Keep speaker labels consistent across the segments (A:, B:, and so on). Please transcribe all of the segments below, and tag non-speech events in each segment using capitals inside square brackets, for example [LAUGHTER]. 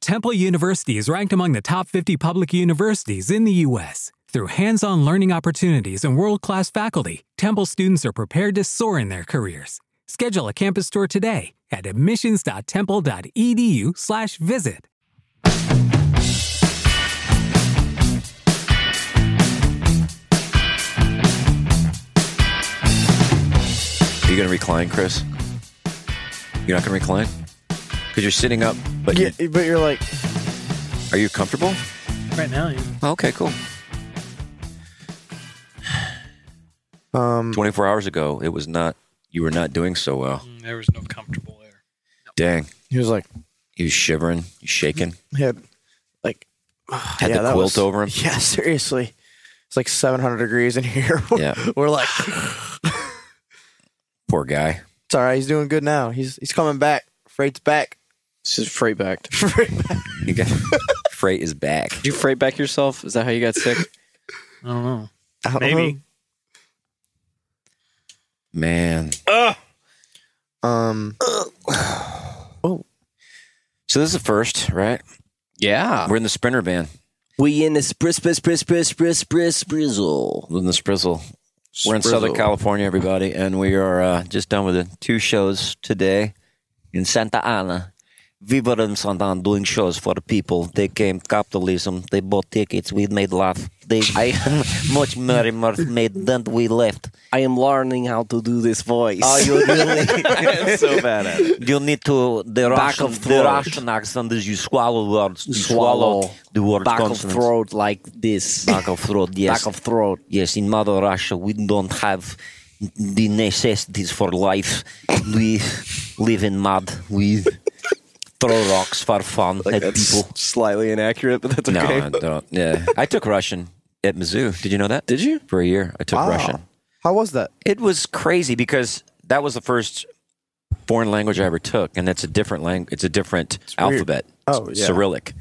A: Temple University is ranked among the top 50 public universities in the U.S. Through hands on learning opportunities and world class faculty, Temple students are prepared to soar in their careers. Schedule a campus tour today at E admissions.temple.edu/slash visit.
B: Are you going to recline, Chris? You're not going to recline? Because you're sitting up, but
C: Yeah,
B: you-
C: but you're like,
B: are you comfortable?
D: Right now, yeah.
B: Oh, okay, cool.
C: um,
B: 24 hours ago, it was not, you were not doing so well.
D: Mm, there was no comfortable air.
B: Dang.
C: he was like,
B: He was shivering, shaking.
C: he had like, [SIGHS]
B: Had
C: yeah,
B: the
C: that
B: quilt
C: was-
B: over him.
C: Yeah, [LAUGHS] seriously, it's like 700 degrees in here. [LAUGHS]
B: Yeah.
C: we're like,
B: Poor guy.
C: it's all right. He's doing good now. He's he's coming back. Freight's back.
E: It's just freight backed.
C: Freight back.
B: You got, freight is back.
E: Did you freight back yourself? Is that how you got sick?
D: I don't know.
C: I don't
D: Maybe.
B: Man.
C: know. Um,
B: So this is the first, right?
E: [LAUGHS] Yeah.
B: We're in the sprinter van.
E: We in the spris spris spris spris spris spris brizzle.
B: We're in the Sprizzle. We're in Southern California, everybody, and we are uh, just done with the two shows today in Santa Ana. We were in Santa Ana doing shows for the people. They came capitalism. They bought tickets. We made laugh. They I [LAUGHS] much merry much made. Then we left.
E: I am learning how to do this voice.
B: Oh, you
E: [LAUGHS]
B: really,
E: I'm so bad at it.
B: you need to the
E: Back
B: Russian
E: of
B: the
E: throat.
B: Russian accent is you swallow words. You swallow,
E: Swallow.
B: the word
E: Back of
B: consonants.
E: throat like this.
B: Back of throat. Yes.
E: Back of throat.
B: Yes, in Mother Russia, we don't have the necessities for life. We live in mud. We throw rocks for fun at people.
E: slightly inaccurate, but that's
B: No, I don't. Yeah, I took Russian at Mizzou. Did you know that?
E: Did you?
B: For a year, I took
C: wow.
B: Russian.
C: How was that?
B: It was crazy because that was the first foreign language I ever took, and that's a different language. It's a different
C: weird.
B: alphabet.
C: Oh,
B: It's
C: yeah.
B: Cyrillic.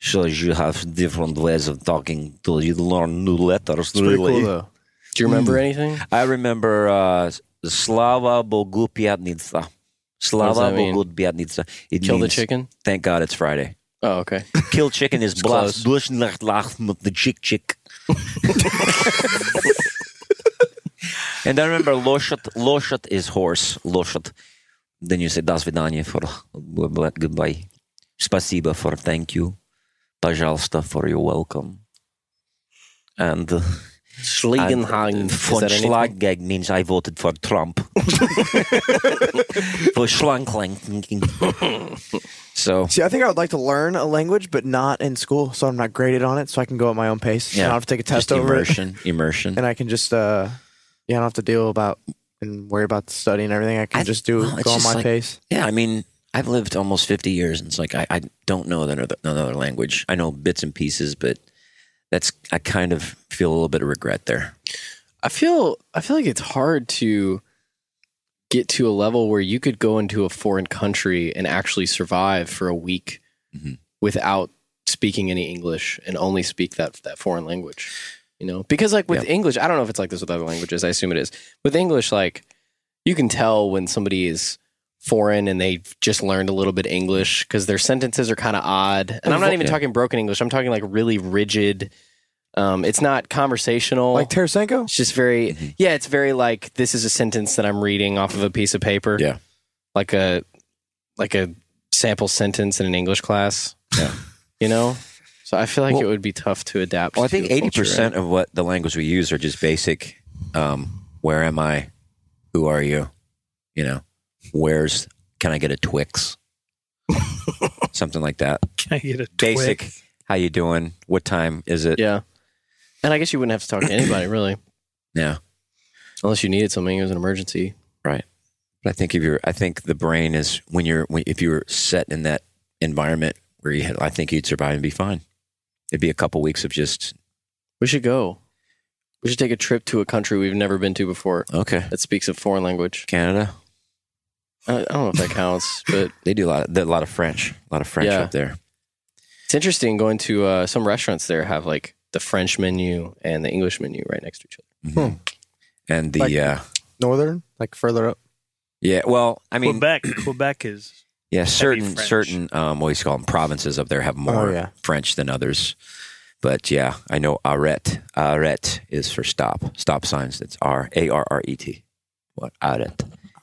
B: So you have different ways of talking. So you learn new letters.
C: It's pretty
B: really.
C: cool though.
E: Do you remember anything?
B: I remember uh, Slava Bogu Piatnitsa.
E: What does
B: Slava
E: that mean?
B: Bogu Piatnitsa. It
E: Kill the
B: means,
E: chicken?
B: Thank God it's Friday.
E: Oh, okay.
B: Kill chicken is
E: close.
B: blast durchnachtlacht mit the chick
E: [LAUGHS]
B: chick. and I remember Loshot. Loshot is horse. Loshot. Then you say das vidanya for goodbye. Спасибо for thank you. Пожалуйста for you're welcome. And uh,
E: Schlegenhagen. Is
B: Von
E: that anything?
B: Schlaggag means I voted for Trump.
E: [LAUGHS]
B: [LAUGHS] for
E: [LAUGHS]
B: Schlanklang. so,
C: See, I think I would like to learn a language, but not in school, so I'm not graded on it, so I can go at my own pace. Yeah, I
B: Yeah.
C: don't have to take a
B: just
C: test over it,
B: immersion. Immersion.
E: [LAUGHS]
C: and I can just uh, yeah, I don't have to deal about and worry about studying and everything. I can
B: I-
C: just do
B: no, it's
C: go on
B: just
C: my
B: like-
C: pace.
B: Yeah, I mean, I've lived almost 50 years, and it's like I, I don't know another, another language. I know bits and pieces, but that's, I kind of feel a little bit of regret there.
E: I feel I feel like it's hard to get to a level where you could go into a foreign country and actually survive for a week
B: Mhm.
E: without speaking any English and only speak that that foreign language. You know, because like with English, I don't know if it's like this with other languages. I assume it is. With English, like you can tell when somebody is foreign and they've just learned a little bit English because their sentences are kind of odd. And I'm not even
B: Yeah.
E: talking broken English. I'm talking like really rigid. Um, it's not conversational.
C: Like Tarasenko,
E: It's just very,
B: Mm-hmm.
E: yeah, it's very like this is a sentence that I'm reading off of a piece of paper.
B: Yeah.
E: Like a, like a sample sentence in an English class.
B: Yeah.
E: [LAUGHS] you know? So I feel like it
B: Well-
E: would be tough to adapt.
B: Well, I think
E: to a
B: eighty
E: culture,
B: percent
E: right?
B: of what the language we use are just basic. Um, where am I? Who are you? You know, where's? Can I get a
E: [LAUGHS]
B: Twix? Something like that.
D: Can [LAUGHS] I get a
B: Basic.
D: twig?
B: How you doing? What time is it?
E: Yeah. And I guess you wouldn't have
B: [CLEARS THROAT]
E: to talk to anybody really,
B: Yeah.
E: unless you needed something. It was an emergency.
B: But I think if you're, I think the brain is when you're, when, if you were set in that environment where you had, I think you'd survive and be fine. It'd be a couple weeks of just
E: We should go. We should take a trip to a country we've never been to before
B: okay.
E: that speaks a foreign language.
B: Canada,
E: I, I don't know if that counts, but
B: they do a lot, of, a lot of French, a lot of French
E: Yeah.
B: up there.
E: It's interesting going to uh, some restaurants there have like the French menu and the English menu right next to each other.
B: Mhm. And the
C: Hmm. Like-
B: uh,
C: northern, like further up.
B: yeah, well, I mean,
D: Quebec. Quebec is
B: Yeah, certain
D: French.
B: certain um, what do you call them provinces up there have more
C: Oh, yeah.
B: French than others. But yeah, I know arrête. Arrête is for stop. Stop signs. It's R A R R E T. What arrête?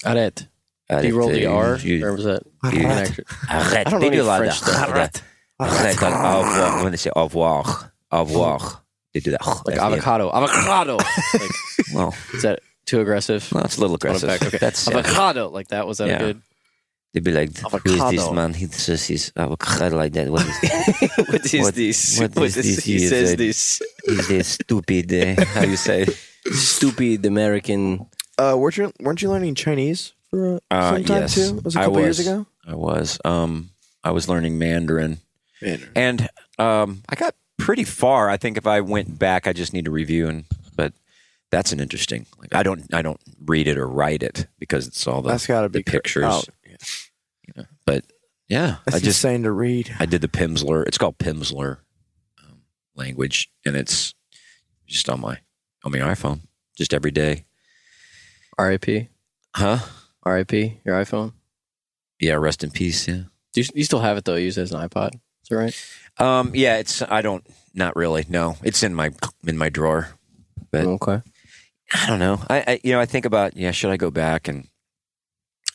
E: Arrête.
B: arrête.
E: Do you roll the R?
B: you-
E: Or was that?
B: you-
E: an extra-
B: arrête.
E: I don't know
B: They do
E: any
B: a lot of
E: French
B: that. [LAUGHS]
E: stuff.
B: Arrête. Arrête. [LAUGHS] Like uh, au revoir. When they say au revoir, au revoir, they do that.
E: Like
B: at the end.
E: avocado.
B: [LAUGHS]
E: Avocado. like,
B: Well,
E: is that too aggressive?
B: no, it's a little
E: Going
B: aggressive.
E: back, okay.
B: That's yeah.
E: Avocado. Like that. Was that
B: Yeah.
E: a good? [LAUGHS]
B: they'd be like, who is this
E: Avocado.
B: man? He says he's avocado like that. What is
E: What is
B: What-
E: this?
B: what is this?
E: He
B: Is
E: says
B: it-
E: this.
B: is this stupid? Uh, how you say?
E: Stupid American.
C: Uh, weren't you weren't you learning Chinese for uh,
B: Uh,
C: some time
B: yes.
C: too? It was a
B: I
C: couple years
B: was.
C: ago.
B: I was. Um, I was learning Mandarin, and um, I got pretty far. I think if I went back, I just need to review. And but that's an interesting. Like I don't, I don't read it or write it because it's all the,
C: That's got to
B: the
C: be cr-
B: pictures.
C: Oh,
B: But yeah,
C: that's
B: I just
C: insane to read.
B: I did the Pimsleur. It's called Pimsleur um, language, and it's just on my on my iPhone, just every day.
E: R.I.P.
B: Huh?
E: R.I.P. Your iPhone.
B: Yeah. Rest in peace. Yeah.
E: Do you, you still have it though? You Use it as an iPod. Is that right?
B: Um. Yeah. It's. I don't. Not really. No. It's in my in my drawer. But-
E: okay.
B: I don't know. I, I you know I think about yeah should I go back and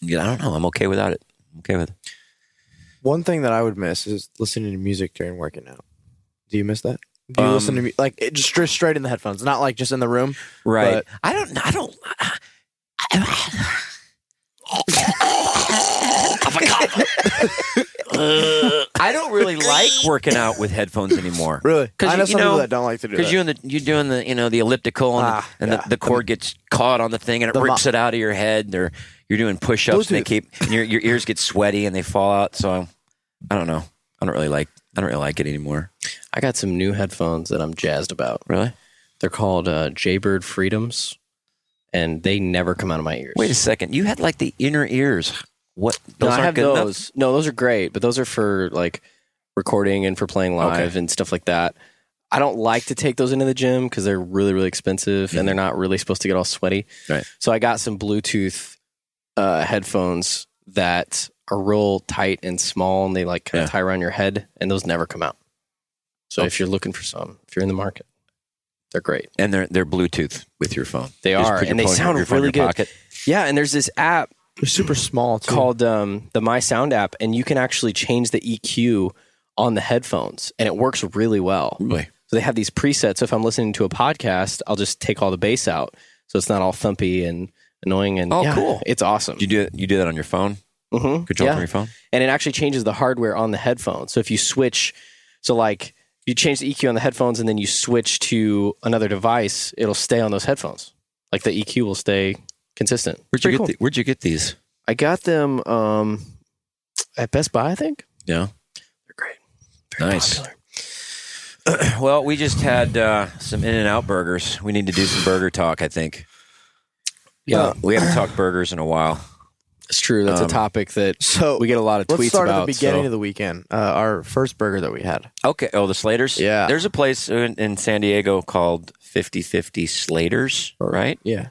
B: yeah I don't know I'm okay without it. I'm okay with it.
C: One thing that I would miss is listening to music during working out. Do you miss that? Do you
B: Um,
C: listen to me like it just just straight in the headphones, not like just in the room?
B: Right.
C: Right.
B: I don't. I don't. I don't really like working out with headphones anymore.
C: [LAUGHS] Really?
B: 'Cause
C: I
B: you-
C: know
B: you
C: some
B: know,
C: people that don't like to do
B: Because
C: that.
B: you're in the you're doing the you know the elliptical and,
C: Ah,
B: the, and
C: yeah.
B: the, the cord gets caught on the thing and it
C: The mo-
B: rips it out of your head or you're doing push ups
C: Those
B: and they
C: do-
B: keep and your your ears get sweaty and they fall out. So I'm, I don't know. I don't really like I don't really like it anymore.
E: I got some new headphones that I'm jazzed about.
B: Really?
E: They're called uh, Jaybird Freedoms, and they never come out of my ears.
B: Wait a second. You had like the inner ears. What?
E: no,
B: Those
E: I
B: aren't
E: have
B: good enough?
E: those. No, those are great, but those are for like recording and for playing live and stuff like that. I don't like to take those into the gym because they're really, really expensive and they're not really supposed to get all sweaty.
B: Mm-hmm. Right.
E: So I got some Bluetooth uh, headphones that are real tight and small, and they like kind
B: Yeah. Oh.
E: of tie around your head, and those never come out. So if you're looking for some, if you're in the market, they're great.
B: and they're they're Bluetooth with your phone.
E: They
B: Just
E: are,
B: put your
E: and they
B: phone-
E: sound
B: your phone in
E: really
B: your
E: good.
B: Pocket.
E: Yeah, and there's this app
C: they're super small too.
E: called um, the My Sound app, and you can actually change the EQ on the headphones, and it works really well.
B: Really?
E: So they have these presets. So if I'm listening to a podcast, I'll just take all the bass out, so it's not all thumpy and annoying. And
B: Oh,
E: yeah,
B: cool.
E: It's awesome.
B: You do you do that on your phone?
E: Mhm.
B: Control
E: Yeah.
B: from your phone.
E: and it actually changes the hardware on the headphones. So if you switch, so like you change the EQ on the headphones, and then you switch to another device, it'll stay on those headphones. Like the EQ will stay consistent.
B: Where'd you
E: Pretty
B: get
E: cool.
B: the- Where'd you get these?
E: I got them um, at Best Buy, I think.
B: Yeah.
E: They're great.
B: Nice. [CLEARS THROAT] Well, we just had uh, some In and Out burgers. We need to do some burger talk. I think.
E: Yeah,
B: Uh, we haven't talked burgers in a while.
E: it's true. That's
B: um,
E: a topic that
C: so
E: we get a lot of
C: let's
E: tweets
C: start
E: about.
C: at the beginning
E: so-
C: of the weekend. Uh, our first burger that we had.
B: Okay. Oh, the Slaters.
C: Yeah.
B: There's a place in, in San Diego called 5050 Slaters, right?
C: Yeah.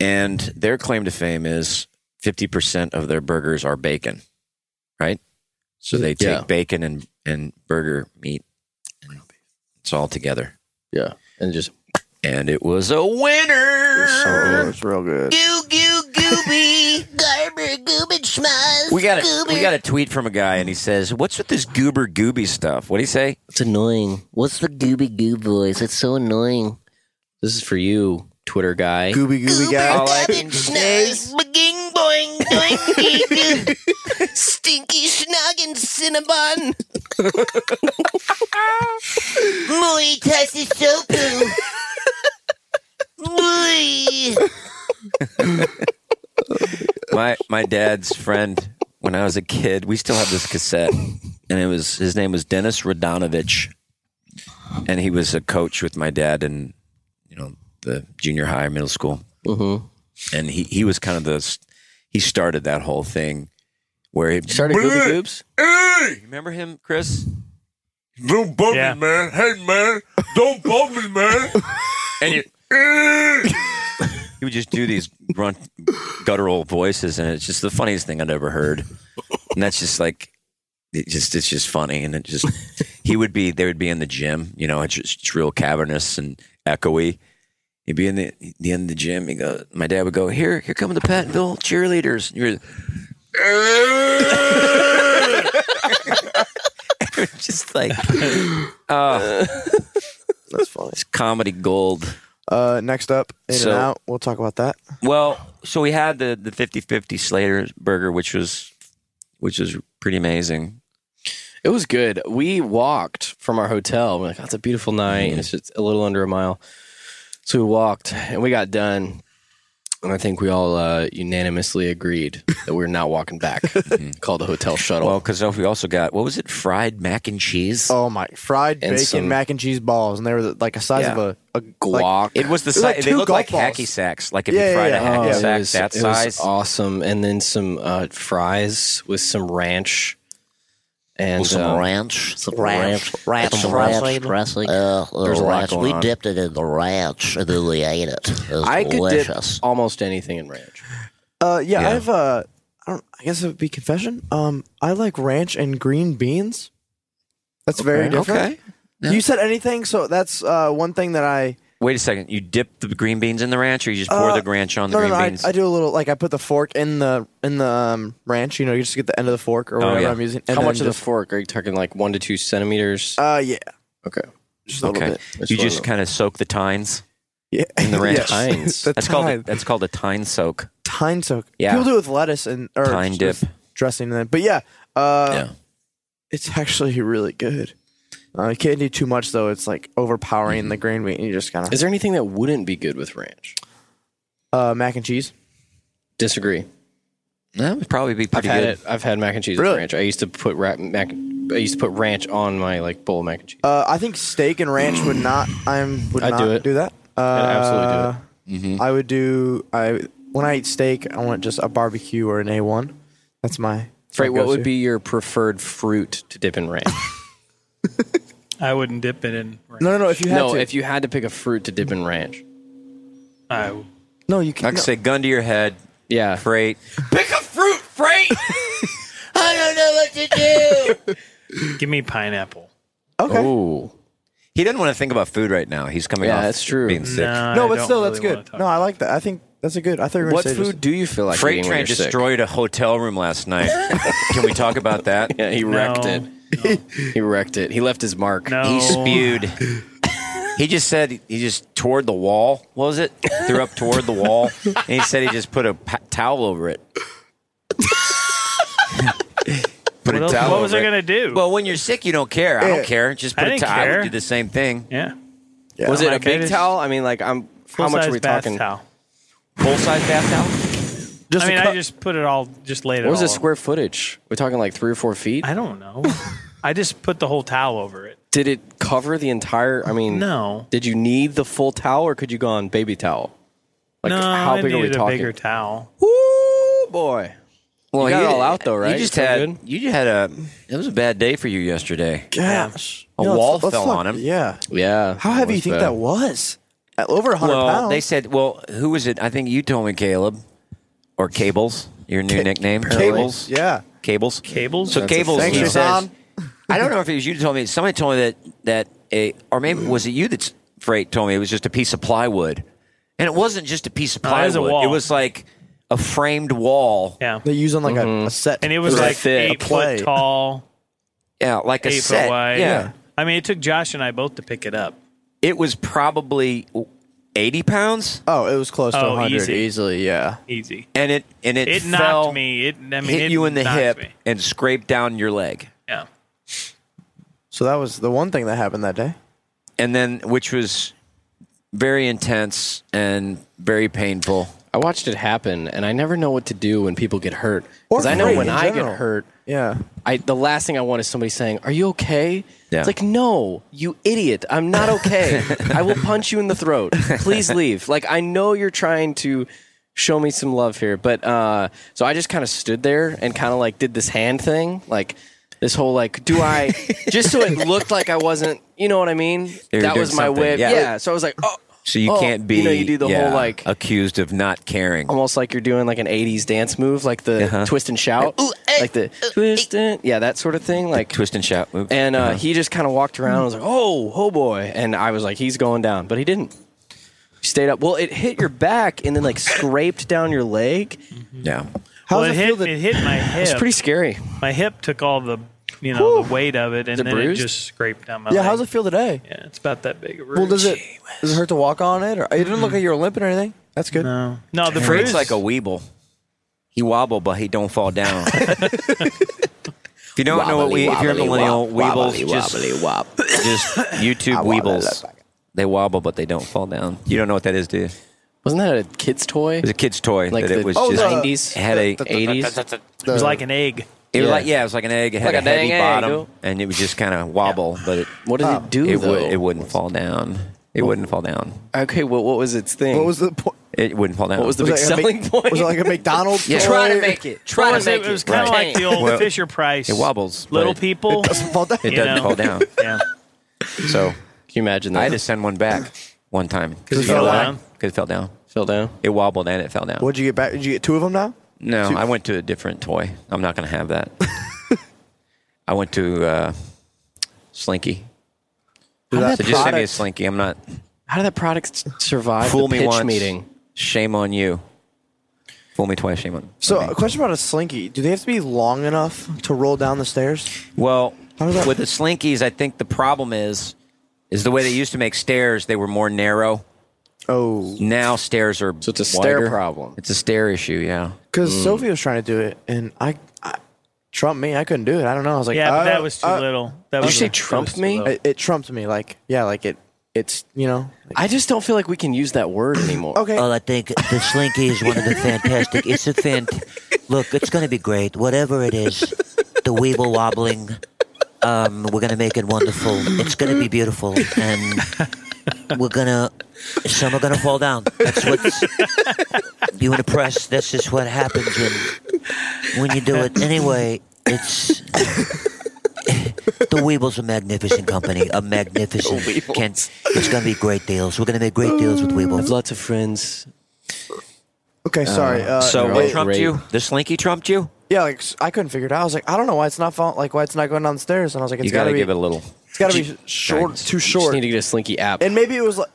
B: And their claim to fame is 50% of their burgers are bacon, right? So they take
E: Yeah.
B: bacon and, and burger meat. And it's all together.
E: yeah, and just
B: And it was a winner.
C: So it's real good.
F: Goo goo gooby. Garber goobage schmuzz.
B: we got a,
F: goober.
B: we got a tweet from a guy and he says, What's with this goober gooby stuff? What do you say?
F: It's annoying. What's the gooby goo voice? It's so annoying.
E: this is for you, Twitter guy.
C: Gooby gooby guy.
B: All I
F: Goobage
B: can
F: schmuzz. Beging boing doing gee goo. Stinky snug
B: [LAUGHS]
F: and cinnabon. Muy
B: [LAUGHS]
F: tasty sopu. Muy.
B: my my dad's friend when I was a kid, we still have this cassette, and it was his name was Dennis Radonovich, and he was a coach with my dad in you know the junior high, middle school,
E: Mhm.
B: and he he was kind of the he started that whole thing where he
E: Started Gooby Goobs.
B: You remember him, Chris?
G: Don't bug
D: Yeah.
G: me, man. Hey, man. Don't bug me, man.
B: [LAUGHS] And you,
G: [LAUGHS]
B: he would just do these grunt, guttural voices, and it's just the funniest thing I'd ever heard. and that's just like it just it's just funny and it just he would be they would be in the gym you know it's just it's real cavernous and echoey he'd be in the the end of the gym he go my dad would go here here come the Pattonville cheerleaders and you're
G: [LAUGHS]
B: [LAUGHS] just like uh,
C: That's funny.
B: it's comedy gold
C: Uh, next up, In
B: So-
C: and Out. We'll talk about that.
B: Well, so we had the the 50-50 Slater burger, which was which was pretty amazing.
E: It was good. We walked from our hotel. We're like, oh, it's a beautiful night. and It's just a little under a mile. So we walked and we got done. And I think we all uh, unanimously agreed that we were not
C: [LAUGHS]
E: walking back. Called the hotel shuttle.
B: Well, because we also got what was it? Fried mac and cheese.
C: Oh my! Fried
E: And
C: bacon
E: some-
C: mac and cheese balls, and they were the- like a size
B: Yeah.
C: of a, a like-
E: Guac.
B: It was the
C: It was
B: size.
C: like
B: they
C: two
B: looked like
C: golf balls.
B: hacky sacks. Like if
C: Yeah,
B: you
C: yeah,
B: fried
C: yeah.
B: a hacky
E: Oh, it
B: sack
E: was-
B: that
E: it was
B: size.
E: awesome. And then some uh, fries with some ranch. And
F: Some
E: uh,
F: ranch. Some
E: ranch.
F: Ranch
E: Some
F: dressing. dressing. Uh,
E: There's a lot
F: ranch.
E: going
F: We
E: on.
F: dipped it in the ranch and then we ate it. It was
E: I could dip
F: delicious.
E: almost anything in ranch.
C: Uh, yeah,
B: Yeah.
C: I have uh, I don't. I guess it would be confession. Um, I like ranch and green beans. That's very different.
B: Okay.
C: You said anything, so that's uh one thing that I.
B: Wait a second. You dip the green beans in the ranch, or you just pour
C: Uh,
B: the ranch on the
C: No, no,
B: green
C: no. I,
B: beans?
C: I do a little like I put the fork in the in the um, ranch. You know, you just get the end of the fork or whatever
B: Oh, yeah.
C: I'm using.
E: How much of
C: then
E: the
C: just-
E: fork? Are you talking like one to two centimeters?
C: Uh, yeah,
E: okay.
C: just a
B: okay.
C: little bit.
B: You
E: Just a
B: just
E: little.
B: kind of soak the tines.
C: [LAUGHS] Yeah,
B: In the ranch.
E: Tines.
C: the
B: That's
C: tine,
B: called a, that's called a tine soak.
C: tine soak.
B: Yeah.
C: people do it with lettuce and or
B: Tine
C: just
B: dip.
C: with dressing and then. But yeah, uh,
B: Yeah.
C: it's actually really good. Uh, you can't do too much though. It's like overpowering the green bean. You just kind of
E: Mm-hmm. Is there anything that wouldn't be good with ranch?
C: uh, mac and cheese.
E: Disagree.
B: That would probably be
E: I've
B: pretty
E: had
B: good.
E: it. I've had mac and cheese
C: Really?
E: with ranch. I used to put ra- mac. I used to put ranch on my like bowl of mac and cheese.
C: Uh, I think steak and ranch would not. I'm would
E: I'd
C: not
E: do it.
C: that. Uh,
E: absolutely
C: do it. I would do. I when I eat steak, I want just a barbecue or an A1. That's my. that's
E: Right.
C: my
E: What would
C: go-to.
E: be your preferred fruit to dip in ranch?
D: I wouldn't dip it in. Ranch.
C: No, no, no. If [LAUGHS] you had
E: no,
C: to,
E: if you had to pick a fruit to dip in ranch.
D: I w-
C: no, you
B: I
C: can't.
B: could say gun to your head,
E: Yeah.
B: freight.
F: I don't know what to do.
D: give me pineapple.
C: okay.
E: Ooh.
B: He doesn't want to think about food right now. He's coming
E: Yeah,
B: off
E: that's true.
B: being sick.
D: No,
C: no,
D: I
C: but
D: don't
C: still, that's
D: really wanna
C: good.
D: talk
C: No, I
D: about
C: like that. I think that's a good. I thought you were
E: What
C: gonna say just-
E: food do you feel like
B: Freight
E: eating when
B: train
E: you're sick?
B: destroyed a hotel room last
E: [LAUGHS]
B: night. Can we talk about that?
E: Yeah, he
D: it.
E: wrecked it.
D: No,
E: [LAUGHS] He wrecked it. He left his mark.
D: No.
B: He spewed. He just said he just toward the wall. What was it? Threw up toward the wall, and he said he just put a pa- towel over it. put
D: What, else-
B: a towel
D: what was
B: over
D: I
B: it.
D: gonna do?
B: Well, when you're sick, you don't care. I
C: Yeah.
B: don't care. Just
D: I
B: put a
D: didn't
B: towel. I
D: care.
B: would do the same thing.
D: yeah,
E: Was
D: Yeah.
E: it
D: Like,
E: a
D: I
E: big
D: just-
E: towel? I mean, like, I'm. How much
D: Full-size
E: are we
D: bath
E: talking?
D: Towel.
B: Full size bath towel.
C: Just
D: I mean,
C: a
D: I
C: cup-
D: just put it all, just laid it.
E: What was
D: all
E: the square footage? We're talking like three or four feet.
D: I
C: [LAUGHS]
D: don't know. I just put the whole towel over it.
E: Did it cover the entire? I mean,
D: No,
E: Did you need the full towel, or could you go on baby towel? Like,
D: no,
E: how
D: I
E: big are we
D: needed
E: talking?
D: a bigger towel.
E: Ooh, boy.
B: Well,
E: You got it all out, though, right?
B: You just
E: You feel
B: had
E: good?
B: you had a. It was a bad day for you yesterday.
C: gosh,
B: A
C: let's-
B: wall
C: let's
B: fell
C: look-
B: on him.
C: Yeah.
E: Yeah.
C: How heavy do you think that was? At over 100
B: Well,
C: pounds.
B: they said, well, who was it? I think you told me Caleb or Cables, your new nickname. Cables.
C: Yeah.
B: Cables.
D: Cables?
B: So
D: That's a
B: Cables.
C: Thanks,
B: he
C: your
B: says,
C: son.
B: I don't know if it was you that told me. Somebody told me that, that a, or maybe was it you that's Freight told me it was just a piece of plywood. And it wasn't just a piece of
D: it
B: plywood.
D: was a wall.
B: It was like a framed wall.
D: Yeah,
C: They use on like
B: Mm-hmm.
C: a, a set.
D: and it was
E: was
D: like
E: thick.
D: eight
C: A play.
D: foot tall,
B: Yeah, like a
D: eight
B: set.
D: foot wide.
B: yeah.
D: I mean, it took Josh and I both to pick it up.
B: It was probably 80 pounds.
C: oh, it was close to
D: Oh,
C: 100
D: easy.
C: easily. Yeah.
D: Easy.
B: And it, and it,
D: It
B: fell,
D: knocked me. It, I mean,
B: hit
D: it
B: you in the
D: knocked
B: hip
D: me.
B: and scraped down your leg.
D: Yeah.
C: So that was the one thing that happened that day.
B: and then which was very intense and very painful.
E: I watched it happen, and I never know what to do when people get hurt.
C: Or
E: Because I know
C: free
E: when
C: in
E: I
C: general.
E: get hurt,
C: Yeah.
E: I the last thing I want is somebody saying, "Are you okay?"
B: Yeah.
E: It's like, no, you idiot! I'm not okay. I will punch you in the throat. Please leave. Like, I know you're trying to show me some love here, but uh, so I just kind of stood there and kind of like did this hand thing, like this whole like,
B: [LAUGHS]
E: do I? just so it looked like I wasn't, you know what I mean?
B: you're
E: that
B: doing
E: was my
B: something.
E: way. of-
B: Yeah.
E: Yeah. So I was like, oh,
B: So you
E: Oh,
B: can't be
E: you know, you do the whole,
B: yeah,
E: like-
B: accused of not caring.
E: almost like you're doing like an 80s dance move like the
B: Uh-huh.
E: twist and shout
F: Ooh, eh,
E: like the
F: uh,
E: twist and yeah that sort of thing like
B: twist Uh-huh. and shout move.
E: and uh, he just kind of walked around and was like oh oh boy and i was like he's going down but he didn't he stayed up well it hit your back and then like scraped down your leg
B: yeah.
C: How
D: well,
C: does
D: it
C: it feel
D: hit,
C: that
D: it hit my hip.
E: it's pretty scary
D: my hip took all the, you know, the weight of it, and
E: it
D: then
E: bruised?
D: it just scraped down my.
C: Yeah,
D: leg.
C: how's it feel today?
D: Yeah, it's about that big. A bruise.
C: Well, does it does it hurt to walk on it? Or it didn't
E: Mm.
C: look like you were limping or anything. That's good.
D: No, no, the
B: Fred's
D: bruise
B: like a weeble. He wobble, but he don't fall down. if you don't know what we, if you're a millennial, weebles just, [LAUGHS] just YouTube weebles. They wobble, but they don't fall down. You don't know what that is, do you? It
E: wasn't that a kid's toy
B: was a kid's toy
E: like
B: that
E: the
B: it was
C: Oh,
B: just
C: the-
E: nineties
B: had a.
C: the-
E: [LAUGHS] eighties
D: it was like an egg.
B: It was
E: yeah.
B: like yeah, it was like an egg. It had
E: Like
B: a
E: a
B: heavy
E: dang egg,
B: bottom,
E: dude.
B: and it was just kind of wobble, but it
E: what did it do
B: Oh. it,
E: though
B: would, it wouldn't fall down. It wouldn't fall down.
E: okay well, what was its thing
C: What was the point?
B: It wouldn't fall down.
E: What was the
C: it
E: big
C: like a
E: selling
C: Mc-
E: point
C: Was it like a
B: [LAUGHS]
C: McDonald's?
B: Yeah.
C: toy?
B: Try
E: to make it try
D: It
E: to
D: was,
E: make
D: it,
E: it,
D: was kind of
E: Right.
D: like the old
B: Well,
D: Fisher Price.
B: it wobbles,
D: Little
B: but it-
D: people.
C: Fall down.
B: It
D: you
B: doesn't
D: know?
B: fall
E: [LAUGHS]
B: down.
D: yeah,
B: So
E: can you imagine that
B: I had to send one back one time
D: because
C: fell down.
B: because it fell down.
E: fell down
B: It wobbled and it fell down.
C: What'd you get back? Did you get two of them now?
B: No, I went to a different toy. I'm not going to have that. I went to uh, Slinky.
C: Did that
B: So just send me a
C: product-
B: Slinky. I'm not.
E: How did that product s- survive
B: Fool
E: the
B: me
E: pitch
B: once.
E: meeting?
B: Shame on you. Fool me twice. Shame on.
C: So,
B: on me.
C: a question about a slinky. Do they have to be long enough to roll down the stairs?
B: well,
C: does that-
B: with the Slinkies, I think the problem is, is the way they used to make stairs. They were more narrow.
C: Oh,
B: Now stairs are.
E: So it's a stair
B: wider.
E: problem.
B: It's a stair issue. Yeah.
C: because Sophie was trying to do it, and I, I trumped me. I couldn't do it. I don't know. I was like,
D: Yeah, but
C: uh,
D: that was too
C: uh,
D: little. That
E: Did
D: was
E: you say
D: that
E: trump
D: was too
E: me?
D: little.
C: It, it trumped me. Like, yeah, like it. It's you know. like,
E: I just don't feel like we can use that word anymore.
C: okay.
B: Uh,
H: Well, I think the Slinky is one of the fantastic. It's a fan. Look, it's going to be great. Whatever it is, the weeble wobbling. Um, we're going to make it wonderful. It's going to be beautiful, and we're going to. Some are going to fall down. That's what's. You in the press. This is what happens when when you do it. Anyway, it's. The Weeble's a magnificent company, a magnificent.
E: [LAUGHS]
H: Can't, it's going to be great deals. We're going to make great deals with Weeble.
E: I have lots of friends.
C: Okay. Sorry. Uh,
B: So
C: it-
B: what
E: right.
B: trumped you? The Slinky trumped you.
C: yeah, like s- I couldn't figure it out. I was like, I don't know why it's not fall- like why it's not going down the stairs. And I was like, it's
B: you got to
C: be,
B: give it a little.
C: it's gotta be short,
B: guidance.
C: too
E: Just
C: short.
E: need to get a slinky app.
C: and maybe it was like.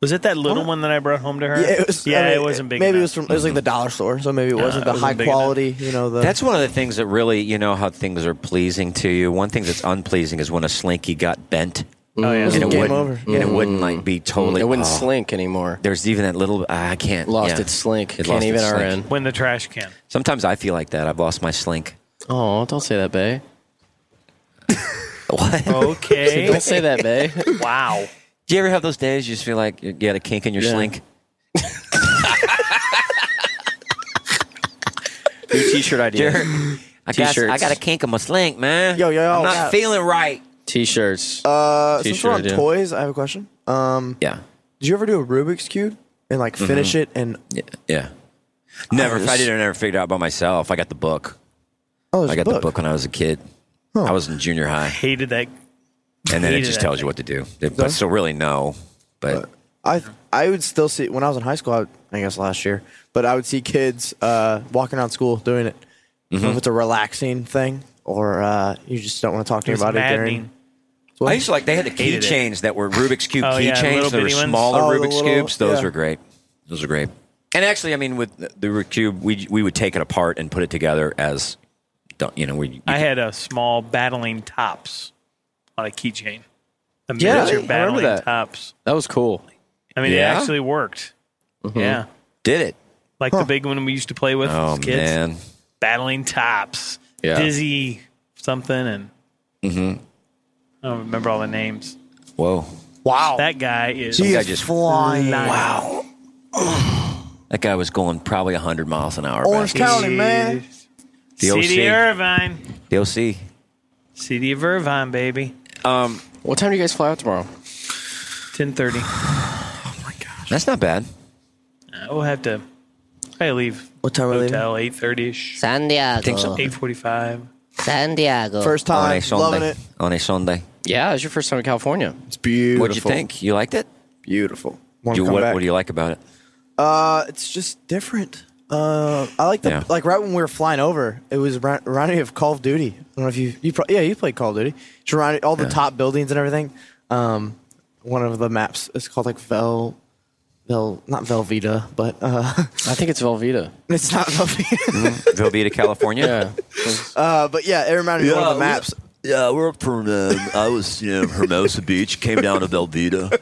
D: Was it that little one that I brought home to her?
C: Yeah, it was. I
D: Yeah,
C: mean,
D: it wasn't big.
C: Maybe it
D: enough.
C: was from. It was like the dollar store, so maybe it wasn't
D: it
C: the
D: wasn't
C: high
D: big enough.
C: quality. You know, the
B: Mm-hmm. That's one of the things that really, you know, how things are pleasing to you. One thing that's unpleasing is when a slinky got bent.
D: Oh yeah,
C: It was
B: and it
C: game
B: wouldn't,
C: over.
B: and it wouldn't like be totally.
E: Mm-hmm. it wouldn't
B: oh,
E: slink anymore.
B: There's even that little. I can't.
E: Lost
B: yeah.
E: its slink.
B: It
E: Can't
B: lost
E: even
B: its slink.
E: RN.
D: when the trash can.
B: Sometimes I feel like that. I've lost my slink.
E: Oh, don't say that, Bay.
B: What?
D: Okay.
E: Don't say that, Bay.
D: [LAUGHS] wow.
B: Do you ever have those days you just feel like you got a kink in your
E: Yeah.
B: slink?
E: New T-shirt idea.
B: [LAUGHS] I got,
E: T-shirts.
B: I got a kink in my slink, man.
C: Yo, yo, yo,
B: I'm not
C: yeah.
B: feeling right.
E: T-shirts.
C: Uh, since
E: T-shirt
C: we're on
E: idea.
C: toys, I have a question. Um,
B: Yeah,
C: did you ever do a Rubik's cube and like finish it? And
B: Mm-hmm. yeah, yeah. Never.
C: this-
B: I didn't ever figure it out by myself. I got the book.
C: oh, there's
B: I got
C: a book.
B: the book when I was a kid. I was in junior high,
D: Hated that.
B: and then it
D: Hated
B: just
D: that
B: tells you what to do. It- But so really, no. But
C: I I would still see when I was in high school. I, would- I guess last year, but I would see kids uh, walking around school doing it. I don't
B: Mm-hmm.
C: know If it's a relaxing thing, or uh, you just don't want to talk to
D: It was
C: anybody
D: maddening.
C: during.
B: I used to like they had the
D: Hated it.
B: keychains that were Rubik's cube
D: [LAUGHS] Oh, yeah,
B: keychains.
D: little
B: They were
D: bitty ones.
B: smaller
C: Oh, the
B: Rubik's
C: little-
B: cubes. Those
C: yeah.
B: were great. Those are great. And actually, I mean, with the the Rubik's cube, we we would take it apart and put it together as, don't you know, we. you
D: I
B: could-
D: had a small battling tops on a keychain. A
E: Yeah, I
D: miniature
E: remember
D: battling
E: that.
D: tops.
E: that was cool.
D: I mean,
B: Yeah?
D: it actually worked. Yeah.
B: did it.
D: Like the big one we used to play with
B: Oh
D: as kids.
B: man,
D: Battling tops.
E: Yeah.
D: Dizzy something and
B: Mm-hmm.
D: I don't remember all the names.
B: whoa!
C: Wow,
D: That guy is
B: Some guy just
C: flying
D: wow.
B: that guy was going probably hundred miles an hour.
C: Orange
B: back then.
C: County, man.
B: The
D: CD
B: OC.
D: Irvine.
B: The OC.
D: CD of Irvine, baby.
B: Um,
E: What time do you guys fly out tomorrow?
D: Ten thirty. [SIGHS]
B: that's not bad.
D: We'll have to. I leave.
C: What time are we leaving?
D: hotel? Eight thirty ish.
H: San Diego.
D: Eight forty five.
H: San Diego.
C: First
B: On
C: time,
B: a Sunday.
C: loving it.
B: On a Sunday.
E: Yeah, it's your first time in California.
C: It's beautiful.
B: What'd you think? You liked it?
C: Beautiful. want
B: You,
C: to come
B: what,
C: back.
B: what do you like
C: [LAUGHS]
B: about it?
C: Uh, it's just different. Uh, I like the
B: Yeah.
C: like right when we were flying over, it was ra- reminded me of Call of Duty. I don't know if you you pro- yeah you played Call of Duty. It's reminded all the top buildings and everything. Um, one of the maps is called like Vel, Vel not Velveeta, but uh, [LAUGHS]
E: I think it's Velveeta.
C: it's not Velveeta. [LAUGHS]
B: Velveeta, California.
E: Yeah.
C: Uh, but yeah, it reminded me of one of the maps.
I: Yeah, we're up from. Uh, I was, you know, Hermosa Beach. Came down to Velveeta.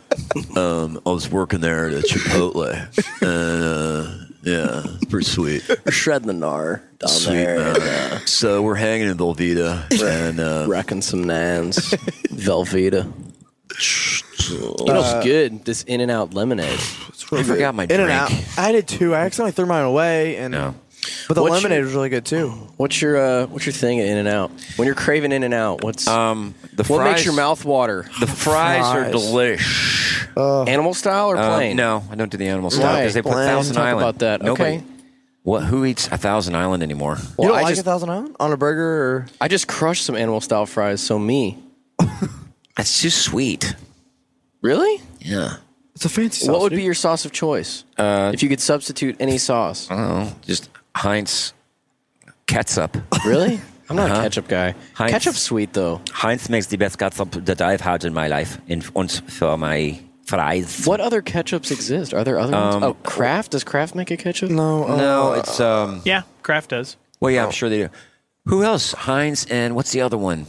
I: Um, I was working there at a Chipotle, and uh, yeah, it's pretty sweet,
E: We're shredding the gnar down
I: sweet
E: there.
I: man.
E: and, uh,
I: So we're hanging in Velveeta, and uh,
E: wrecking some
C: [LAUGHS]
E: nans. Velveeta. You know
C: Uh,
E: what's good? This In and Out lemonade.
B: I forgot my
C: In
B: drink.
C: and out. I did two. I accidentally threw mine away, and
B: No.
C: but the
E: What's
C: lemonade
E: your-
C: was really good too.
E: What's your uh, what's your thing at In and Out? When you're craving In and Out, what's
B: Um, the
E: what
B: fries,
E: makes your mouth water?
B: The fries, are
C: Fries.
B: delish.
C: Uh,
E: Animal style or
B: Um,
E: plain?
B: no, I don't do the animal style
E: Why?
B: because they put
E: Plain.
B: Thousand
E: Talk
B: Island.
E: about that.
B: Nobody-
E: Okay.
B: What? Who eats a Thousand Island anymore?
E: Oh, Well,
C: you don't
E: I
C: like
E: just
C: a Thousand Island on a burger or
E: I just crushed some animal style fries. So me,
B: That's too sweet.
E: really?
B: Yeah.
C: it's a fancy.
E: what would be your sauce of choice if you could substitute any sauce?
B: Oh, just Heinz ketchup.
E: really? I'm not a ketchup guy.
B: Heinz.
E: Ketchup's sweet though.
B: [LAUGHS] Heinz makes the best ketchup that I've had in my life, in, and for my fries.
E: What other ketchups exist? Are there other ones? Oh, Kraft? Does Kraft make a ketchup?
C: no? Uh,
B: No, it's um.
D: Yeah, Kraft does.
B: Well, yeah, I'm sure they do. Who else? Heinz and what's the other one?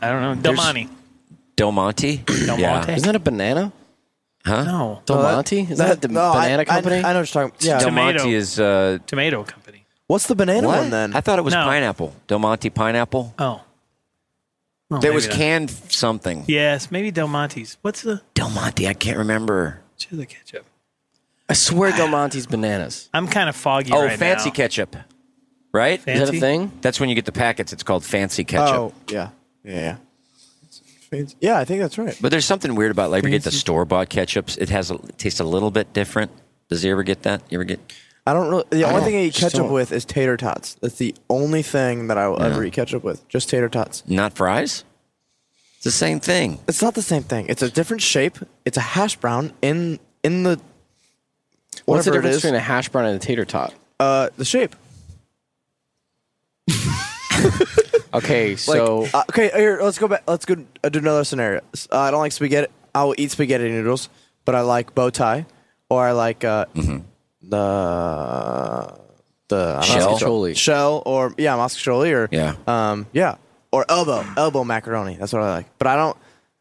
D: I don't know. Del Monte.
B: [COUGHS] Del Monte.
D: Del
B: yeah.
D: Monte.
E: Isn't that a banana?
D: No.
E: Del
C: that-
E: Monte? Is that, the
C: no, I-
E: banana
C: I-
E: company?
C: I, know what you're talking. Yeah,
B: Del
D: Tomato.
B: Monte is uh,
D: Tomato company.
C: What's the banana one then?
B: I thought it was
D: No.
B: pineapple. Del Monte pineapple.
D: Oh. Oh,
B: there
D: maybe
B: was
D: not.
B: canned something.
D: Yes, maybe Del Monte's. What's the
B: Del Monte. I can't remember.
D: what's the other ketchup?
E: I swear Del Monte's bananas.
D: I'm kind of foggy
B: oh,
D: right
B: fancy
D: now.
B: ketchup. Right.
D: Fancy?
E: Is that a thing?
B: That's when you get the packets. It's called fancy ketchup.
C: oh yeah, yeah, yeah. Yeah, I think that's right.
B: But there's something weird about like we get the store bought ketchups. It has a, it tastes a little bit different. Does he ever get that? You ever get?
C: I don't really. The only thing I eat
E: just
C: ketchup
E: don't.
C: with is tater tots. That's the only thing that I will ever eat ketchup with. Just tater tots.
B: Not fries? It's the same thing.
C: It's not the same thing. It's a different shape. It's a hash brown in in the
E: What's
C: whatever
E: the
C: it
E: difference
C: is.
E: between a hash brown and a tater tot?
C: uh, the shape.
E: Okay,
C: Like,
E: so
C: uh, okay, here let's go back. Let's go uh, do another scenario. S- Uh, I don't like spaghetti. I will eat spaghetti noodles, but I like bow tie, or I like uh,
E: Mm-hmm.
C: the the I don't know,
B: Shell?
E: Mascacholi.
C: shell, or yeah, mascacholi, or
B: Yeah.
C: um, yeah, or elbow, elbow macaroni. That's what I like. But I don't,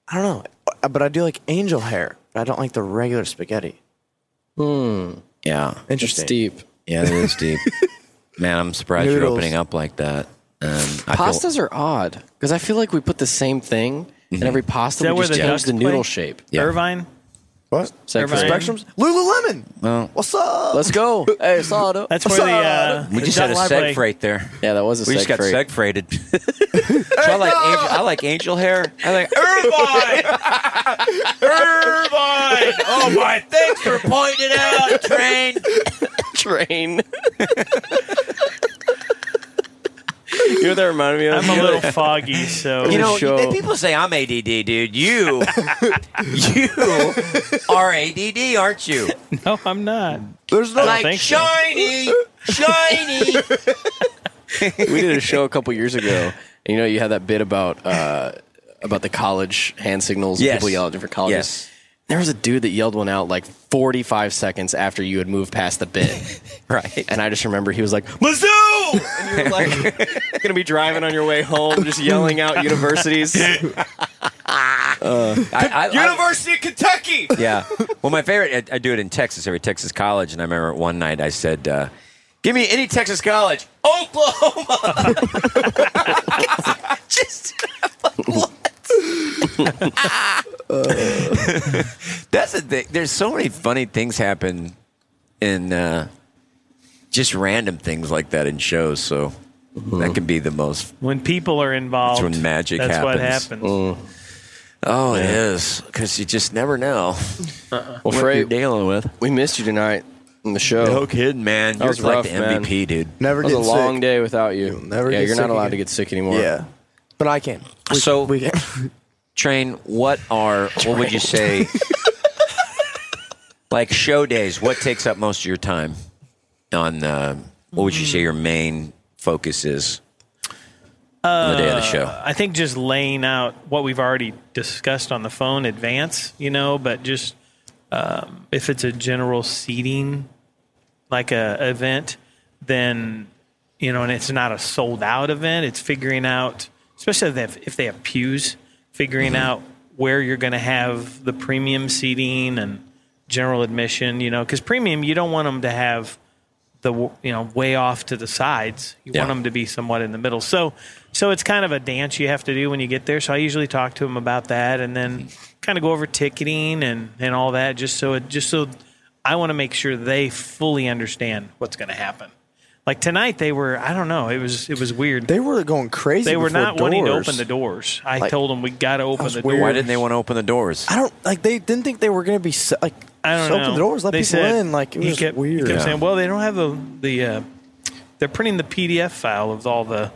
C: I don't know. Uh, But I do like angel hair. But I don't like the regular spaghetti.
B: Yeah.
E: it's
C: Interesting.
E: deep.
B: Yeah, that is
C: [LAUGHS]
B: deep. Man, I'm surprised you're
C: Noodles.
B: opening up like that. Um, I Feel,
E: Pastas are odd because I feel like we put the same thing in
B: Mm-hmm.
E: every pasta.
D: that
E: we
D: where the
E: just change
D: ducks
E: the
D: play?
E: noodle shape.
B: Yeah.
D: Irvine.
C: What?
E: Is that
D: Irvine.
E: correct?
C: Spectrums? Lululemon.
B: well,
C: What's up?
E: Mm. Let's
B: [LAUGHS]
E: go. Hey, saw it.
D: That's where the uh,
B: we
D: the
B: just had a
D: duck play-
B: seg [LAUGHS] freight there.
E: [LAUGHS] Yeah, that was a
B: We just got
E: freight.
B: seg freighted. so I like angel, I like angel hair. I like Irvine. [LAUGHS] Irvine. Oh my! Thanks for pointing it out, train.
E: [LAUGHS] train. [LAUGHS] you know what that reminded me of?
D: I'm a little foggy, so
B: You know,
E: show-
B: people say I'm ADD, dude.
E: [LAUGHS]
B: You, you are ADD, aren't you?
D: [LAUGHS] no, I'm not.
C: There's no.
D: don't
B: Like
D: think so.
B: shiny, shiny.
E: [LAUGHS] we did a show a couple years ago, and you know you had that bit about uh, about the college hand signals.
B: Yes.
E: People yell at different colleges.
B: Yes.
E: There was a dude that yelled one out like 45 seconds after you had moved past the [LAUGHS] bit,
B: right.
E: and I just remember he was like Mizzou, and you're like [LAUGHS] gonna be driving on your way home, just yelling [LAUGHS] out universities.
B: I, I, I,
E: University of Kentucky.
B: yeah. Well, my favorite, I, I do it in Texas, every Texas college. And I remember one night I said, uh, Give me any Texas college,
E: Oh.
B: Oklahoma. [LAUGHS] Just what? [LAUGHS] That's the thing. There's so many funny things happen in uh, just random things like that in shows. So that can be the most
D: When people are involved,
B: That's when magic
D: that's what
B: happens. Mm.
D: happens.
B: Oh, it is because you just never know
E: Well,
B: what you're
E: Frey,
B: dealing with.
E: we missed you tonight in the show.
B: kidding, man.
E: was rough, man.
B: dude.
C: Never
E: It was a
C: get sick.
E: long day without you.
C: never
E: yeah,
C: get
E: you're not
C: sick
E: allowed
C: again.
E: to get sick anymore.
C: Yeah, but I can.
B: So
C: We can.
B: Train, what are what would you [LAUGHS] say? like show days, what takes up most of your time? On uh, what would you say your main focus is? on the day of the show.
D: Uh, I think just laying out what we've already discussed on the phone, advance, you know, but just um, if it's a general seating, like a event, then you know, and it's not a sold out event. It's figuring out, especially if they have, if they have pews, figuring
B: Mm-hmm.
D: out where you're going to have the premium seating and general admission. You know, because premium, you don't want them to have the w- you know way off to the sides. You want
B: Yeah.
D: 'em want them to be somewhat in the middle. So so it's kind of a dance you have to do when you get there. So I usually talk to them about that and then kind of go over ticketing and and all that just so it just so I want to make sure they fully understand what's going to happen. Like tonight they were I don't know, it was it was weird.
C: [LAUGHS] They were going crazy.
D: They were
C: before
D: not wanting to
C: doors.
D: open the doors. I
C: Like-
D: told them we got to open
C: was
D: the
C: weird.
D: doors.
B: Why didn't they want to open the doors?
C: I don't like. They didn't think they were going to be se- like.
D: I don't
C: just
D: know.
C: Open the doors, let
D: They
C: people
D: said-
C: in. Like it was
D: he kept,
C: weird.
D: He kept saying, "Well, they don't have the the uh, they're printing the PDF file of all the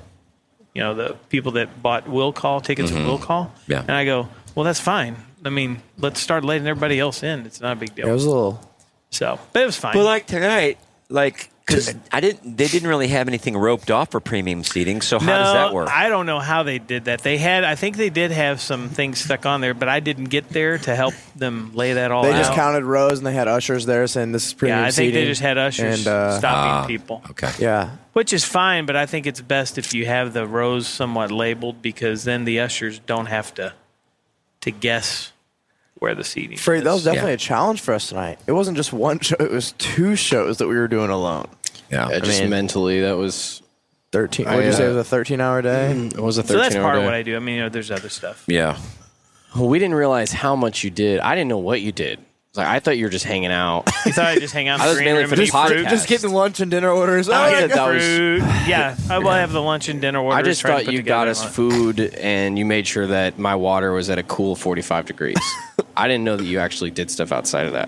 D: you know the people that bought will call tickets at will call."
B: Mm-hmm. Yeah.
D: and I go, "Well, that's fine. I mean, let's start letting everybody else in. It's not a big deal."
C: it was a little.
D: so, but it was fine.
B: But like tonight, like because I didn't, they didn't really have anything roped off for premium seating. So how
D: no,
B: does that work?
D: I don't know how they did that. They had, I think they did have some things stuck on there, but I didn't get there to help them lay that all
C: They
D: out.
C: just counted rows and they had ushers there saying this is premium
D: yeah, I think they
C: seating.
D: just had ushers
C: And, uh,
B: Ah,
D: stopping people.
B: okay.
C: yeah,
D: Which is fine, but I think it's best if you have the rows somewhat labeled because then the ushers don't have to to guess where the seating
C: Fred,
D: is.
C: that was definitely a challenge for us tonight. It wasn't just one [LAUGHS] show; it was two shows that we were doing alone.
B: Yeah.
E: I just
C: mean-
E: mentally, that was
C: Thirteen. What would you
E: I,
C: say it
E: uh,
C: was a thirteen-hour day?
E: it was a
D: so
E: thirteen
D: that's
E: hour
D: part
E: day.
D: of what I do. I mean, you know, there's other
E: [LAUGHS]
D: stuff.
B: Yeah.
E: Well, we didn't realize how much you did. I didn't know what you did. It's Like I thought you were just
D: [LAUGHS]
E: hanging out.
D: You thought I'd just hang out in
E: I
D: the
E: was
D: green
E: mainly
D: room
E: for
D: and
E: the
D: eat
E: podcast.
D: fruit?
C: Just get the lunch and dinner orders. Oh,
E: I
C: yeah,
E: thought
D: Get
E: that was- [LAUGHS]
D: fruit. yeah, I will have the lunch and dinner orders.
E: I just
D: try to
E: thought
D: put
E: you
D: together
E: got us
D: lunch.
E: food and you made sure that my water was at a cool
D: [LAUGHS]
E: 45 degrees. I didn't know that you actually did stuff outside of that.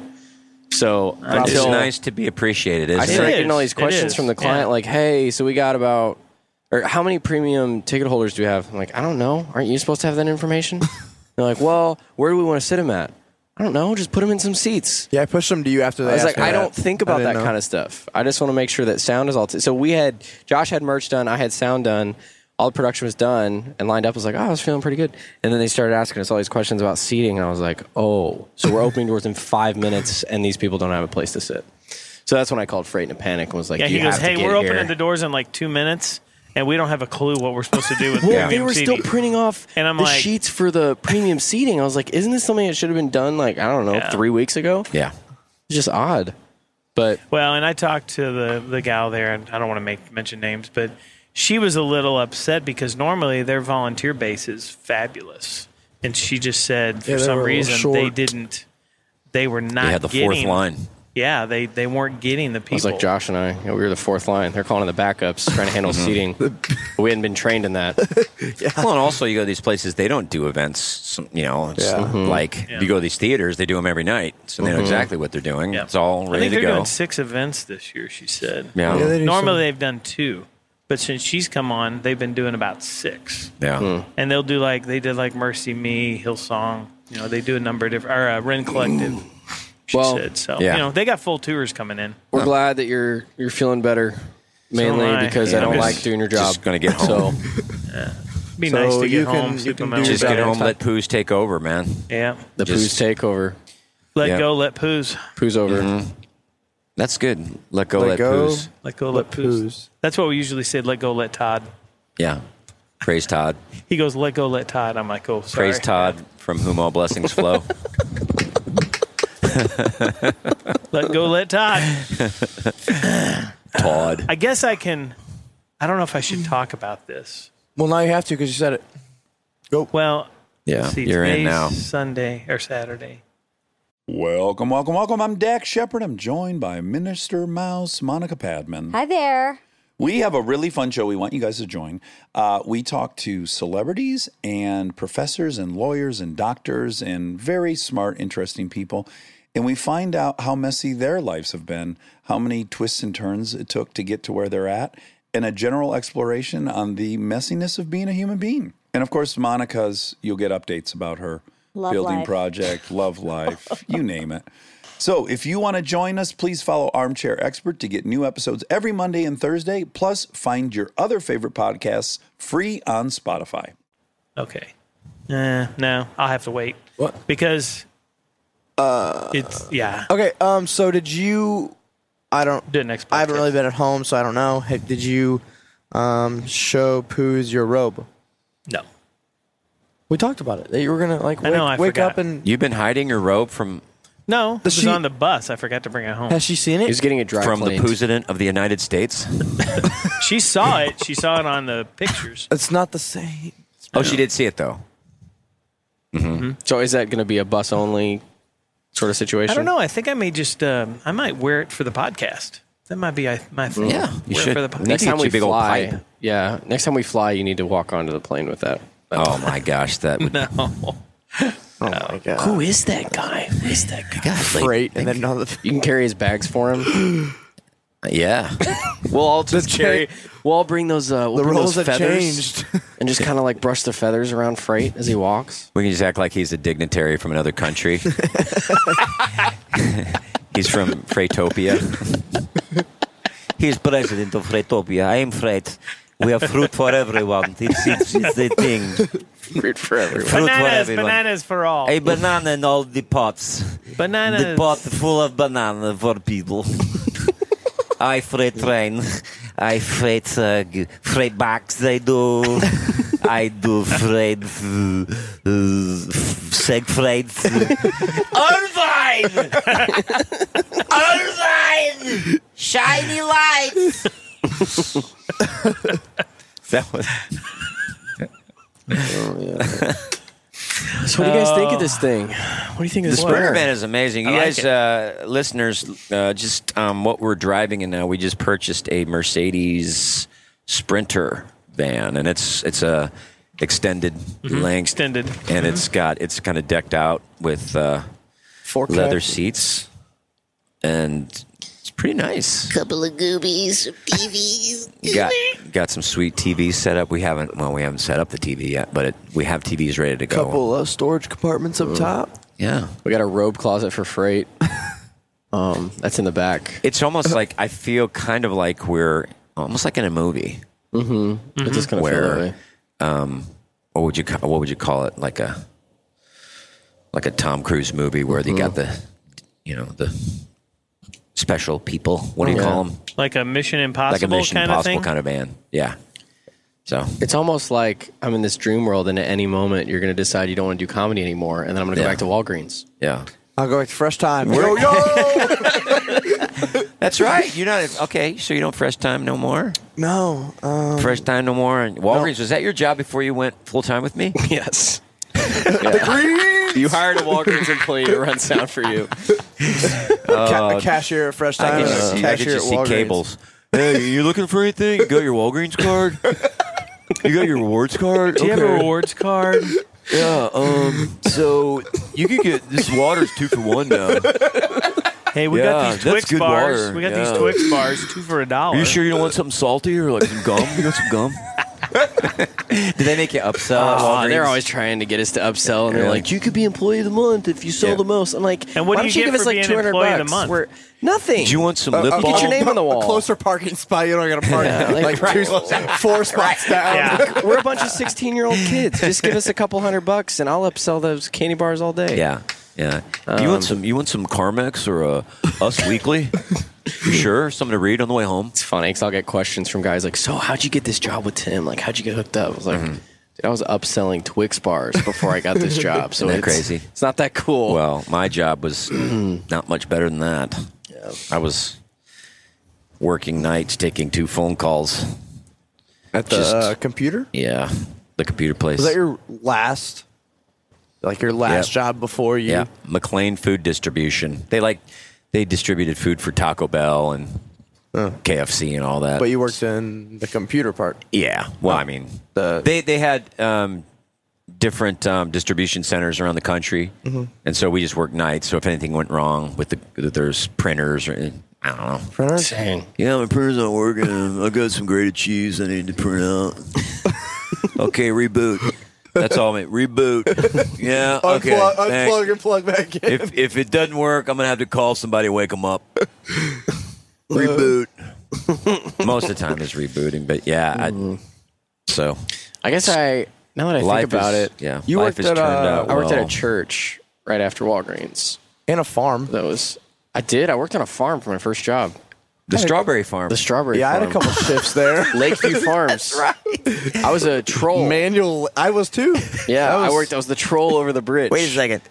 E: So
B: It's
E: until
B: nice to be appreciated,
E: I
B: isn't it?
E: started getting all
D: is.
E: these
D: It
E: questions
D: is.
E: from the client,
D: Yeah.
E: like, "Hey, so we got about, or how many premium ticket holders do you have?" I'm like, "I don't know. Aren't you supposed to have
D: [LAUGHS]
E: that information?" They're like, "Well, where do we want to sit them at?" I don't know. Just put them in some seats.
C: yeah, I pushed them to you after that.
E: I was like, I don't think about that kind of stuff. I just want to make sure that sound is all. T- so we had Josh had merch done. I had sound done. All the production was done and lined up. I was like, oh, I was feeling pretty good. And then they started asking us all these questions about seating, and I was like, oh, so we're opening doors in five minutes, and these people don't have a place to sit. So that's when I called Freight in a panic and was like,
D: Yeah,
E: you
D: he goes,
E: have to
D: "Hey,
E: get
D: we're opening
E: here."
D: the doors in like two minutes, and we don't have a clue what we're supposed to do with
E: Well,
D: premium
E: they were still
D: seating."
E: printing off
D: And I'm
E: the
D: like-
E: sheets for the premium seating. I was like, isn't this something that should have been done like I don't know
D: Yeah.
E: three weeks ago?
B: Yeah.
E: It's just odd. But
D: Well, and I talked to the the gal there, and I don't want to make mention names, but she was a little upset because normally their volunteer base is fabulous, and she just said for
C: Yeah, they
D: some
C: were a little
D: reason they
C: short.
D: didn't, they were not
B: They had the
D: getting,
B: fourth line.
D: Yeah, they they weren't getting the people.
E: It was like Josh and I. you know, we were the fourth line. They're calling in the backups, trying to handle seating. [LAUGHS] But we hadn't been trained in that.
B: [LAUGHS] Well, and also you go to these places, they don't do events. some- You know, it's
C: Yeah.
B: like
D: Yeah.
B: you go to these theaters, they do them every night, so they know exactly what they're doing.
D: Yeah.
B: It's all
D: I
B: ready
D: think they're
B: to go.
D: doing six events this year. She said.
B: Yeah.
C: Yeah, they do
D: Normally
C: some-
D: they've done two, but since she's come on, they've been doing about six.
B: yeah.
D: and they'll do like they did like Mercy Me, Hillsong. You know, they do a number of different or uh, Ren Collective. She
E: Well,
D: said so.
B: yeah.
D: You know, they got full tours coming in.
E: We're glad that you're you're feeling better, mainly
D: am I.
E: because I
D: Yeah,
E: don't
D: I'm
E: like
D: just-
E: doing your Mm. job.
B: just gonna get home.
E: So
D: Be
C: So
D: nice to
C: you
D: get
C: can-
D: home,
C: you
D: sleep
C: can
D: on my
C: do
B: Just
C: that
B: get
C: next
B: home,
C: time.
B: let poos take over, man.
D: Yeah,
E: the
B: Just-
E: poos take over.
D: let
B: Yeah.
D: go, let poos,
E: Poos over.
B: That's good. Let go, let,
C: Let go.
B: poos.
D: let go, let, poos. That's what we usually say. Let go, let Todd.
B: Yeah. Praise Todd.
D: He goes, let go, let Todd. I'm like, oh, sorry.
B: Praise Todd, from whom all blessings flow.
D: Let go, let Todd.
B: [LAUGHS] Todd.
D: I guess I can. I don't know if I should talk about this.
C: Well, now you have to because you said it.
D: Well,
B: Yeah,
D: see,
B: you're in
D: today's
B: now.
D: Sunday or Saturday.
J: Welcome, welcome, welcome. I'm Dak Shepard. I'm joined by Minister Mouse Monica Padman.
K: Hi there.
J: We have a really fun show we want you guys to join. Uh, we talk to celebrities and professors and lawyers and doctors and very smart, interesting people. And we find out how messy their lives have been, how many twists and turns it took to get to where they're at, and a general exploration on the messiness of being a human being. And of course, Monica's, you'll get updates about her
K: Love
J: building
K: life.
J: project,
K: [LAUGHS]
J: love life, you name it. So if you want to join us, please follow Armchair Expert to get new episodes every Monday and Thursday. Plus, find your other favorite podcasts free on Spotify.
D: Okay. Uh, no, I'll have to wait. What? Because uh, it's yeah.
C: Okay. Um. So did you? I don't.
D: Didn't expect.
C: I haven't really been at home, so I don't know. Hey, did you? Um. Show Poos your robe.
D: No.
C: We talked about it. That you were gonna like wake, wake up and
B: You've been hiding your robe from
D: No, it was
B: she-
D: on the bus. I forgot to bring it home.
B: from the president of the United States.
D: She saw it. She saw it on the pictures.
C: It's not the same.
B: Oh, she did see it though.
E: So is that going to be a bus only sort of situation?
D: I don't know. I think I may just. Um, I might wear it for the podcast. That might be I- my thing.
E: Yeah,
D: wear it for the podcast.
E: Next time we fly, yeah. Next time we fly, you need to walk onto the plane with that.
B: Oh my gosh, that would
D: [LAUGHS] no.
E: Oh
C: my god.
E: Who is that guy? Who is that guy?
C: freight and then another.
E: You can carry his bags for him.
B: yeah.
E: We'll all just carry. We'll all bring those. Uh, we'll
C: The
E: bring
C: rules
E: those
C: have
E: feathers
B: [LAUGHS]
E: and just kind of like brush the feathers around Freight as he walks.
B: We can just act like he's a dignitary from another [LAUGHS] country. he's from Freightopia.
H: He's president of Fretopia. I am Fred. We have fruit for everyone. It's, it's, it's the thing.
E: Fruit for everyone.
H: Fruit
D: Bananas,
H: for everyone.
D: bananas for all.
H: A banana in all the pots.
D: Bananas.
H: The pot full of banana for
D: [LAUGHS]
H: people. I freight train. I freight, uh, g- freight box. I
D: [LAUGHS]
H: do. I do freight, uh, uh, seg uh, freight.
F: Irvine!
E: [LAUGHS]
F: Irvine! Shiny lights!
B: that was.
E: So what do you guys think of this thing? What do you think of
B: The
E: this
B: Springer
E: thing?
B: Man is amazing.
E: I
B: You
E: like
B: guys,
E: it.
B: uh, listeners, uh, just um, what we're driving in now. We just purchased a Mercedes Sprinter van, and it's it's a extended
E: Mm-hmm.
B: length,
D: extended,
B: and it's got it's kind of decked out with uh, leather seats, and it's pretty nice.
F: Couple of goobies, peevees.
B: You got got some sweet TV set up. We haven't well, we haven't set up the TV yet, but it, we have TVs ready to go.
C: couple of storage compartments
B: Mm.
C: up top.
B: Yeah,
E: we got a robe closet for Freight. um, that's in the back.
B: It's almost like I feel kind of like we're almost like in a movie.
E: Mm-hmm. It just kind of
B: where,
E: feel that way.
B: um, what would you ca- what would you call it? Like a like a Tom Cruise movie where they got the you know the special people. What do you
D: Yeah.
B: call them?
D: Like a Mission Impossible
B: like a Mission
D: kind
B: Impossible
D: of thing.
B: kind of man. Yeah. So
E: It's almost like I'm in this dream world, and at any moment you're going to decide you don't want to do comedy anymore, and then I'm going to go
B: Yeah.
E: back to [LAUGHS] Walgreens.
B: Yeah,
C: I'll go with fresh time.
B: We're-
C: Yo,
B: [LAUGHS]
C: yo!
B: that's right. You're not okay. So you don't fresh time no more.
C: no. Um,
B: Fresh time no more. And Walgreens was that your job before you went full time with
E: [LAUGHS]
B: me?
E: Yes.
B: You hired a
E: Walgreens employee to run
B: [LAUGHS]
E: sound for [LAUGHS] you.
C: ca-
B: Oh,
C: a cashier at fresh
B: I
C: time.
B: can
C: and a
B: just see, I can
C: cashier
B: just
C: at
B: see
C: Walgreens.
B: cables. Hey, you looking for anything? You got your Walgreens card? You got your rewards card?
D: Do you have a
B: Okay.
D: rewards card?
I: Yeah. Um. So you can get this water's two for one now.
D: Hey, we
I: Yeah,
D: got these
I: that's
D: Twix
I: good
D: bars.
I: water,
D: We got
I: yeah.
D: these Twix bars, two for a dollar.
I: Are you sure you don't want something salty or like some gum? You got some gum?
B: [LAUGHS] Do they make you upsell? at
E: Oh,
D: Ah,
B: Walgreens?
E: they're always trying to get us to upsell, and they're
B: Yeah.
E: like, "You could be employee of the month if you sell
B: Yeah.
E: the most." I'm like,
D: And what
E: "Why
D: do
E: don't
D: you
E: you
D: get
E: give us
D: for
E: like
D: being
E: 200
D: employee of
E: bucks?"
D: the month?
E: We're- nothing.
I: Do you want some lip
E: uh,
I: balm?
E: get your name on the
C: A
E: wall.
C: closer parking spot. You don't got to park [LAUGHS]
E: Yeah,
C: like,
E: like-
C: two, four spots down.
D: Yeah.
E: [LAUGHS] We're a bunch of 16 year old kids. Just give us a couple hundred bucks, and I'll upsell those candy bars all day.
B: Yeah, yeah.
I: you
C: Um,
I: want some? You want some Carmex or uh, Us Weekly? You
C: [LAUGHS]
I: sure? Something to read on the way home?
E: It's funny because I'll get questions from guys like, "So how'd you get this job with Tim? Like how'd you get hooked up?" I was like,
B: Mm-hmm.
E: "Dude, I was upselling Twix bars before I got
B: [LAUGHS]
E: this job. So
B: Isn't that
E: it's,
B: crazy?
E: It's not that cool.
B: Well, my job
C: [CLEARS THROAT]
B: was not much better than that. I was working nights, taking two phone calls.
C: At the
B: Just-
C: uh, computer?
B: Yeah, the computer place.
C: Was that your last, like your last
B: Yeah.
C: job before you?
B: yeah, McLean Food Distribution. They like they distributed food for Taco Bell and KFC and all that.
C: But you worked in the computer part.
B: Yeah. Well, I mean, they they had um, different um, distribution centers around the Mm-hmm. country, and so we just worked nights. So if anything went wrong with the there's printers, or, I don't know.
C: Printers?
I: Yeah, my printer's not working. I got some grated cheese I need to print
B: [LAUGHS]
I: out.
B: okay, reboot. That's all, mate. Reboot.
I: Yeah.
B: [LAUGHS] Unplug-
I: Okay. thanks.
C: and plug back in.
I: If if it doesn't work, I'm gonna have to call somebody, wake them up. Reboot.
B: Most of the time it's rebooting, but yeah. I, so
E: I guess I now that I
B: Life
E: think about
B: is-
E: it,
B: yeah,
E: you
B: life
E: worked
B: has
E: at a,
B: turned out
E: I worked at
B: well.
E: a church right after Walgreens.
C: In a farm.
E: That was I did. I worked on a farm for my first job.
B: the strawberry farm.
E: The strawberry.
C: Yeah, I had a
E: farm.
C: couple shifts there.
E: [LAUGHS]
C: [LAUGHS]
E: Lakeview Farms. I was a troll.
C: Manual. I was too.
E: yeah,
C: that
E: I
C: was-
E: worked. I was the troll over the bridge.
B: Wait a second.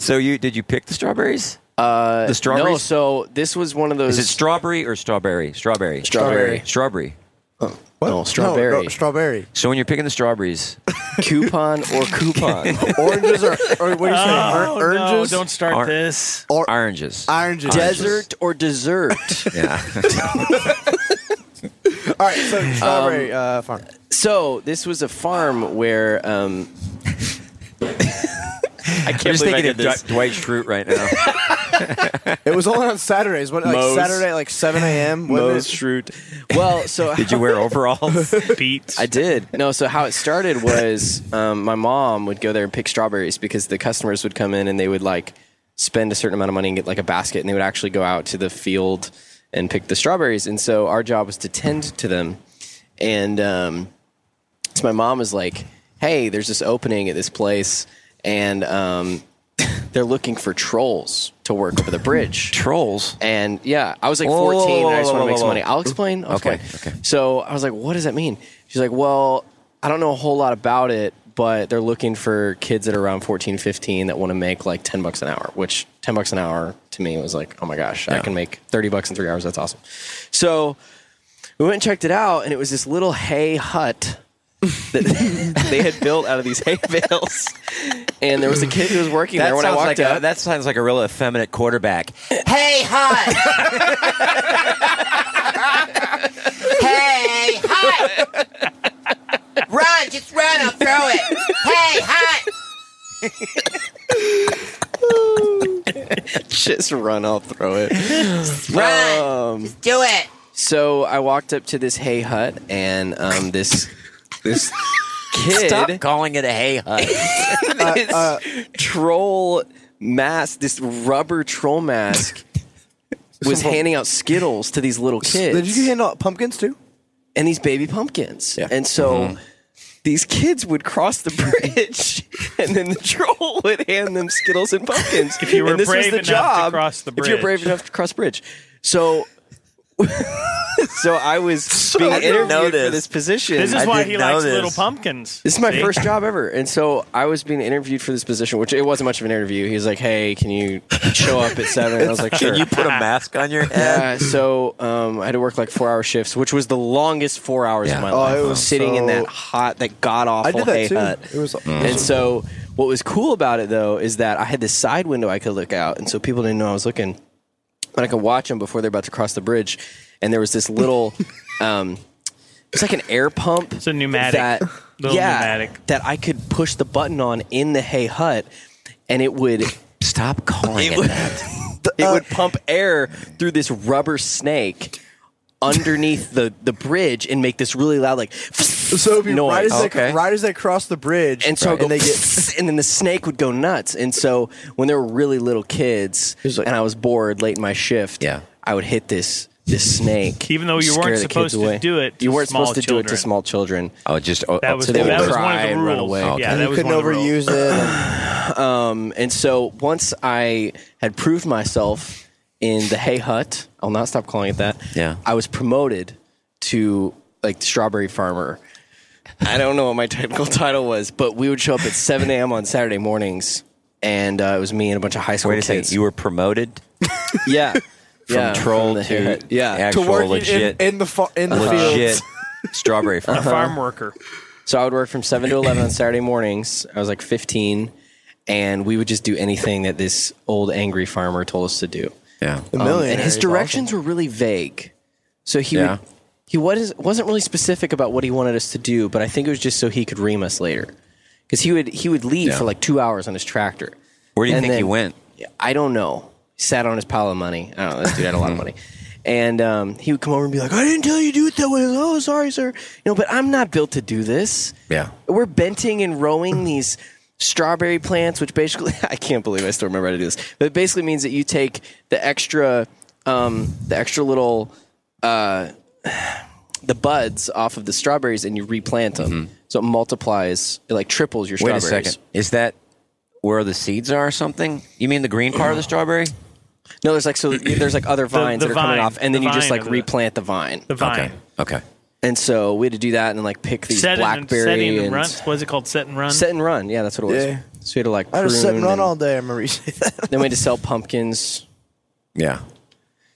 B: So you did you pick the strawberries?
E: Uh,
B: The strawberries?
E: No, so this was one of those.
B: Is it strawberry or strawberry? Strawberry.
E: Strawberry.
B: Strawberry.
C: What?
E: No, strawberry.
C: strawberry.
B: So when you're picking the strawberries,
C: [LAUGHS]
E: coupon or coupon?
C: Oranges are. Or what are you saying?
E: [LAUGHS]
D: Oh,
C: Or- oranges?
D: no, don't start
B: Ar-
D: this.
C: or,
B: [LAUGHS] oranges.
C: oranges.
E: Desert or
C: [LAUGHS]
E: dessert?
B: [LAUGHS] yeah.
C: All right. So strawberry uh, farm.
E: So this was a farm where um, I can't
B: I'm just
E: believe
B: thinking
E: I did
B: of
E: this.
B: Dw- Dwight Schrute right [LAUGHS] now.
C: It was only on Saturdays. What like
E: Moe's-
C: Saturday like seven a.m. wasn't it?
E: Moe's shrewd. Well,
C: [LAUGHS]
E: so
B: did you wear overalls?
D: Beats.
E: [LAUGHS] I did. No, so how it started was um, my mom would go there and pick strawberries because the customers would come in and they would like spend a certain amount of money and get like a basket and they would actually go out to the field and pick the strawberries. And so our job was to tend to them. And um, so my mom was like, "Hey, there's this opening at this place, and um, [LAUGHS] they're looking for trolls to work over the bridge."
B: [LAUGHS] Trolls.
E: And yeah, I was like
B: Whoa,
E: 14 and I just
B: whoa, whoa,
E: want to make some
B: whoa.
E: money. I'll explain. I'll
B: Okay,
E: explain.
B: okay.
E: So I was like, what does that mean? She's like, well, I don't know a whole lot about it, but they're looking for kids that are around 14, 15 that want to make like 10 bucks an hour, which 10 bucks an hour to me was like, oh my gosh, I can make 30 bucks in three hours. That's awesome. So we went and checked it out, and it was this little hay hut that [LAUGHS] they had built out of these hay bales. And there was a kid who was working there when I
B: like
E: walked up.
B: a, that sounds like a real effeminate quarterback.
F: Hey, hot. hey, hot. Run, just run. I'll throw it. Hey, hot.
E: just run, I'll throw it.
F: Run.
E: Um,
F: Do it.
E: so I walked up to this hay hut, and um, this this
D: [LAUGHS]
E: kid,
B: Stop calling it a hay hut.
E: this troll mask, this rubber troll mask, was handing out Skittles to these little kids
C: Did
D: [LAUGHS]
C: you handle pumpkins too?
E: and these baby pumpkins. And so
D: Mm-hmm.
E: these kids would cross the [LAUGHS] bridge, and then the troll would hand them Skittles and pumpkins.
D: If you were
E: and this
D: brave
E: was the
D: enough to
E: job,
D: cross the
E: If you're
D: bridge.
E: brave enough to cross the bridge. So. [LAUGHS] so I was being
B: I didn't
E: interviewed
B: know
E: for
B: this.
E: this position.
D: this is
E: I
D: why
E: didn't
D: he
E: know
D: likes
E: this.
D: little pumpkins.
E: This is my
D: See?
E: first job ever, and so I was being interviewed for this position, which it wasn't much of an interview. He was like, "Hey, can you show up at 7? I was like, "Sure."
B: [LAUGHS] Can you put a mask on [LAUGHS] your head?
E: Yeah, so um, I had to work like four hour shifts, which was the longest four hours of my
C: Oh,
E: life.
C: it was
E: sitting in
C: so-
E: that hot, that god awful
C: I did that
E: hay
C: too.
E: hut. Mm.
C: It was.
E: And so, what was cool about it though is that I had this side window I could look out, and so people didn't know I was looking, but I could watch them before they're about to cross the bridge. And there was
C: [LAUGHS]
E: this little, um, it's like an air pump. It's
D: a pneumatic.
E: That,
D: Little
E: yeah,
D: pneumatic.
E: that I could push the button on in the hay hut, and
C: [LAUGHS]
E: it would
B: Stop calling it,
E: would-
B: that.
E: it would
C: uh,
E: pump air through this rubber snake underneath the, the bridge and make this really loud like
C: So it'd be
E: [LAUGHS] noise.
C: right as,
B: Okay.
C: they, right as they cross the bridge,
E: and so I'd go,
C: and they get
E: [LAUGHS] and then the snake would go nuts. And so when they were really little kids and I was bored late in my shift,
B: Yeah.
E: I would hit this this snake.
D: Even though you
E: scare
D: weren't
E: the kids
D: supposed to
E: away.
D: do it to
E: you weren't
D: small
E: supposed to do it to
D: children.
E: small children.
B: Oh, just
D: That was,
E: So they
D: that
E: would
D: was one
E: cry
D: of the
E: and run
D: rules.
E: away.
D: Yeah,
C: and
D: that
C: you
D: was
C: couldn't
D: one of the rules.
C: overuse it.
E: Um, and so once I had proved myself in the hay hut, I'll not stop calling it that.
B: Yeah.
E: I was promoted to like strawberry farmer. I don't know what my technical [LAUGHS] title was, but we would show up at 7 a.m. on Saturday mornings, and uh, it was me and a bunch of high school
B: Wait a
E: kids.
B: second. You were promoted [LAUGHS]
E: yeah,
B: from
E: yeah,
B: troll
E: the hay
B: to
E: hut. yeah.
B: actual
C: working
B: legit,
C: in, in the fa- in the
B: legit
C: fields.
B: strawberry farm.
D: Farm worker.
E: So I would work from seven to eleven on Saturday mornings. I was like fifteen, and we would just do anything that this old angry farmer told us to do.
B: [LAUGHS] Yeah.
C: The
E: Um,
C: millionaire
E: and his
C: is
E: directions were really vague. So he
B: Yeah.
E: would, he was, wasn't really specific about what he wanted us to do, but I think it was just so he could ream us later. Because he would he would leave
B: Yeah.
E: for like two hours on his tractor.
B: Where do you
E: And
B: think he
E: then-
B: went?
E: I don't know. He sat on his pile of money. I don't know. This dude had a lot of money. And um, he would come over and be like, I didn't tell you to do it that way. Oh, sorry, sir. You know, but I'm not built to do this.
B: Yeah.
E: We're benting and rowing these strawberry plants, which basically, [LAUGHS] I can't believe I still remember how to do this, but it basically means that you take the extra, um, the extra little, uh, the buds off of the strawberries and you replant them. So it multiplies, it like triples your
B: Wait a
E: strawberries.
B: second. Is that where the seeds are or something? You mean the green part of the strawberry?
E: No, there's like so there's like other
B: The-
E: vines
B: the
E: that are coming
B: vine.
E: off, and then
B: The
E: you just
B: vine
E: like
B: of the-
E: replant the vine.
D: The vine.
B: Okay. okay.
E: And so we had to do that and then like pick these
D: Set and,
E: blackberry
D: set and,
E: and-
D: run. What is it called? Set and run.
E: Set and run. Yeah, that's what it was.
D: Yeah.
E: So we had to like
C: I
E: prune.
C: was sitting run
E: and
C: all day. I remember you saying that.
E: then we had to sell pumpkins.
B: Yeah.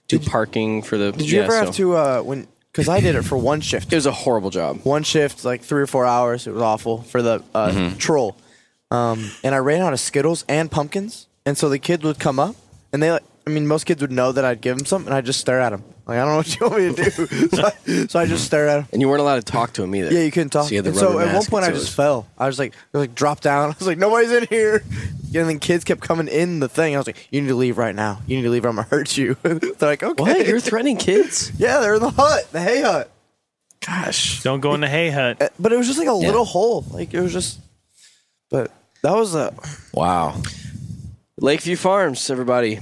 E: Do parking for the.
C: [LAUGHS] Did you
E: yeah,
C: ever have
E: so-
C: to uh, when? Because I did it for one shift. It
E: was a horrible job.
C: One shift, like three or four hours. It was awful for the uh,
E: Mm-hmm.
B: Mhm.
C: troll. Um, and I ran out of Skittles and pumpkins, and so the kids would come up, and they like. I mean, most kids would know that I'd give them something, and I'd just stare at them. Like I don't know what you want me to do. [LAUGHS] so, I, so I just stare at them.
E: And you weren't allowed to talk to him either.
C: Yeah, you couldn't talk.
E: Mm-hmm. So, you had the
C: And so
E: rubber
C: at one
E: mask,
C: point, I
E: so it
C: just
E: was-
C: fell. I was like, I was like dropped down. [LAUGHS] I was like, nobody's in here. And then kids kept coming in the thing. I was like, you need to leave right now. You need to leave. or I'm gonna hurt you. [LAUGHS] They're like, okay.
E: What? You're
C: [LAUGHS]
E: threatening kids?
C: yeah, they're in the hut, the hay hut.
D: Gosh. Don't go in the hay
E: Uh,
D: hut.
C: But it was just like a
D: Yeah.
C: little hole. Like it was just. But that was a
B: wow.
E: Lakeview Farms, everybody.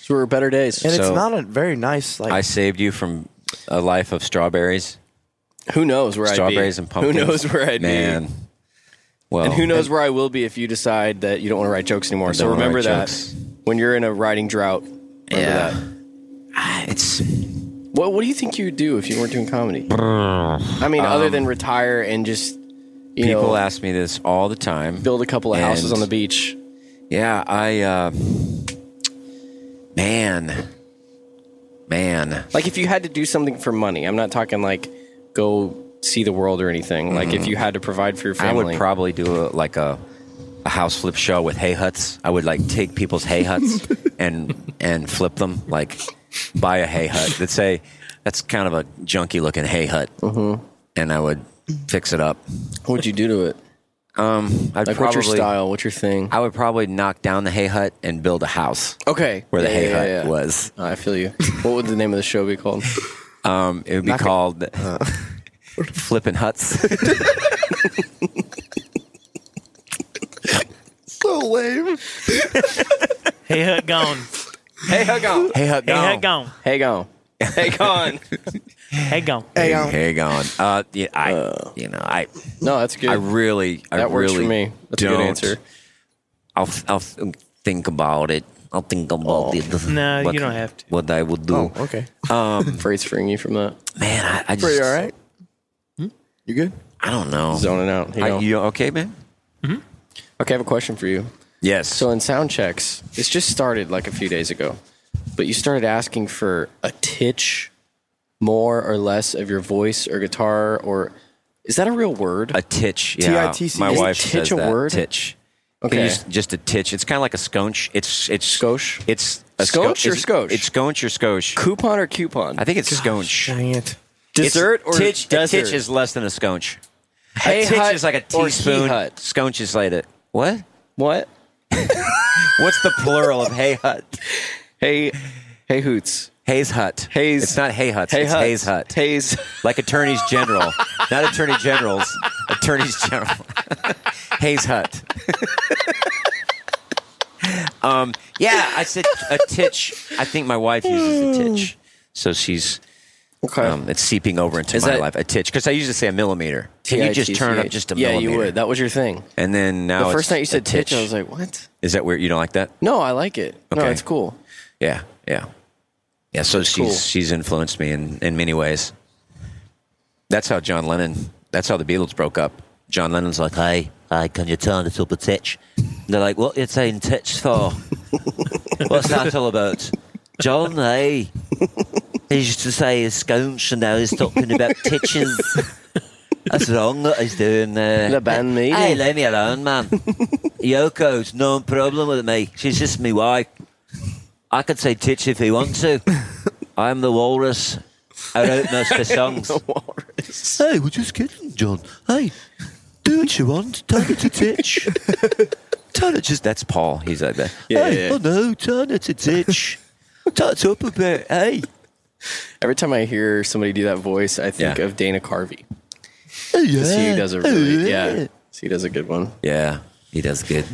E: So were better days.
C: And it's
B: So-
C: not a very nice like.
B: I saved you from a life of strawberries.
E: Who knows where I'd be?
B: strawberries and
E: Who
B: pumpkins?
E: knows where I'd be?
B: Man. Well,
E: and who knows where I will be if you decide that you don't want to write jokes anymore.
B: I
E: So
B: don't wanna
E: remember
B: write
E: that
B: jokes.
E: when you're in a writing drought. Remember
B: Yeah.
E: that.
B: It's
E: what? What do you think you would do if you weren't doing comedy? I mean, other
B: Um,
E: than retire and just you
B: people
E: know
B: ask me this all the time.
E: build a couple of houses on the beach.
B: Yeah, I. Uh, man, man.
E: Like if you had to do something for money, I'm not talking like go see the world or anything. Like if
B: Mhm.
E: you had to provide for your
B: I
E: family,
B: would probably do a, like a, a house flip show with hay huts. I would like take people's hay
E: [LAUGHS]
B: huts and and flip them. Like buy a hay hut. Let's say that's kind of a junky looking hay hut,
E: Mm-hmm.
B: and I would fix it up.
E: What would you do to it?
B: Um, I'd
E: Like,
B: probably
E: what's your style? What's your thing?
B: I would probably knock down the hay hut and build a house.
E: Okay.
B: where the
E: Yeah,
B: hay
E: yeah,
B: hut
E: yeah.
B: was.
E: I feel you. What would the name of the show be called?
B: Um, it would be called [LAUGHS] Flippin'
E: [LAUGHS]
B: Huts.
C: so lame.
D: Hey hut
E: [LAUGHS]
D: gone.
E: [LAUGHS] Hey hut gone.
B: Hey hut
D: Hey
B: gone.
D: hut gone.
E: Hey [LAUGHS] gone. Hey gone.
D: hey gone.
B: Hey,
C: um,
B: hey, gone. Uh, yeah, I, you know, I.
E: No, that's good.
B: I really, I
E: That works for
B: really
E: me. That's a good
B: don't.
E: answer.
B: I'll, I'll think about it. I'll think
E: Oh.
B: about it.
D: No, you don't have
B: to. What I would do.
D: Oh,
C: okay.
B: Um,
E: Freight's freeing you from that.
B: Man, I, I just.
C: Pretty all right. Hmm? You good?
B: I don't know.
E: Zoning out. You,
B: I-
E: know?
B: you okay, man?
E: Okay, I have a question for you.
B: Yes.
E: So in sound checks, this just started like a few days ago, but you started asking for a titch more or less of your voice or guitar or is that a real word?
B: A titch. Yeah, My
E: Is
B: wife
E: titch
B: says
E: a
B: that.
E: word?
B: Titch.
E: Okay.
B: Just, just a titch. It's kind of like a sconch. It's it's
E: scosh.
B: It's a
E: Sconch
B: sco-
E: or
B: it's-
E: sconch?
B: It's sconch or scosh.
E: Coupon or coupon?
B: I think it's sconch.
C: Dang it.
B: It's-
E: Dessert or
B: titch,
E: desert?
B: A titch is less than a sconch.
E: Hey
B: a titch
E: hut
B: is like a
E: or he
B: teaspoon.
E: hut?
B: Sconch is like a what?
E: What?
B: What's the plural of hay hut?
E: Hey, hey hoots.
B: Hay's hut.
E: Hayes.
B: It's not hay huts.
E: Hay
B: it's
E: huts.
B: hay's hut. [LAUGHS]
E: Hayes.
B: Like attorneys general, not attorney generals. Attorneys general. [LAUGHS] hay's hut. [LAUGHS] um, yeah, I said a titch. I think my wife uses a titch, so she's.
E: Okay.
B: Um, it's seeping over into
E: Uh, Is
B: my
E: that-
B: life. A titch, because I used to say a millimeter. Can you just turn
E: E
B: up just a
E: yeah,
B: millimeter?
E: you would. That was your thing.
B: And then now
E: the
B: it's
E: first night you
B: a
E: said titch,
B: titch.
E: I was like, what?
B: Is that weird? You don't like that?
E: No, I like it. No,
B: Okay.
E: it's cool.
B: Yeah, yeah, yeah. So she's
E: cool.
B: she's influenced me in in many ways. That's how John Lennon. That's how the Beatles broke up. John Lennon's like,
H: Hey, hey, can you turn this up a titch?
B: and they're like, what you saying titch [LAUGHS] for? What's that all about?
H: John, hey. He used to say a scounge and now he's talking about titches. That's wrong that he's doing there.
E: The band meeting.
H: Hey, leave me alone, man. Yoko's no problem with me. She's just me wife. I could say titch if he wants to. I'm the walrus. I wrote most of
B: [LAUGHS]
H: the songs.
B: Hey, we're just kidding, John. Hey, do what you want. Turn it to titch. turn it just. That's Paul. He's like that.
H: Yeah,
B: hey,
H: yeah.
B: oh no, turn it to titch.
E: What's up with that? Hey. Every time I hear somebody do that voice, I think of Dana Carvey. 'Cause He does a really, yeah. He does a good one.
B: Yeah, he does good.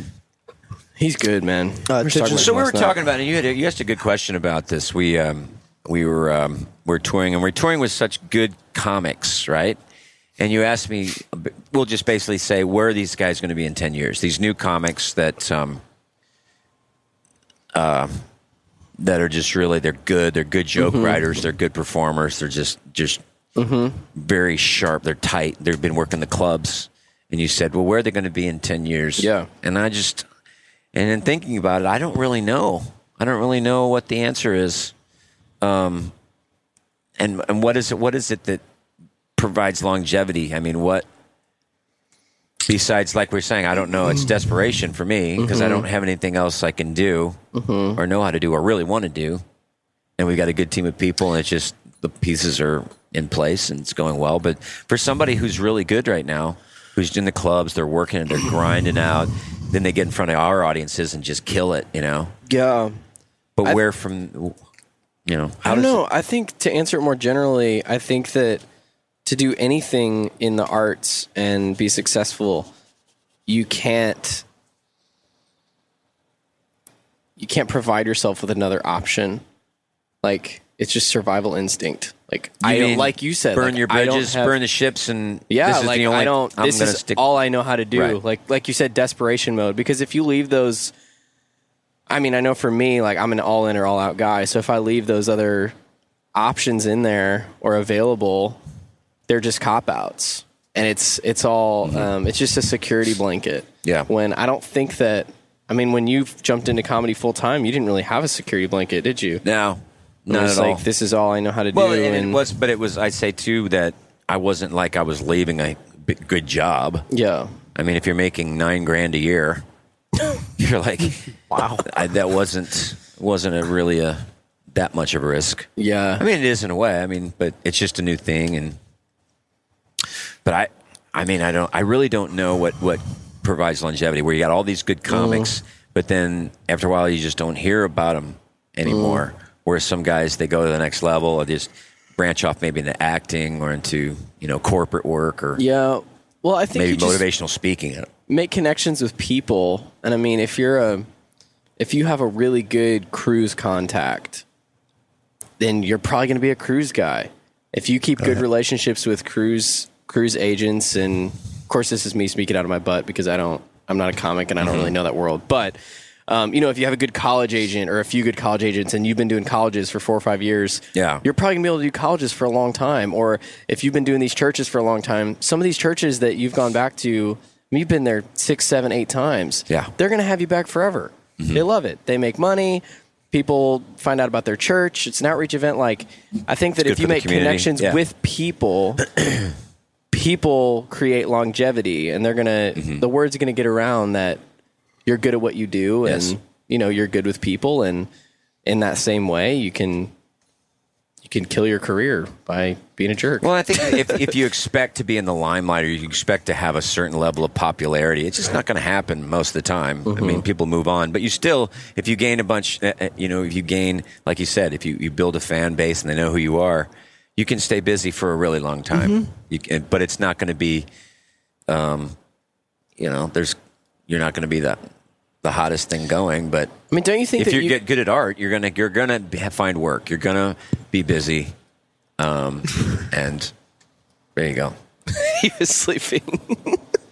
E: He's good, man.
B: Uh, so we were talking about, and you had a, you asked a good question about this. We um, we were um, we are touring, and we are touring with such good comics, right? And you asked me, we'll just basically say, where are these guys going to be in ten years? These new comics that um, uh, that are just really they're good. They're good joke
E: Mhm.
B: writers. They're good performers. They're just just very sharp. They're tight. They've been working the clubs. And you said, well, where are they going to be in 10 years? Yeah. And I just, and in thinking about it, I don't really know. I don't really know what the answer is. Um, and, and what is it, what is it that provides longevity? I mean, what, besides, like we are saying, I don't know. It's desperation for me because I
E: Mhm.
B: don't have anything else I can do
E: Mhm.
B: or know how to do or really want to do. And we've got a good team of people, and it's just the pieces are in place and it's going well. But for somebody who's really good right now, who's in the clubs, they're working, they're grinding out, then they get in front of our audiences and just kill it, you know?
E: Yeah.
B: But where from, you know,
E: I don't know. I think to answer it more generally, I think that to do anything in the arts and be successful, you can't you can't provide yourself with another option. Like it's just survival instinct. Like I
B: mean
E: don't like you said,
B: burn
E: like,
B: your
E: I don't
B: bridges,
E: have-
B: burn the ships, and
E: yeah,
B: this is
E: like
B: the only,
E: I don't.
B: I'm
E: this
B: gonna
E: is
B: stick.
E: all I know how to do.
B: Right.
E: Like like you said, desperation mode. Because if you leave those, I mean, I know for me, like I'm an all in or all out guy. So if I leave those other options in there or available, they're just cop outs, and it's it's all
B: Mm-hmm.
E: um, it's just a security blanket. Yeah. When I don't think that. I mean, when you jumped into comedy full time, you didn't really have a security blanket, did you?
B: No,
E: it
B: not
E: was
B: at
E: like
B: all.
E: this is all I know how to
B: Well,
E: do.
B: and
E: and
B: it was, but it was. I'd say too that I wasn't like I was leaving a b- good job.
E: Yeah.
B: I mean, if you're making nine grand a year, [LAUGHS] you're like, wow, I, that wasn't wasn't a really a that much of a risk.
E: Yeah.
B: I mean, it is in a way. I mean, but it's just a new thing, and but I, I mean, I don't. I really don't know what what provides longevity. Where you got all these good
E: Mm-hmm.
B: comics, but then after a while, you just don't hear about them anymore.
E: Mm.
B: Whereas some guys, they go to the next level or just branch off maybe into acting or into you know corporate work or
E: yeah. Well, I think
B: maybe
E: you just-
B: motivational speaking.
E: make connections with people and i mean if you're a if you have a really good cruise contact then you're probably going to be a cruise guy if you keep good relationships with cruise cruise agents and of course this is me speaking out of my butt because i don't i'm not a comic and i don't really know that world but um, you know if you have a good college agent or a few good college agents and you've been doing colleges for four or five years
B: yeah
E: you're probably gonna be able to do colleges for a long time, or if you've been doing these churches for a long time, some of these churches that you've gone back to, I mean, you've been there six, seven, eight times. Yeah, they're gonna have you back forever.
B: Mm-hmm.
E: They love it. They make money. People find out about their church. It's an outreach event. Like, I think that
B: It's good
E: if
B: for
E: you
B: the
E: make
B: community.
E: connections
B: Yeah.
E: with
B: [CLEARS THROAT]
E: people, people create longevity, and they're gonna.
B: Mm-hmm.
E: The word's gonna get around that you're good at what you do, and
B: Yes.
E: you know you're good with people, and in that same way, you can you can kill your career by being a jerk.
B: Well, I think if, if you expect to be in the limelight or you expect to have a certain level of popularity, it's just not going to happen most of the time. I mean, people move on, but you still, if you gain a bunch, uh, uh, you know, if you gain, like you said, if you, you build a fan base and they know who you are, you can stay busy for a really long time.
E: Mhm.
B: You can, but it's not going to be, um, you know, there's, you're not going to be the, the hottest thing going, but
E: I mean, don't you think
B: if
E: that
B: you
E: you-
B: get good at art, you're gonna you're gonna be- find work. You're gonna be busy, um, and there you go.
E: he was sleeping.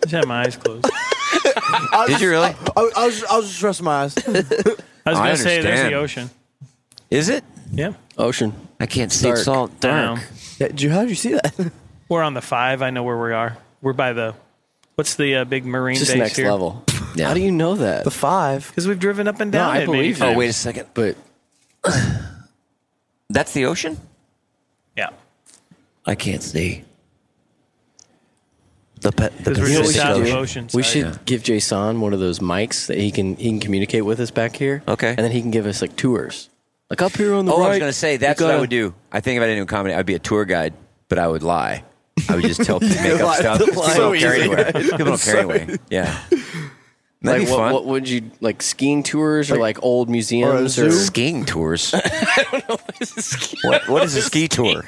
D: just had my eyes closed.
C: I
B: Did you really?
C: I, I was, I was just resting my [LAUGHS] eyes.
D: I
B: I
D: was going to say there's
B: understand.
D: the ocean.
B: Is it?
D: Yeah.
E: Ocean.
B: I can't
D: see. It's Dark. all dark.
C: how did you see [LAUGHS] that?
D: We're on the five. I know where we are. We're by the what's the uh, big marine
E: Just
D: base
E: next
D: here?
E: [LAUGHS] level. How do you know that? The
C: five.
D: Because we've driven up and down.
E: No, I
D: it many
E: believe you.
D: times.
E: Oh, wait
B: a second. But that's the ocean.
D: Yeah.
B: I can't see. The pet.
D: the 'Cause we're Pacific just south of Ocean. Oceanside.
E: We should
D: Yeah.
E: give Jason one of those mics that he can he can communicate with us back here. Okay, and then he can give us like tours, like up here on the
B: oh,
E: right.
B: I was gonna say
E: you
B: that's what I
E: gotta-
B: would do. I think if I didn't do comedy, I'd be a tour guide, but I would lie.
E: [LAUGHS]
B: I would just tell make up
E: Lie-
B: stuff.
E: lie.
B: People
E: So
B: don't care
E: easy,
B: anyway.
E: guys.
B: People don't
E: [LAUGHS] It's
B: care
E: so
B: anyway. Yeah. That'd
E: like
B: be
E: what,
B: fun.
E: what would you like skiing tours or like old museums
B: [LAUGHS]
E: or,
B: skiing tours. What, what
E: [LAUGHS]
B: is a ski tour?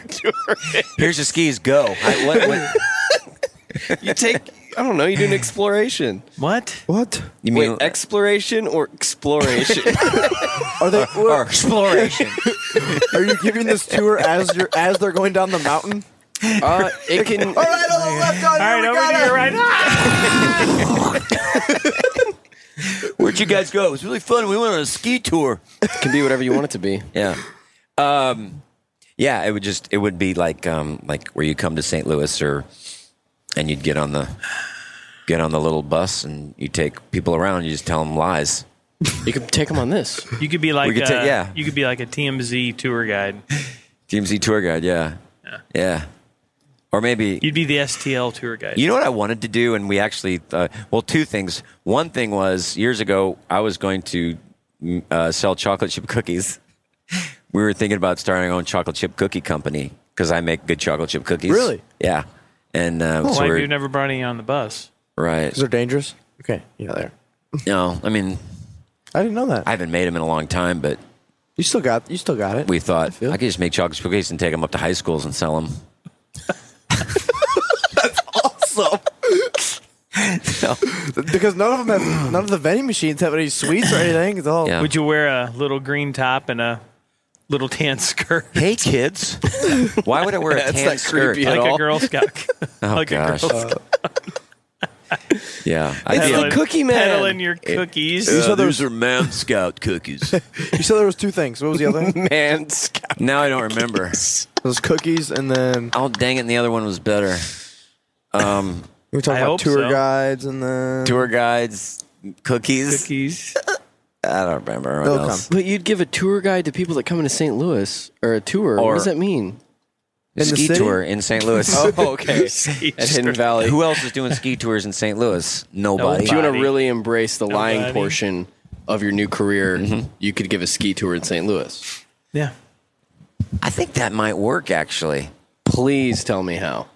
B: Here's your skis. Go. I, what,
E: [LAUGHS]
B: what,
E: you take I don't know, you do
B: [LAUGHS]
E: an exploration.
D: What?
C: What?
B: You
E: Wait,
B: mean-
E: exploration or exploration?
C: Are they?
B: or exploration?
C: [LAUGHS] Are you giving this tour as you're as they're going down the mountain?
E: [LAUGHS] uh,
B: [LAUGHS]
E: it can
C: All right, on the left, on
D: All right,
C: here, we
D: over to
C: got
D: your
C: it.
D: right. Ah!
E: [LAUGHS]
I: Where'd you guys go? It was really fun. We went on a ski tour.
E: can be whatever you want it to be.
B: Yeah. Um, yeah, it would just it would be like um, like where you come to St. Louis or and you'd get on the get on the little bus and you take people around, you just tell them lies.
E: You could take them on [LAUGHS] this.
D: You could be like
B: could
D: a,
B: take- yeah.
D: You could be like a TMZ tour guide.
B: TMZ tour guide, yeah. Yeah. Or maybe
D: You'd be the STL tour guide.
B: You know what I wanted to do, and we actually, uh, well, two things. One thing was years ago, I was going to mm, uh, sell chocolate chip cookies. [LAUGHS] We were thinking about starting our own chocolate chip cookie company because I make good chocolate chip cookies.
C: Really?
B: Yeah. And uh, so
D: Why have
B: we're-
D: you never brought any on the bus?
B: right.
C: These are dangerous. Okay, yeah, there.
B: No, I mean,
C: I didn't know that.
B: I haven't made them in a long time, but
C: you still got you still got it.
B: we thought I,
C: feel-
B: could just make chocolate chip cookies and take them up to high schools and sell them.
C: awesome. because none of them have none of the vending machines have any sweets or anything. It's all
B: Yeah.
D: Oh, Would you wear a little green top and a little tan [LAUGHS] skirt?
B: Hey, kids. Why would I
D: [LAUGHS]
B: wear a
E: That's
B: tan
E: not
B: skirt?
E: creepy at
D: like a
E: all.
D: Girl Scout. [LAUGHS]
B: Oh,
D: like
B: gosh.
D: a Girl Scout.
B: [LAUGHS] yeah. I
E: That's
B: did.
E: the cookie man.
D: Peddling your cookies.
I: Uh,
C: there
I: these are Man Scout cookies.
C: You said there was two things. What was the other? one?
E: Man scout.
B: Now I don't remember.
C: Those cookies, and then
B: Oh dang it! And the other one was better. Um,
C: we were talking
D: I
C: about
D: hope
C: tour
D: so.
C: guides, and then
B: tour guides, cookies.
D: cookies.
B: I don't remember what
C: They'll
B: else.
E: [LAUGHS] But you'd give a tour guide to people that come into St. Louis or a tour.
B: Or-
E: what does that mean?
C: In the
B: ski
C: city?
B: tour in St.
C: [LAUGHS]
B: Louis.
E: [LAUGHS]
B: [LAUGHS]
E: Oh, okay. At Hidden Valley.
B: Who else is doing ski tours in St. Louis? Nobody.
E: If you want to
D: Nobody.
E: really embrace the lying
D: Nobody.
E: portion of your new career,
B: Mm-hmm.
E: you could give a ski tour in St. Louis.
D: Yeah.
B: I think that might work actually.
E: Please tell me how.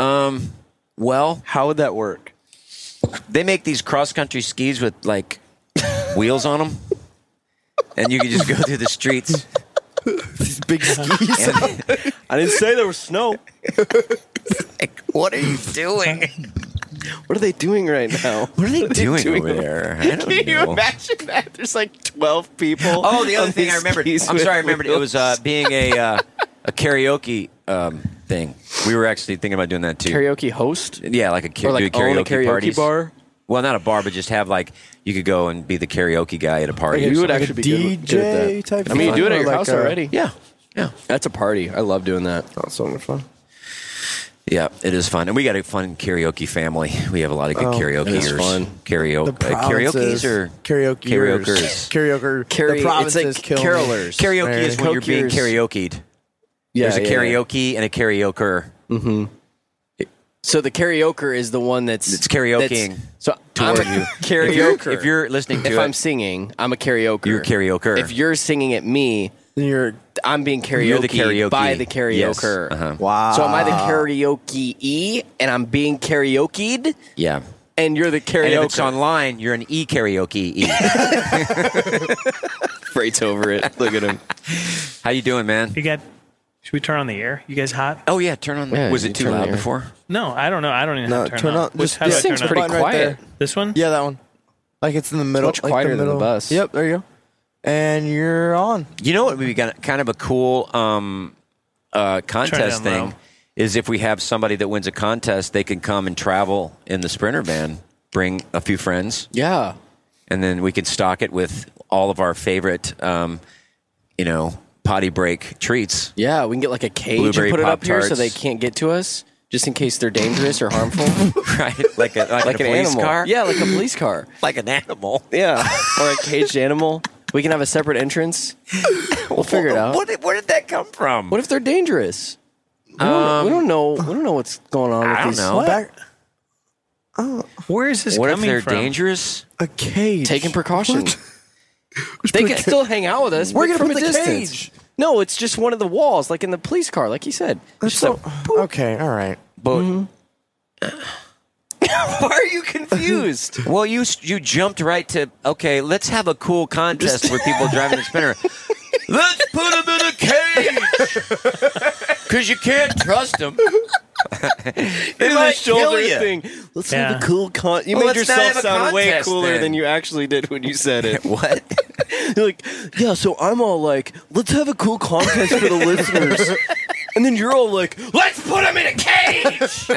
B: Um, well,
C: how would that work?
B: they make these cross country skis with like wheels on them, and you can just go through the streets.
C: Big skis.
B: And,
E: I didn't say there was snow.
B: like, what are you doing?
E: What are they doing right now?
B: What are
E: [LAUGHS]
B: they doing,
E: doing
B: over
E: over
B: there?
E: [LAUGHS]
B: I don't
E: Can you
B: know.
E: imagine that? There's like 12 people.
B: Oh,
E: [LAUGHS]
B: the other
E: on
B: thing I
E: these
B: remembered. I'm
E: skis
B: sorry,
E: with
B: I remembered. It was uh, being a uh, a karaoke um, thing. We were actually thinking about doing that too.
E: karaoke host
B: Yeah, like a, ca-
E: or like
B: do a
E: own
B: karaoke,
E: a karaoke
B: parties.
E: bar.
B: Well, not a bar, but just have like you could go and be the karaoke guy at a party.
E: Like
B: or
E: you would
B: something.
E: actually be good-
C: DJ
E: good at that.
C: type
E: I mean, you
C: thing,
E: do it
C: or
E: at your
C: like
E: house
C: a-
E: already.
B: yeah, yeah,
E: That's a party. I love doing that.
C: Not so much fun.
B: yeah. It is fun, and we got a fun karaoke family. We have a lot of good karaoke.
E: Oh, is fun.
B: Karaoke. uh,
C: The
B: Karaoke's
C: provinces-
B: or
C: karaoke
B: karaokers.
C: karaoke
E: Carry-
C: the
E: it's
C: provinces
E: like
C: kill me.
E: carolers.
B: Karaoke is when you're being
E: Karaokeers.
B: karaoke'd.
E: Yeah,
B: There's a
E: yeah, yeah.
B: karaoke and a karaoker.
E: So the karaoker is the one that's
B: It's karaokeing
E: that's- So I'm a
B: toward you. [LAUGHS] If you're-
E: [LAUGHS] karaoke.
B: if you're listening to
E: if
B: it-
E: I'm singing, I'm a karaoke.
B: You're a karaoker.
E: If you're singing at me,
C: Then you're
E: I'm being karaoke,
B: You're the karaoke.
E: by the
B: Yes.
E: karaoker.
B: Uh-huh.
C: wow.
E: So am I the karaoke e, and I'm being karaokeed,
B: Yeah.
E: and you're the
B: And if
E: karaoke.
B: it's online, you're an e karaoke e.
E: Freight's over it. Look at him.
B: [LAUGHS] How you doing, man?
D: You got. Should we turn on the air? You guys hot?
B: Oh yeah, turn on.
E: Yeah,
B: was
E: you
B: it too
E: turn
B: loud
E: the air.
B: before?
D: No, I don't know. I don't even
C: No,
D: have to turn,
C: turn
D: on.
C: on-
D: Which-
C: just-
D: how do
C: this
D: I turn
E: thing's
D: on?
E: pretty
C: Button right
E: quiet.
C: there.
D: This one?
C: Yeah, that one. Like it's in the middle.
E: much
C: like the
E: quieter than the
C: middle.
E: bus.
C: Yep, there you go. And you're on.
B: You know what would be kind of- kind of a cool um, uh, contest
D: down
B: thing
D: low.
B: is if we have somebody that wins a contest, they can come and travel in the sprinter van, bring a few friends,
E: Yeah.
B: and then we could stock it with all of our favorite, um, you know, potty break treats. [LAUGHS]
E: Yeah, we can get like a cage
B: Blueberry
E: and put it up here so
B: Pop-Tarts.
E: they can't get to us, just in case they're dangerous or harmful.
B: Right, [LAUGHS] like a like,
E: like
B: a
E: an
B: police
E: animal.
B: car,
E: Yeah, like a
B: [LAUGHS]
E: police car.
B: like an animal.
E: Yeah, or a caged animal. We can have a separate entrance. We'll figure it out.
B: What, did- where did that come from?
E: What if they're dangerous? We don't, we don't know. We don't know what's going on with
B: Um, I don't
E: these.
B: know.
C: Back
D: Where is this
B: What if
D: coming
B: they're
D: from?
B: dangerous?
C: a cage.
E: Taking precautions. [LAUGHS] They can still hang out with us.
C: We're gonna
E: but from
C: put
E: a
C: the
E: distance.
C: cage.
E: No, it's just one of the walls, like in the police car, like you said.
C: That's
E: Just
C: so-
E: a-
C: okay, all right.
B: But
E: [LAUGHS] Why are you confused?
B: [LAUGHS] well, you you jumped right to okay. Let's have a cool contest where people driving a
E: [LAUGHS]
B: spinner. Let's put them in a cage
E: [LAUGHS]
B: because you can't trust them.
E: They
B: might kill
E: shoulder
B: you.
E: thing. Let's
B: Yeah.
E: have a cool con. You
B: Well,
E: made
B: let's not
E: yourself
B: have a
E: sound way
B: contest
E: cooler
B: then.
E: than you actually did when you said it.
B: what?
E: You're [LAUGHS] like, yeah. So I'm all like, let's have a cool contest for [LAUGHS] the listeners, and then you're all like, let's put them in a cage.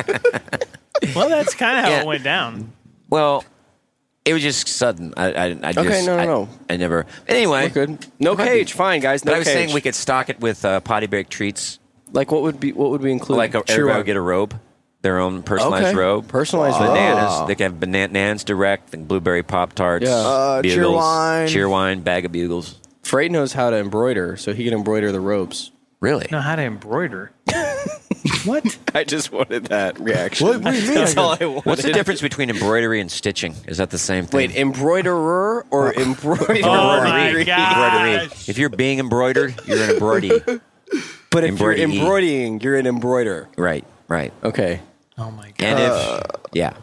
D: well, that's kind of how
B: Yeah.
D: it went down.
B: Well, it was just sudden. I, I, I just,
E: Okay, no, no,
B: I,
E: no.
B: I never. Anyway,
E: We're good. No cage. Fine, guys. No
B: but I was
E: cage.
B: saying we could stock it with uh, potty break treats.
E: like, what would be what would we include?
B: Like everybody
E: Sure.
B: would get a robe, their own personalized
E: Okay.
B: robe,
E: Personalized robe.
B: bananas.
E: Oh.
B: They can have bananas direct, and blueberry pop tarts,
E: Yeah. Uh,
B: bugles,
E: Cheerwine.
B: cheerwine, bag of bugles.
E: Freight knows how to embroider, so he can embroider the robes.
B: Really?
D: Know how to embroider?
E: I just wanted that reaction.
D: What- what do you mean? [LAUGHS]
E: That's all I wanted.
B: What's the difference between embroidery and stitching? Is that the same thing?
E: Wait, embroiderer [LAUGHS] or embroidery?
D: Oh my gosh.
B: If you're being embroidered, you're an embroidery.
E: But if you're
B: Embroidery.
E: embroidering, you're an embroiderer.
B: right, right.
E: Okay.
D: Oh my god!
B: And if yeah,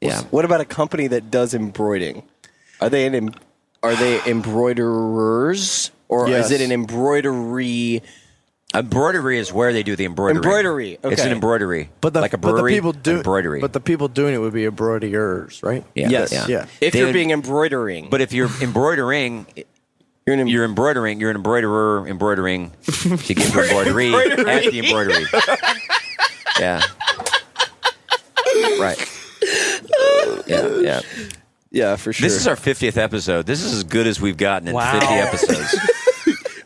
B: yeah.
E: What about a company that does embroidering? Are they an em- are they embroiderers or
C: Yes.
E: is it an embroidery?
B: Embroidery is where they do the embroidery.
E: Embroidery,
B: It's an
E: okay.
B: embroidery.
C: But the,
B: like a
C: but the
B: brewery.
C: people do
B: embroidery.
C: But the people doing it would be embroiderers, right?
B: yeah,
E: Yes.
B: yeah.
C: Yeah.
E: If
B: They-
E: you're being embroidering,
B: but if you're embroidering,
E: you're an em-
B: you're embroidering. You're an embroiderer embroidering to get your [LAUGHS] embroidery at the embroidery. yeah. Right. Yeah, yeah.
E: yeah for sure.
B: This is our 50th episode. This is as good as we've gotten in
D: Wow.
B: 50 episodes.
D: This is-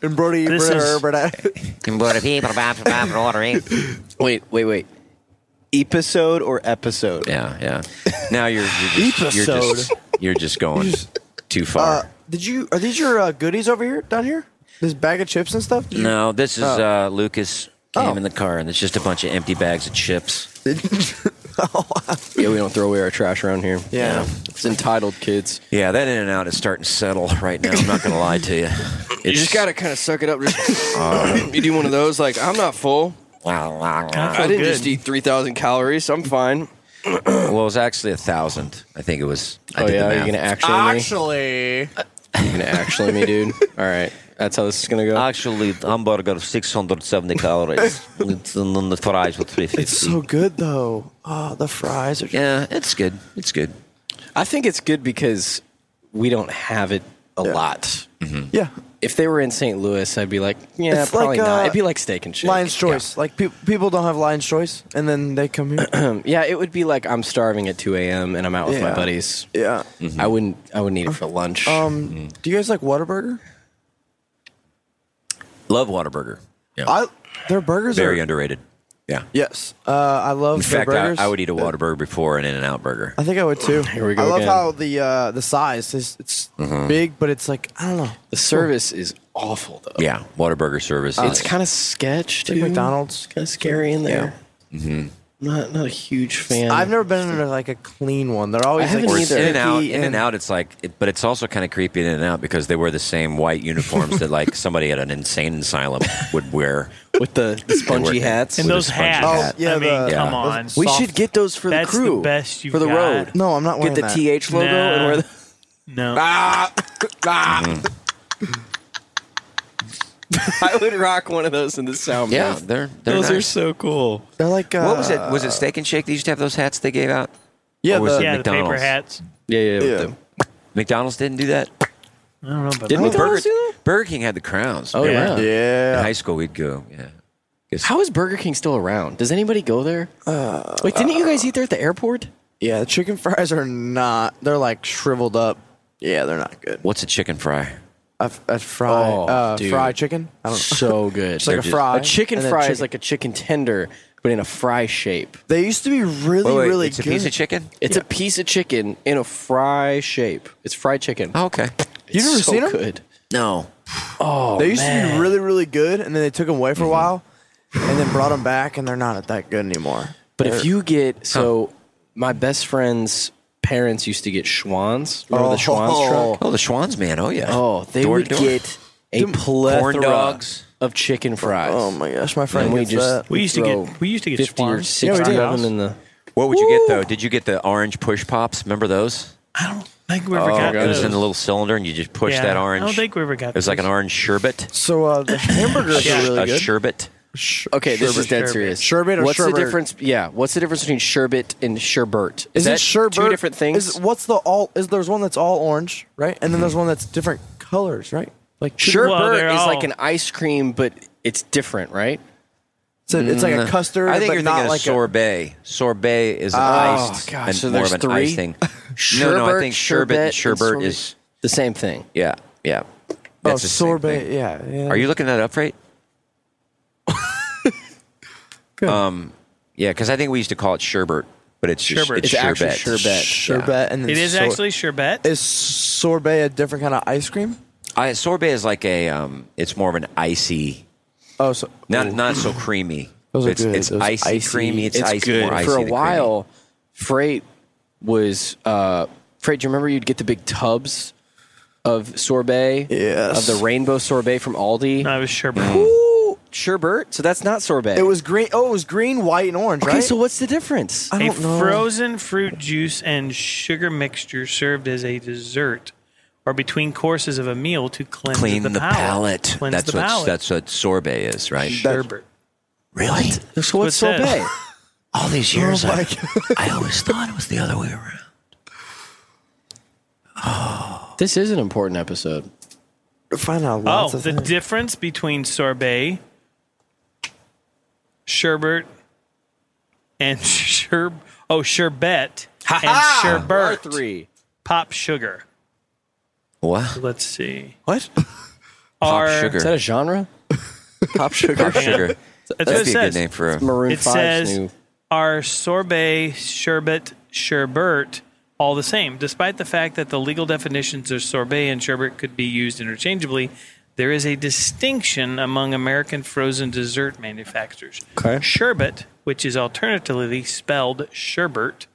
C: Embroiderer.
E: [LAUGHS] wait wait wait episode or episode?
B: Yeah, yeah. Now you're you're just, you're just, you're just going too far.
C: Uh, did you? Are these your uh, goodies over here down here? This bag of chips and stuff.
E: Mm,
C: Did you-
B: no, this is uh, Lucas came
C: Oh.
B: in the car and it's just a bunch of empty bags of chips.
E: Yeah, we don't throw away our trash around here.
C: Yeah.
E: it's entitled kids.
B: Yeah, that in and out is starting to settle [LAUGHS] right now. I'm not going to lie
E: [LAUGHS]
B: to you. It's,
E: You just gotta kind of suck it up. [LAUGHS] Just, you do one of those, like I'm not full.
D: I
E: I,
D: feel
B: Oh,
E: didn't
D: good.
E: just eat 3,000 calories. So I'm fine.
B: Well, it was actually a thousand. I think it was. I
E: oh
B: did
E: yeah,
B: the
E: you're
B: math.
E: gonna actually
C: Actually,
E: me? You're gonna actually me, [LAUGHS] dude. All right, that's how this is gonna go.
B: Actually, the hamburger of 670
E: [LAUGHS]
B: calories. It's- and then the fries with 350.
C: it's so good though. Oh, the fries are.
B: yeah, it's good. It's good.
E: I think it's good because we don't have it a lot.
C: Yeah.
E: If they were in St. Louis, I'd be like, yeah,
C: It's
E: probably
C: like,
E: not.
C: uh,
E: It'd be like steak and shake.
C: Lion's choice. Like peop people don't have lion's choice, and then they come
E: [CLEARS THROAT]
C: here.
E: Yeah, it would be like I'm starving at 2 a.m. and I'm out with my
C: Yeah.
E: buddies.
C: yeah.
E: I wouldn't. I wouldn't eat it for lunch.
C: Um. Do you guys like Whataburger?
B: Love Whataburger. Yeah.
C: I. Their burgers
B: Very
C: are.
B: underrated. Yeah.
C: Yes. Uh, I love
B: In
C: their
B: fact, I,
C: burgers.
B: I would eat a Whataburger before an In-N-Out burger.
C: I think I would too.
E: we go
C: I love
E: again.
C: how the uh, the size is it's
E: Mm-hmm.
C: big, but it's like I don't know.
E: the service is awful though.
B: Yeah, Whataburger service.
E: Oh, It's kind of sketch
C: Like
E: too.
C: McDonald's.
E: kind of scary in there.
D: Mm-hmm.
E: Not not a huge fan.
C: I've never been in a, like a clean one. They're
E: I
C: always like
E: haven't
B: or
E: either.
B: it's in and out.
C: sticky
B: In and out. It's like, it, but it's also kind of creepy in and out because they wear the same white uniforms that like somebody at an insane asylum would wear.
E: with [LAUGHS] the, the spongy
B: working.
E: hats.
D: and
B: With a
D: those
B: spongy
D: hats.
B: hat.
C: Oh, yeah,
D: I mean,
C: the-
D: come
B: Yeah.
D: on.
E: we
C: soft-
E: should get those for
D: That's
E: the
D: the
E: crew.
D: best you've
E: for the
D: got.
E: road.
C: No, I'm not
E: get
C: wearing
E: the
C: that.
E: TH logo and
D: Nah.
E: wear the. Ah,
D: No.
B: Mm-hmm.
E: I would rock one of those in the sound.
B: Yeah,
E: booth.
B: they're they're
E: those are
B: nice.
E: so cool.
C: They're like uh,
B: what was it? Was it Steak and Shake? They used to have those hats they gave out.
C: Yeah,
B: Or was
C: the-
B: it
D: yeah, the paper
B: McDonald's?
D: hats.
E: Yeah, yeah.
C: Yeah.
E: yeah.
B: McDonald's didn't do that.
D: I don't know about
E: Didn't
D: that.
E: McDonald's
B: Burger,
E: do that?
B: Burger King had the crowns.
E: Oh
B: man.
E: yeah.
B: In
C: Yeah.
B: high school, we'd go. Yeah.
E: How is Burger King still around? Does anybody go there? Wait, didn't you guys eat there at the airport?
C: Yeah, the chicken fries are not. They're like shriveled up. Yeah, they're not good.
B: What's a chicken fry?
C: A, a fry,
E: Oh,
C: uh,
E: dude.
C: fried chicken. I don't know.
E: So good.
C: like a fry
E: A chicken
C: and then
E: fry is
C: chicken.
E: like a chicken tender, but in a fry shape.
C: They used to be really,
B: Wait, wait,
C: really
B: it's
C: good.
B: a piece of chicken.
E: It's a piece of chicken in a fry shape. It's fried chicken.
B: Oh, okay.
E: It's
C: never
E: so
C: seen 'em?
E: good.
B: No.
C: They used
B: Oh,
C: to be really, really good, and then they took them away for
B: Mm-hmm.
C: a while, and then brought them back, and they're not that good anymore.
E: But if you get so, my best friend's parents used to get Schwann's. Remember the Schwann's truck?
B: Oh, the Schwann's man. Oh yeah.
E: Oh, they
B: Door to
E: would
B: door.
E: get a plethora
B: dogs.
E: of chicken fries.
C: Oh my gosh, my friend
E: And we
C: gets
E: just
C: that.
D: We used to
E: throw
D: get- we used to get
E: fifty or
D: Schwann's.
E: sixty
C: Yeah, we
E: of
C: did.
E: them in the
B: What would you get though? Did you get the orange push pops? Remember those?
D: I don't think we ever
E: Oh,
D: got
B: it was
D: those.
B: in the little cylinder, and you just push
D: Yeah,
B: that
D: I
B: orange.
D: don't think we ever got
B: It was like an
D: those.
B: orange sherbet.
C: So uh, the hamburgers
B: a,
C: are really
B: a
C: good.
B: sherbet.
E: Okay, this is
C: Sherbet.
E: dead
C: Sherbet.
E: serious.
C: Sherbet or
E: what's
C: sherbert?
E: the difference? Yeah, what's the difference between sherbet and sherbert? Is,
C: it
E: that
C: sherbert-
E: two different things?
C: Is, what's the all? Is there's one that's all orange, right? And then there's one that's different colors, right? Like
E: sherbert
D: Well, they're
E: is
D: all-
E: like an ice cream, but it's different, right?
C: It's, a, it's like a custard.
B: I think
C: but
B: you're
C: not
B: thinking
C: like
B: of sorbet. Sorbet is an
E: Oh,
B: iced
E: gosh,
B: and
E: so
B: more
E: there's
B: of an
E: three?
B: ice thing. no, no, I think sherbet and sherbet is
E: the same thing.
B: yeah, yeah.
C: A, oh,
B: That's the same
C: sorbet.
B: thing.
C: Yeah, yeah.
B: Are you looking that up right? um, yeah, because I think we used to call it sherbet, but it's just
D: Sherbet.
B: it's,
E: It's actually
B: sherbet.
E: sherbet.
C: sherbet? And then
D: It is
C: sor-
D: actually sherbet.
C: is sorbet a different kind of ice cream?
B: I, sorbet is like a um, it's more of an icy,
C: Oh, so
B: not not so creamy.
C: [CLEARS THROAT] Those are
B: it's
C: good.
B: it's
C: Those
B: icy,
C: icy-
B: creamy. It's,
E: It's
B: icy,
E: good
B: more icy
E: for a
B: than creamy.
E: while. Freight was uh, freight. Do you remember you'd get the big tubs of sorbet?
C: Yes.
E: Of the rainbow sorbet from Aldi.
D: No, it was sherbet.
E: Hmm. Ooh, sherbet. So that's not sorbet.
C: it was green. Oh, it was green, white, and orange.
E: okay.
C: right?
E: So what's the difference?
C: I
D: A
C: don't know.
D: frozen fruit juice and sugar mixture served as a dessert or between courses of a meal to cleanse
B: Clean
D: the,
B: the
D: palate.
B: palate.
D: Cleanse
B: That's
D: the
B: what
D: palate.
B: that's what sorbet is, right?
D: sherbet.
B: Really?
E: So what's
D: what's that?
E: sorbet?
B: All these years,
C: Oh my
B: I, I always thought it was the other way around.
E: this is an important episode.
C: Find out
D: Oh,
C: lots of
D: the
C: things.
D: difference between sorbet, sherbet, and [LAUGHS] sher oh sherbet and sherbet
E: three.
D: pop sugar.
B: What?
D: Let's see.
C: what?
B: Pop
D: Are-
B: sugar.
E: Is that a genre? Pop sugar.
B: Pop sugar.
D: That's
B: That'd
D: what it
B: be a good
D: says.
B: name for a.
E: Maroon
D: It
E: 5's
D: says
E: new.
D: are sorbet, sherbet, sherbet all the same? Despite the fact that the legal definitions of sorbet and sherbet could be used interchangeably, there is a distinction among American frozen dessert manufacturers.
E: Okay.
D: Sherbet, which is alternatively spelled sherbet,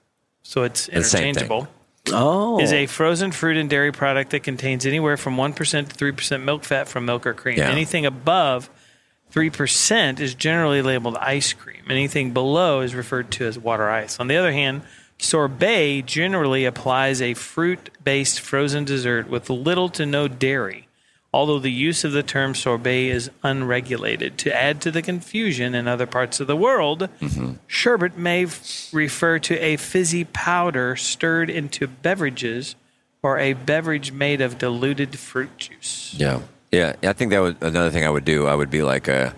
D: so it's
B: same thing.
D: interchangeable
E: Oh,
D: is a frozen fruit and dairy product that contains anywhere from 1% to 3% milk fat from milk or cream.
B: Yeah.
D: Anything above 3% is generally labeled ice cream. Anything below is referred to as water ice. On the other hand, sorbet generally applies a fruit based frozen dessert with little to no dairy. Although the use of the term sorbet is unregulated. To add to the confusion in other parts of the world,
B: Mm-hmm.
D: Sherbet may f- refer to a fizzy powder stirred into beverages or a beverage made of diluted fruit juice.
B: Yeah, yeah. I think that would another thing I would do. I would be like a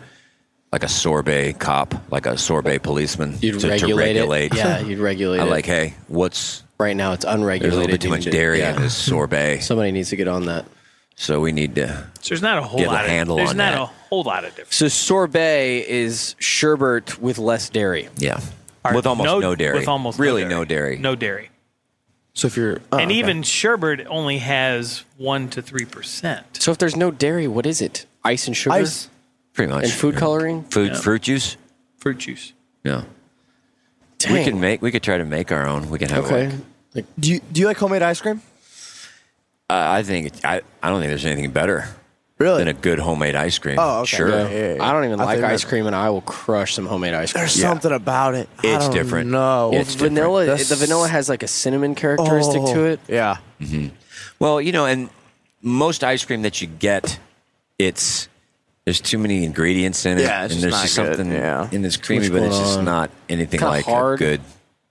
B: like a sorbet cop, like a sorbet policeman
E: you'd
B: to,
E: regulate,
B: to regulate.
E: it. Yeah, you'd regulate
B: [LAUGHS] I
E: it.
B: like, hey, what's
E: right now it's
B: there's
E: unregulated.
B: a little bit too
E: You
B: much
E: need to-
B: dairy
E: yeah.
B: in this sorbet, so,
E: Somebody needs to get on that.
B: we need to.
D: So there's not a whole
B: Get a
D: lot.
B: handle
D: of, there's
B: on
D: not
B: that.
D: a whole lot of difference.
E: So sorbet is sherbet with less dairy.
B: Yeah,
D: All
B: with
D: right,
B: almost no, dairy.
D: With almost
B: really
D: no dairy. No dairy.
C: So if you're oh,
D: and
C: okay.
D: even sherbet only has one to three percent.
E: So if there's no dairy, what is it? Ice and sugar
C: ice.
B: Pretty much.
E: and food coloring.
B: food, fruit juice.
D: Fruit juice.
B: Yeah,
E: Dang.
B: we can make. We could try to make our own. We can have.
E: okay.
B: Like,
E: Like,
C: Do you do you like homemade ice cream?
B: I I think. it- I I don't think there's anything better
C: Really?
B: than a good homemade ice cream.
C: Oh, okay.
B: Sure.
C: Yeah, yeah, yeah.
E: I don't even
C: I
E: like
C: think
E: ice
C: that-
E: cream, and I will crush some homemade ice cream.
C: There's
B: Yeah.
C: something about it. I
B: It's
C: don't
B: different.
C: know.
B: It's different.
E: vanilla.
C: That's-
E: The vanilla has like a cinnamon characteristic
C: Oh,
E: to it.
C: Yeah.
B: Well, you know, and most ice cream that you get, it's there's too many ingredients in it,
C: Yeah, it's
B: and
C: just
B: there's just
C: not good,
B: something
C: yeah.
B: in this creamy,
E: much
B: but it's
E: going
B: just
E: on.
B: not anything
E: Kinda
B: like
E: hard.
B: a good.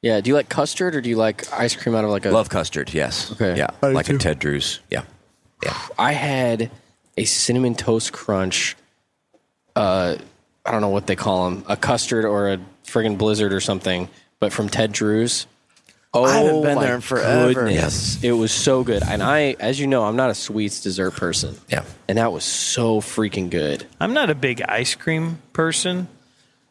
E: Yeah. Do you like custard or do you like ice cream out of like a?
B: Love custard, yes.
E: Okay.
B: yeah,
C: I do
B: like a
C: too.
B: Ted Drew's, yeah.
E: I had a cinnamon toast crunch. Uh, I don't know what they call them, a custard or a friggin' blizzard or something, but from Ted Drew's. Oh,
C: I haven't been
E: my
C: there in forever.
E: Goodness. It was so good. And I, as you know, I'm not a sweets dessert person.
B: Yeah.
E: And that was so freaking good.
D: I'm not a big ice cream person,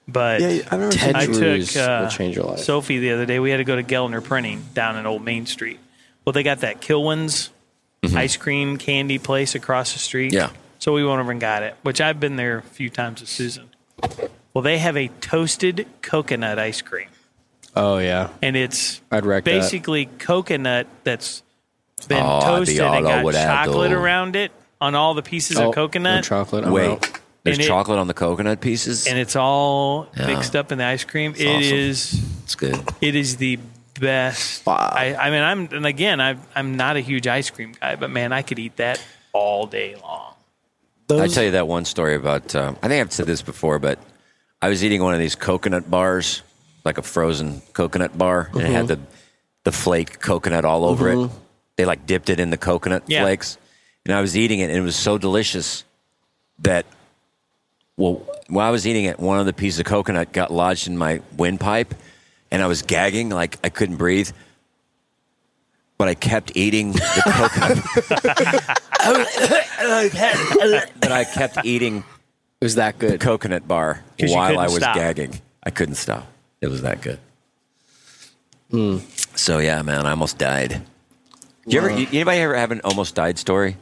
D: but
C: Yeah, yeah, I remember.
E: Ted
D: I
E: Drew's
D: took uh,
E: will change your life.
D: Sophie the other day. We had to go to Gellner Printing down in Old Main Street. Well, they got that Kilwins
E: Mm-hmm.
D: ice cream candy place across the street.
B: Yeah.
D: So we went over and got it, which I've been there a few times with Susan. Well, they have a toasted coconut ice cream,
E: oh yeah,
D: and it's
E: I'd wreck that.
D: basically coconut that's been
B: Oh, I'd be
D: toasted and
B: all over
D: got
B: that,
D: chocolate
B: though.
D: around it on all the pieces of
E: Oh, no
D: coconut.
E: chocolate. I'm
B: Wait,
E: out.
B: there's
D: And it-
B: chocolate on the coconut pieces?
D: and it's all
B: Yeah.
D: mixed up in the ice cream. It
B: awesome.
D: is
B: It's good.
D: It is the best. I, I mean, I'm and again, I, I'm not a huge ice cream guy, but man, I could eat that all day long.
B: I tell you that one story about. Um, I think I've said this before, but I was eating one of these coconut bars, like a frozen coconut bar, and it had
D: Mhm.
B: the the flake coconut all over
D: Mhm.
B: it. They like dipped it in the coconut
D: Yeah.
B: flakes, and I was eating it, and it was so delicious that well, while I was eating it, one of the pieces of coconut got lodged in my windpipe, and I was gagging like I couldn't breathe. But I kept eating the coconut. [LAUGHS] but I kept eating. It
E: was that good.
B: coconut bar
E: 'Cause you
B: while
E: couldn't
B: I was
E: stop.
B: gagging. I couldn't stop. It was that good.
D: Hmm.
B: So yeah, man, I almost died. Do you ever?
E: Wow.
B: you- Anybody ever have an almost died story?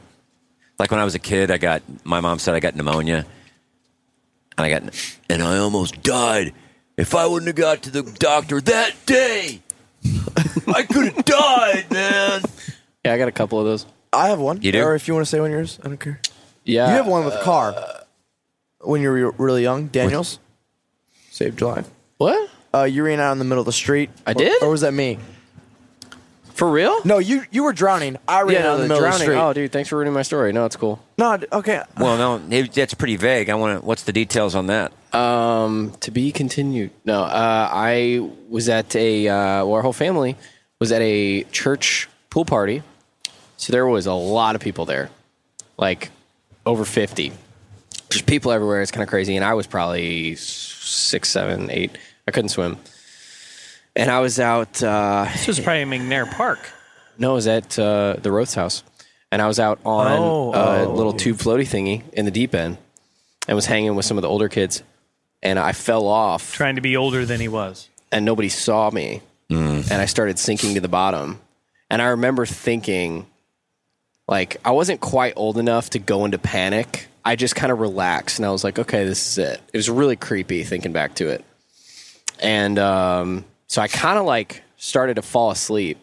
B: Like when I was a kid, I got my mom said I got pneumonia, and I got and I almost died. If I wouldn't have got to the doctor that day, I could have died, man.
E: Yeah, I got a couple of those.
C: I have one.
E: You do? Uh,
C: Or if you want to say one of yours, I don't care.
E: Yeah,
C: you have one with car when you were really young. Daniels saved your life.
E: What?
C: Uh, you ran out in the middle of the street.
E: I
C: Or-
E: did?
C: Or, was that me?
E: For real?
C: No, you you were drowning. I ran out in the, middle
E: drowning.
C: of the street. Oh,
E: Oh, dude, thanks for ruining my story. No, it's cool.
C: No, d- okay.
B: Well, no, it- that's pretty vague. I want to. What's the details on that?
E: Um, to be continued. No, uh, I was at a uh, well, our whole family was at a church pool party, so there was a lot of people there, like over fifty. There's people everywhere. It's kind of crazy, and I was probably s- six, seven, eight. I couldn't swim, and I was out. Uh,
D: This was probably McNair Park.
E: No, it was at uh, the Roth's house, and I was out on
D: Oh,
E: a
D: oh.
E: little tube floaty thingy in the deep end, and was hanging with some of the older kids, and I fell off,
D: trying to be older than he was,
E: and nobody saw me,
D: Mm.
E: and I started sinking to the bottom, and I remember thinking, like I wasn't quite old enough to go into panic. I just kind of relaxed, and I was like, okay, this is it. It was really creepy thinking back to it, and um, so I kind of like started to fall asleep,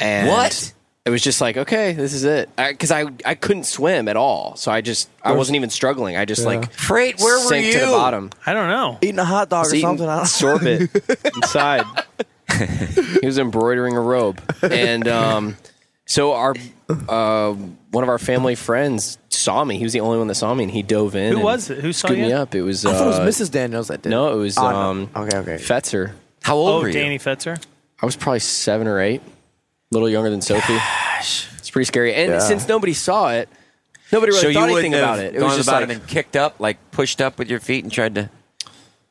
E: and
F: What?
E: It was just like, okay, this is it, because I, I couldn't swim at all, so I just I
D: There's-
E: wasn't even struggling. I just
D: Yeah.
E: like
B: Freight,
D: where were
E: sank to the
D: you?
E: bottom.
D: I don't know.
C: Eating a hot dog
E: Was
C: or
E: eating
C: something. I don't
E: sorbet inside. he was embroidering a robe, and um, so our uh, one of our family friends saw me. He was the only one that saw me, and he dove in.
D: Who
E: and
D: was it? Who saw
E: scooped
D: you?
E: me up? It was.
C: I thought [LAUGHS] it was
E: uh,
C: Mrs. Daniels that did.
E: No, it was.
C: Oh, no.
E: um,
C: okay, okay.
E: Fetzer.
B: How
D: oh, Danny Fetzer.
E: I was probably seven or eight, a little younger than Sophie. Gosh, it's pretty scary. And
B: Yeah.
E: since nobody saw it, nobody really
B: so
E: thought
B: you
E: anything
B: wouldn't have
E: about it. It
B: gone
E: was
B: to
E: just
B: the bottom
E: like,
B: and kicked up, like pushed up with your feet and tried to.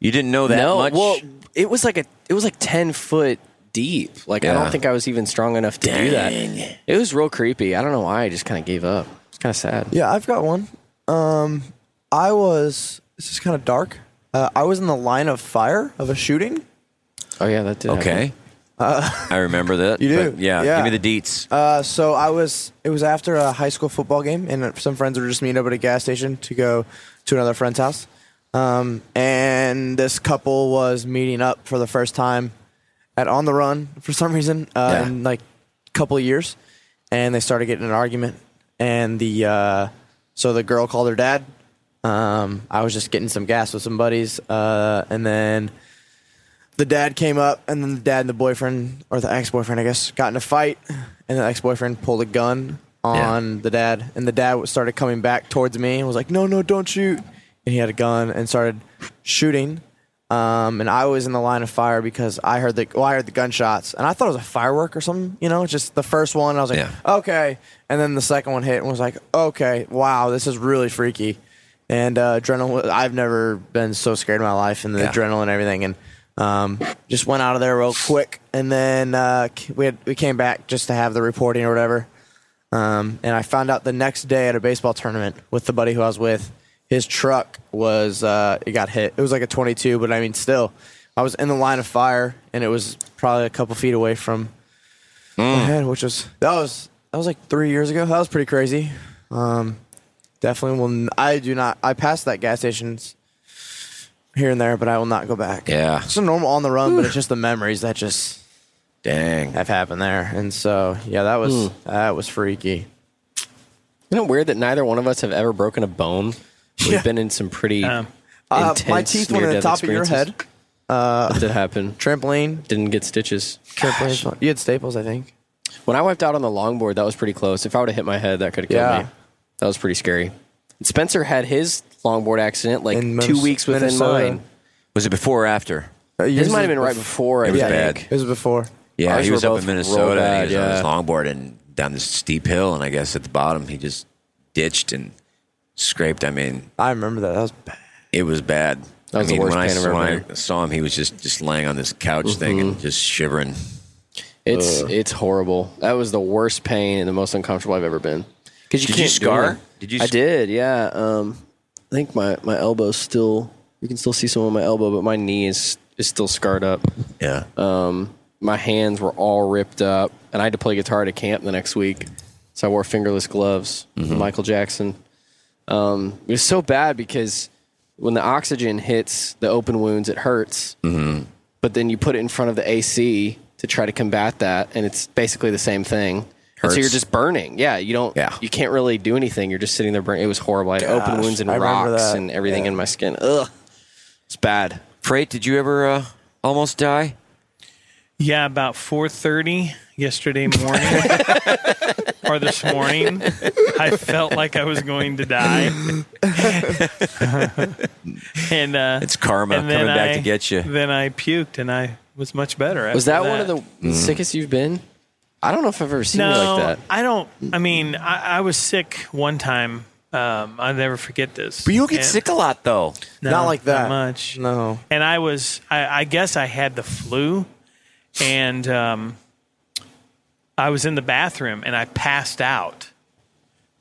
B: You didn't know that
E: no,
B: much.
E: well, it was like a it was like ten foot deep. Like I
B: Yeah.
E: don't think I was even strong enough to do that. It was real creepy. I don't know why. I just kind of gave up. It's kind of sad.
C: Yeah, I've got one. Um, I was. This is kind of dark. Uh, I was in the line of fire of a shooting.
E: Oh yeah, that did.
B: okay, I remember [LAUGHS] that.
C: You do?
B: but Uh, yeah,
C: Yeah.
B: Give me the deets.
C: Uh, so I was. It was after a high school football game, and some friends were just meeting up at a gas station to go to another friend's house. Um, and this couple was meeting up for the first time at On the Run for some reason uh,
B: Yeah.
C: in like a couple of years, and they started getting in an argument. And the uh, so the girl called her dad. Um, I was just getting some gas with some buddies, uh, and then the dad came up, and then the dad and the boyfriend, or the ex boyfriend, I guess, got in a fight, and the ex boyfriend pulled a gun on the dad, and the dad started coming back towards me and was like, "No, no, don't shoot!" And he had a gun and started shooting. Um, and I was in the line of fire because I heard the well, I heard the gunshots, and I thought it was a firework or something. You know, just the first one, I was like, "Okay," and then the second one hit, and was like, "Okay, wow, this is really freaky." And uh, adrenaline, I've never been so scared in my life, and the
B: Yeah.
C: adrenaline and everything, and um, just went out of there real quick, and then uh, c- we had, we came back just to have the reporting or whatever. Um, and I found out the next day at a baseball tournament with the buddy who I was with, his truck was uh, it got hit. It was like a 22, but I mean, still, I was in the line of fire, and it was probably a couple feet away from my head, which was that was that was like three years ago. That was pretty crazy. Um, definitely will. n- I do not. I passed that gas stations here and there, but I will not go back.
B: Yeah.
C: it's a normal on the run, but it's just the memories that just
B: dang
C: have happened there. And so yeah, that was
E: Mm.
C: that was freaky.
E: Isn't it weird that neither one of us have ever broken a bone? We've been in some pretty
C: Uh,
E: intense
C: my teeth went in the
E: near-death
C: top of your
E: experiences.
C: head. Uh,
E: That did happen.
C: Trampoline.
E: Didn't get stitches.
C: Trampoline's fun. You had Staples, I think.
E: When I wiped out on the longboard, that was pretty close. If I would have hit my head, that could have killed
C: Yeah.
E: me. That was pretty scary. Spencer had his longboard accident like
C: In
E: two
C: Minnes-
E: weeks within
C: Minnesota.
E: mine.
B: Was it before or after?
D: Uh,
E: His might have been right before.
B: It
E: I
B: was
E: think.
B: bad.
C: It was before.
B: Yeah,
E: Ours
B: he
E: were
B: was up
E: both
B: in
E: real
B: Minnesota.
E: bad,
B: he was
E: yeah.
B: on his longboard and down this steep hill, and I guess at the bottom he just ditched and scraped. I mean,
C: I remember that. That was bad.
B: it was bad.
E: That
B: I
E: was the
B: mean,
E: worst
B: when I,
E: pain I've
B: saw-
E: ever Mm-hmm.
B: when I
E: had.
B: saw him, he was just just laying on this couch thing and just shivering.
E: It's it's horrible. That was the worst pain and the most uncomfortable I've ever been. Because you
B: Did you
E: can't do
B: scar?
E: it.
B: Did you
E: I
B: sc-
E: did. Yeah. Um, I think my my elbow's still. You can still see some of my elbow, but my knee is is still scarred up.
B: Yeah.
E: Um, my hands were all ripped up, and I had to play guitar at a camp the next week, so I wore fingerless gloves.
B: Mm-hmm.
E: Michael Jackson. Um, it was so bad because when the oxygen hits the open wounds, it hurts
B: Mm-hmm.
E: but then you put it in front of the AC to try to combat that, and it's basically the same thing. And
B: Hurts.
E: so you're just burning. Yeah, you don't.
B: Yeah.
E: you can't really do anything. You're just sitting there burning. It was horrible. I had open
C: Gosh,
E: wounds and
C: I remember
E: rocks
C: that.
E: and everything
C: Yeah.
E: in my skin. Ugh, it's bad.
B: Freight, did you ever uh, almost die?
D: Yeah, about four thirty yesterday morning [LAUGHS] or this morning, I felt like I was going
B: [LAUGHS]
D: to die. [LAUGHS] and uh,
B: It's karma
D: and then
B: coming back
D: I-
B: to get you.
D: Then I puked, and I was much better.
E: Was
D: after
E: that, one of the sickest you've been? I don't know if I've ever seen you
D: no,
E: like that.
D: I don't. I mean, I, I was sick one time. Um, I'll never forget this.
B: But you get
D: And-
B: sick a lot though.
D: No,
C: Not like that.
D: Not much.
C: No.
D: and I was I, I guess I had the flu, and um, I was in the bathroom and I passed out,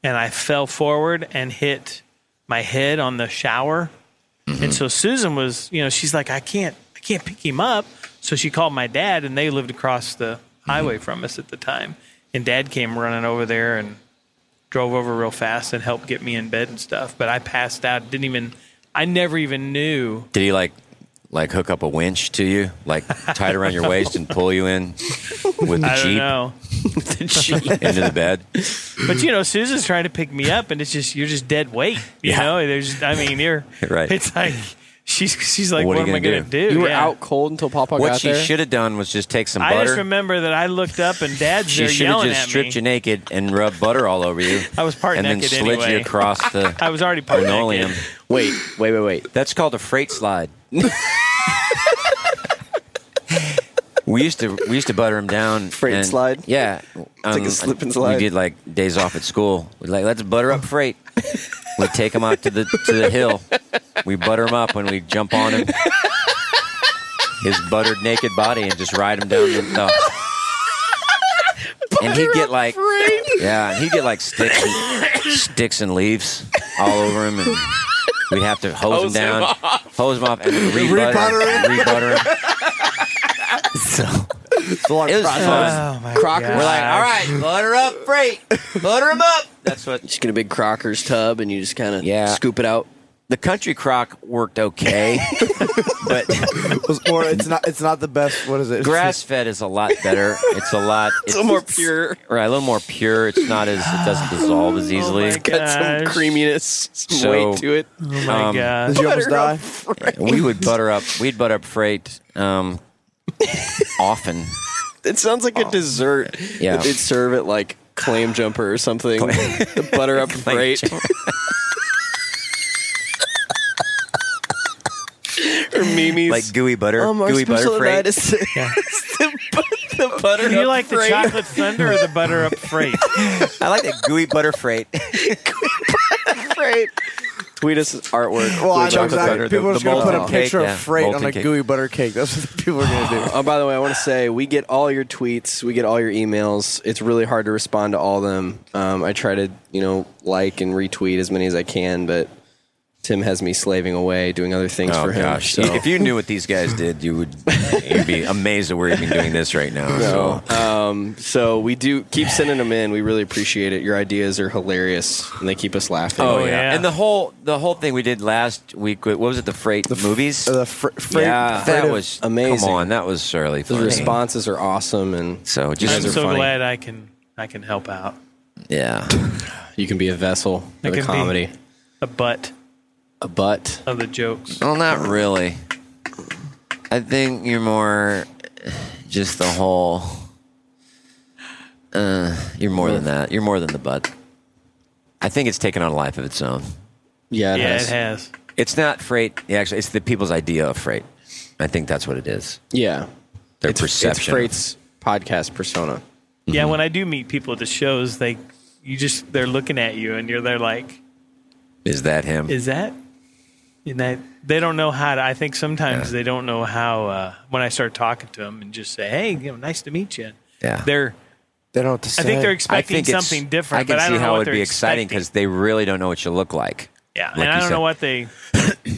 D: and I fell forward and hit my head on the shower, and so Susan was you know she's like I can't I can't pick him up, so she called my dad and they lived across the highway from us at the time, and Dad came running over there and drove over real fast and helped get me in bed and stuff, but I passed out didn't even. I never even knew
B: Did he like like hook up a winch to you, like tie it around your waist and pull you in with the
D: I don't
B: jeep [LAUGHS]
D: know.
B: into the
E: [LAUGHS]
B: bed?
D: But you know, Susan's trying to pick me up, and it's just you're just dead weight. You
B: Yeah.
D: know, there's I mean, you're
B: [LAUGHS] Right.
D: It's like she's she's like,
B: What
D: what,
B: are
D: am
B: you
D: I
B: gonna
D: going to do?
E: you were
D: Yeah.
E: out cold until Papa
B: What
E: got
B: she
E: there.
B: should have done was just take some
D: I just
B: butter.
D: remember that I looked up and Dad's
B: she
D: there
B: should have
D: yelling
B: just
D: at
B: stripped
D: me.
B: you naked and rubbed butter all over you.
D: I was part
B: and then
D: naked
B: slid
D: anyway.
B: you across
D: I [LAUGHS]
B: the
D: was already part
B: linoleum.
D: naked.
E: wait, wait, wait, wait.
B: That's called a freight
E: [LAUGHS]
B: slide. we used to we used to butter them down.
E: Freight
B: and-
E: slide?
B: Yeah, Um,
E: like a slip and slide.
B: We did like days off at school. We'd like let's butter up freight.
E: [LAUGHS]
B: We would take them out to the to the hill. We butter them up when we jump on
E: [LAUGHS]
B: him, his buttered naked body, and just ride him down the. the and he'd get like yeah, and he'd get like sticks and, sticks and leaves all over him, and we'd have to hose, him down, hose him off, and then rebutter him, rebutter him. so
C: It's a long
B: it was
C: process.
B: fun.
D: Oh my
E: Crocker.
B: We're like, all right, butter up, freight, butter him up. That's what
E: Just get a big Crocker's tub and you just kind of
B: Yeah.
E: scoop it out.
B: the country crock worked okay, [LAUGHS] but
C: It was [LAUGHS] more- it's not. It's not the best. What is it?
B: grass fed is a lot better. It's a lot. It's,
E: little more pure.
B: Right, a little more pure. It's not as it [SIGHS] doesn't dissolve as easily.
D: God.
E: Got some
D: Gosh.
E: creaminess, some
B: So-
E: weight to it.
D: Oh my
B: Um,
D: god.
C: Did [LAUGHS] you almost die?
B: we would butter up. We'd butter up freight um, often.
E: It sounds like a dessert.
B: Oh, Yeah.
E: That they'd serve it like clam jumper or something. the butter
B: [LAUGHS]
E: up freight. [LAUGHS] or Mimi's.
B: like gooey butter,
E: um, our
B: gooey butter
E: special
B: freight.
E: event is the, bu- the butter
D: Do you
E: up
D: like the
E: freight.
D: chocolate thunder or the butter up freight?
B: [LAUGHS] I like that gooey butter freight.
E: freight. Tweet us artwork.
C: Well, I
E: Tweet
C: know
E: chocolate
C: exactly.
E: butter.
C: People
B: the-
C: are
B: the
C: just gonna put a
B: molten cake,
C: picture
B: yeah,
C: of freight on
B: molten
C: a
B: cake.
C: gooey butter cake. That's what [LAUGHS] the people are gonna do.
E: Oh, by the way, I want to say we get all your tweets, we get all your emails. It's really hard to respond to all of them. Um, I try to, you know, like and retweet as many as I can, but Tim has me slaving away doing other things
B: Oh,
E: for him. Oh, so-
B: if you knew what these guys did, you [LAUGHS] would you'd be amazed that we're even doing this right now. So
E: So we do keep sending them in. We really appreciate it. Your ideas are hilarious, and they keep us laughing.
B: Oh, yeah.
D: yeah.
B: and the whole the whole thing we did last week. What was it? The freight movies.
C: Uh, The fr- freight.
B: yeah,
C: freight
B: that
C: of-
B: was
E: amazing.
B: Come on, that was surly.
E: the
B: Funny.
E: responses are awesome, and
B: So
D: I'm
B: just
E: guys are
D: so
E: funny.
D: glad I can I can help out.
B: yeah,
E: you can be a vessel for
D: It
E: the
D: can be.
E: comedy,
D: A butt
E: a butt.
D: of the jokes.
B: well, not really. I think you're more just the whole. Uh, you're more than that. You're more than the butt. I think it's taken on a life of its own.
E: Yeah,
D: yeah, it has.
B: It's not freight. Yeah, actually, it's the people's idea of freight. I think that's what it is.
E: Yeah.
B: Their
E: it's,
B: perception.
E: It's Freight's podcast persona.
D: Yeah, when I do meet people at the shows, they you just they're looking at you and you're they're like,
B: Is that him?
D: is that? And that they don't know how to. I think sometimes they don't know how. Uh, when I start talking to them and just say, "Hey, you know, nice to meet you,"
B: yeah.
D: they're
C: They don't. Have to
D: I think
C: say.
D: they're
B: I
D: expecting
B: think it's-
D: something different,
B: I can
D: but I
B: see
D: don't know
B: how
D: what
B: it would
D: they're
B: be exciting
D: expecting.
B: because they really don't know what you look like.
D: yeah,
B: like
D: and I
B: you
D: don't know
B: said.
D: what they.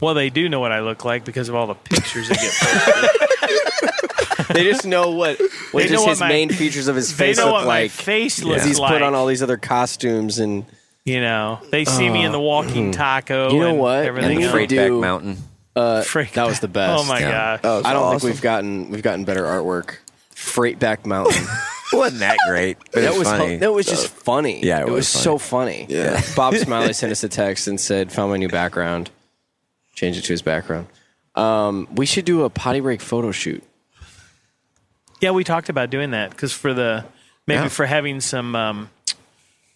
D: Well, they do know what I look like because of all the pictures that
E: [LAUGHS]
D: get posted.
E: They just know what, what
D: [LAUGHS] They
E: just
D: know what
E: his
D: my-
E: main features of his
D: they
E: face
D: know
E: look
D: what my
E: like.
D: face
E: 'Cause
D: looks
E: he's
D: like.
E: put on all these other costumes and
D: You know, they see me in the walking taco.
E: Uh, mm. You know
D: and
E: what?
D: Everything
E: And
D: else.
E: Freight-
B: Straight
E: do-
B: back mountain.
E: uh,
D: Freight-
E: that was the best.
D: Oh my
B: Yeah.
D: god!
E: I don't think we've gotten we've gotten better artwork. Freightback Mountain.
B: Wasn't that great? But
E: [LAUGHS] that
B: it's
E: was
B: funny.
E: that was just funny.
B: yeah, it
E: it, was,
B: was
E: so funny. Yeah. [LAUGHS] Bob Smiley sent us a text and said, "Found my new background. Change it to his background. Um, we should do a potty break photo shoot.
D: Yeah, we talked about doing that because for the maybe
B: Yeah.
D: for having some um,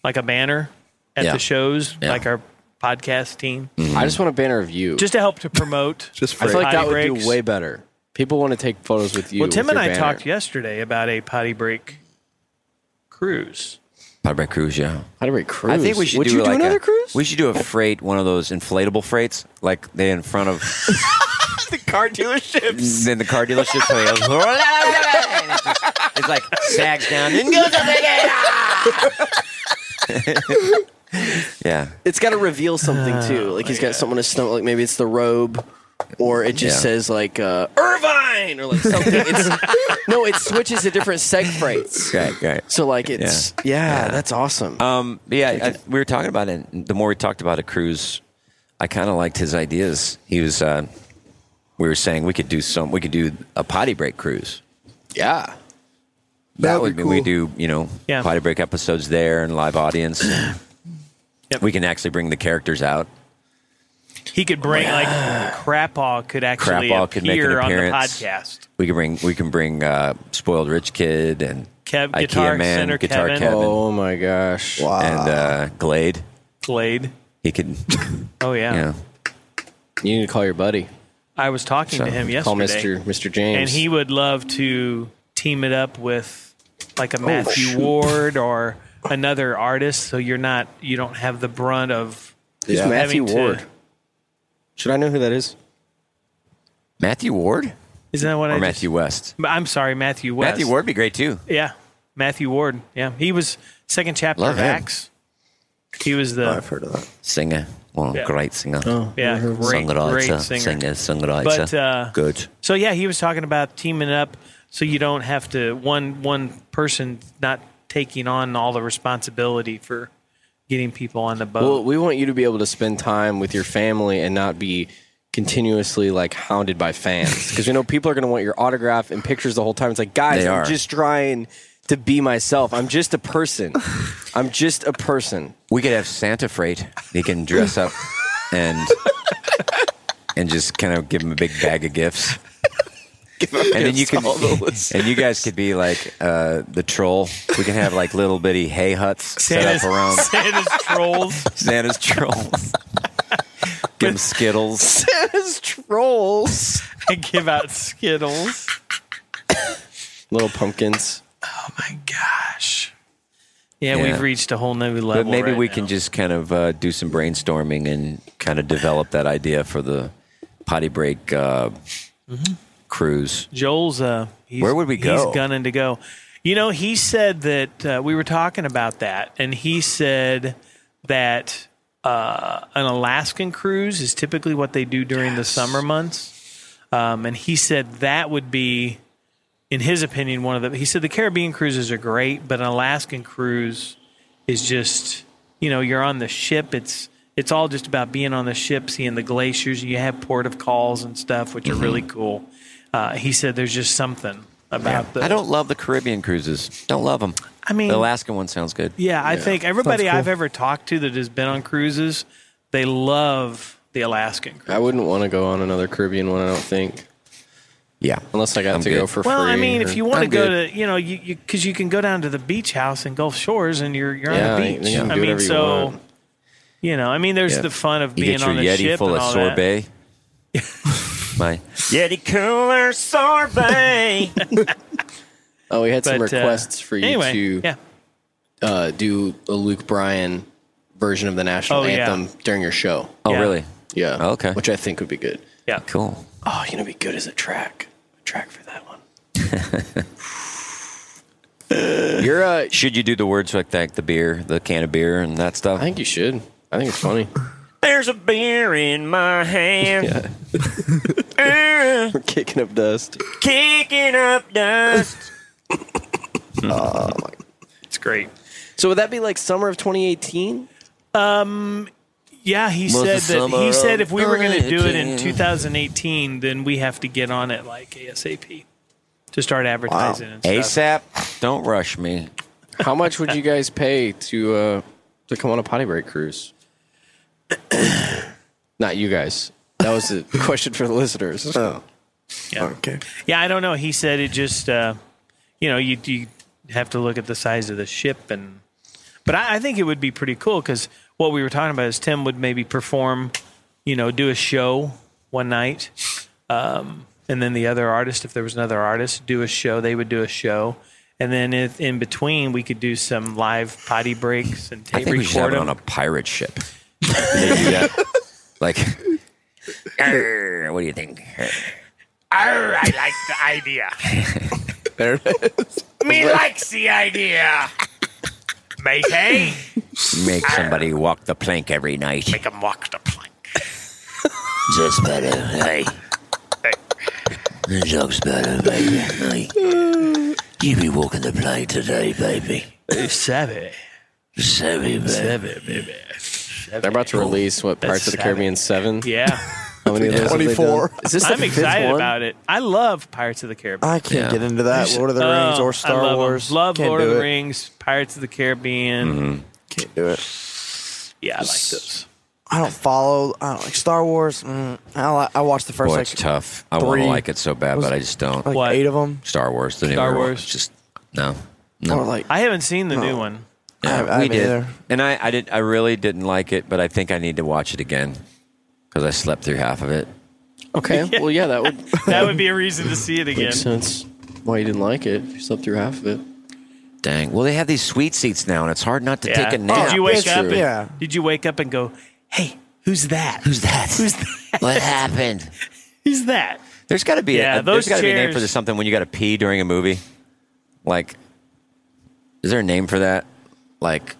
D: like a banner at
B: Yeah.
D: the shows,
B: Yeah.
D: like our podcast team,
E: I just want a banner of you.
D: just to help to
E: [LAUGHS]
D: promote.
E: I feel Mm-hmm. like that
D: potty
E: would
D: breaks.
E: do way better. People want to take photos with you.
D: well, Tim
E: with
D: and
E: your
D: I
E: banner.
D: talked yesterday about a potty break cruise.
B: Potty Break Cruise, yeah.
E: Potty break cruise.
B: I think we should
E: Would
B: do,
E: you do
B: like
E: another
B: a,
E: cruise? [LAUGHS]
B: We should do a freight, one of those inflatable freights, like they in front of
E: car dealership.
B: then the car dealership. so they go, and it just- it's like sags down and goes up again. yeah,
E: It's got to reveal [SIGHS] something too. Like he's got something on his stomach. Like maybe it's the robe, or it just
B: Yeah.
E: says like uh, Irvine or like something. it's, [LAUGHS] no, it switches to different segments.
B: great, great.
E: So like it's yeah, that's awesome.
B: Um, but yeah, I, we were talking about it. and The more we talked about a cruise, I kind of liked his ideas. He was, uh, we were saying we could do some, we could do a potty break cruise.
E: yeah,
B: That
C: That'd
B: would
C: be
B: mean we
C: cool.
B: do, you know,
D: Yeah.
B: potty break episodes there and live
D: [CLEARS THROAT]
B: audience. We can actually bring the characters out.
D: He could bring like Crapaw could actually
B: Crapaw could make an
D: appear on the
B: appearance.
D: podcast.
B: We can bring we can bring uh, spoiled rich kid and
D: Kev-
B: IKEA
D: Guitar
B: man,
D: Center
B: guitar
D: Kevin.
B: Kevin,
E: Oh my gosh. Wow.
B: and uh, Glade.
D: Glade.
B: He could,
D: Oh yeah.
B: you know,
E: You need to call your buddy.
D: I was talking to him yesterday.
E: Call Mister Mister James.
D: and he would love to team it up with like
B: Oh,
D: a Matthew Ward or another artist, so you're not you don't have the brunt of
E: Who's Matthew
D: having to-
E: Ward. Should I know who that is?
B: Matthew Ward
D: Isn't that what
B: or
D: I?
B: Matthew West.
D: Just, I'm sorry, Matthew West.
B: Matthew Ward would be great too.
D: Yeah, Matthew Ward. Yeah, he was second chapter
B: Love
D: of
B: him.
D: Acts. He was the
C: I've heard of that.
B: Singer, well,
D: Yeah.
B: great singer.
D: yeah great great
B: songwriter,
D: singer.
B: singer, songwriter.
D: But, uh,
B: Good.
D: So yeah, he was talking about teaming up so you don't have to one one person not taking on all the responsibility for getting people on the boat.
B: Um,
E: Well, we want you to be able to spend time with your family and not be continuously like hounded by fans because we know people are going to want your autograph and pictures the whole time. It's like, guys,
B: They are.
E: I'm just trying to be myself. I'm just a person. I'm just a person.
B: We could have Santa Freight. He can dress [LAUGHS] up and and just kind of give him a big bag of gifts. and then you can, and you guys could be like uh, the troll. We can have like little bitty hay huts
D: Santa's,
B: set up around
D: [LAUGHS] Santa's trolls.
B: Santa's trolls. Give him Skittles.
D: [LAUGHS]
E: As trolls,
D: I give out Skittles.
E: little pumpkins.
D: My gosh. Yeah,
B: Yeah.
D: we've reached a whole new level.
B: But maybe
D: right
B: we
D: now.
B: can just kind of uh, do some brainstorming and kind of develop that idea for the potty break uh,
D: Mm-hmm.
B: cruise.
D: Joel's. Uh, he's,
B: Where would we go?
D: He's gunning to go. You know, he said that uh, we were talking about that, and he said that uh, an Alaskan cruise is typically what they do during the summer months. Um, and he said that would be, in his opinion, one of the. He said the Caribbean cruises are great, but an Alaskan cruise is just, you know, you're on the ship. It's it's all just about being on the ship, seeing the glaciers. You have port of calls and stuff, which
B: Mm-hmm.
D: are really cool. Uh, he said there's just something about the.
B: I don't love the Caribbean cruises. Don't love them.
D: I mean,
B: the Alaskan one sounds good.
D: yeah, I think everybody I've ever talked to that has been on cruises, they love the Alaskan. cruise.
E: I wouldn't want to go on another Caribbean one. I don't think. Yeah. Unless I got
B: I'm
E: to go
B: good.
E: for
D: well,
E: free.
D: I mean,
E: or-
D: if you want to go to, you know, you because you, can go down to the beach house in Gulf Shores and you're you're
E: Yeah,
D: on
E: you
D: the beach.
E: can do
D: I
E: whatever
D: mean,
E: you
D: so
E: want.
D: you know, I mean, there's
B: Yeah.
D: the fun of
B: you
D: being
B: get your
D: on the
B: Yeti
D: ship
B: full
D: and
B: of
D: all that. [LAUGHS]
B: sorbet. My Yeti
D: cooler sorbet.
E: Oh, we had [LAUGHS] some
D: But, uh,
E: requests for you
D: anyway,
E: to
D: yeah.
E: uh, do a Luke Bryan version of the national
D: Oh, yeah.
E: anthem during your show.
B: Oh, Yeah. really?
E: Yeah.
B: Okay.
E: Which I think would be good.
D: Yeah.
B: Cool.
E: Oh, you know, be good as a track. A track for that one. [LAUGHS] You're uh,
B: should you do the words like that, the beer, the can of beer, and that stuff? I
E: think you should. I think it's funny.
B: There's a beer in my hand.
E: [LAUGHS] We're kicking up dust.
B: Kicking up
E: [LAUGHS]
B: dust.
E: oh my.
D: Hmm. It's great.
E: So would that be like summer of 2018?
D: Um, yeah, he
E: Was
D: said
E: the
D: that.
E: summer
D: He said if we were going to do it in
E: 2018.
D: 2018, then we have to get on it like ASAP to start advertising and stuff.
B: ASAP. Don't rush me.
E: How much would you guys pay to uh, to come on a potty break [COUGHS] cruise? Not you guys. That was [LAUGHS] a question for the listeners. Oh.
D: Yeah.
E: Okay.
D: Yeah, I don't know. He said it just, uh, you know, you you have to look at the size of the ship and, but I, I think it would be pretty cool because what we were talking about is Tim would maybe perform, you know, do a show one night, um, and then the other artist, if there was another artist, do a show. They would do a show. And then if, in between, we could do some live potty breaks and
B: I
D: tape
B: think we should have
D: record
B: it on
D: them.
B: a pirate ship. They do that. [LAUGHS] like, "Arr, what do you think?
F: Arr, I like
B: [LAUGHS]
F: the idea.
E: There it is.
F: Me likes the idea. Matey,
B: Make somebody walk the plank every night.
F: make him walk the plank.
H: That's better. Hey. That joke's better, baby. Hey. You be walking the plane today, baby.
D: Savvy.
H: Savvy, baby.
D: Savvy, baby.
E: They're about to release what
D: That's
E: parts of the
D: seven.
E: Caribbean Seven?
D: Yeah.
E: How many of those? have they done? Is this the
D: I'm
E: fifth
D: excited
E: one?
D: about it. I love Pirates of the Caribbean.
C: I can't get into that Lord of the Rings
D: Oh,
C: or
D: I
C: Star
D: love 'em.
C: Wars.
D: Love
C: Can't
D: Lord of
C: do
D: the
C: it.
D: Rings, Pirates of the Caribbean.
C: Can't do it.
D: Yeah, I like those.
C: I don't follow. I don't like Star Wars. Mm, I, li- I watched the first
B: Boy,
C: like
B: it's tough. I want
C: three-
B: to like it so bad,
C: was
B: but I just don't.
C: like What? eight of 'em?
B: Star Wars. The new
D: Star
B: one.
D: Wars.
B: It's Just no. No.
C: Or like
D: I haven't seen the
C: Oh.
D: new one.
B: Yeah,
C: I- I
B: we
C: haven't
B: did,
C: either.
B: and I, I did. I really didn't like it, but I think I need to watch it again because I slept through half of it.
D: [LAUGHS]
E: Okay. Well, yeah, that would
D: That would be a reason to see it again.
E: make sense. Why you didn't like it? if You slept through half of it.
B: Dang. Well, they have these sweet seats now, and it's hard not to take a nap.
D: Did you wake up? And,
B: Yeah.
D: Did you wake up and go, "Hey, who's that?
B: Who's that?
D: Who's that?
B: What happened?
D: Who's that?"
B: There's got to be
D: Yeah,
B: a, there's
D: those
B: got to be a name
D: chairs-
B: for this something when you got to pee during a movie. Like, is there a name for that? Like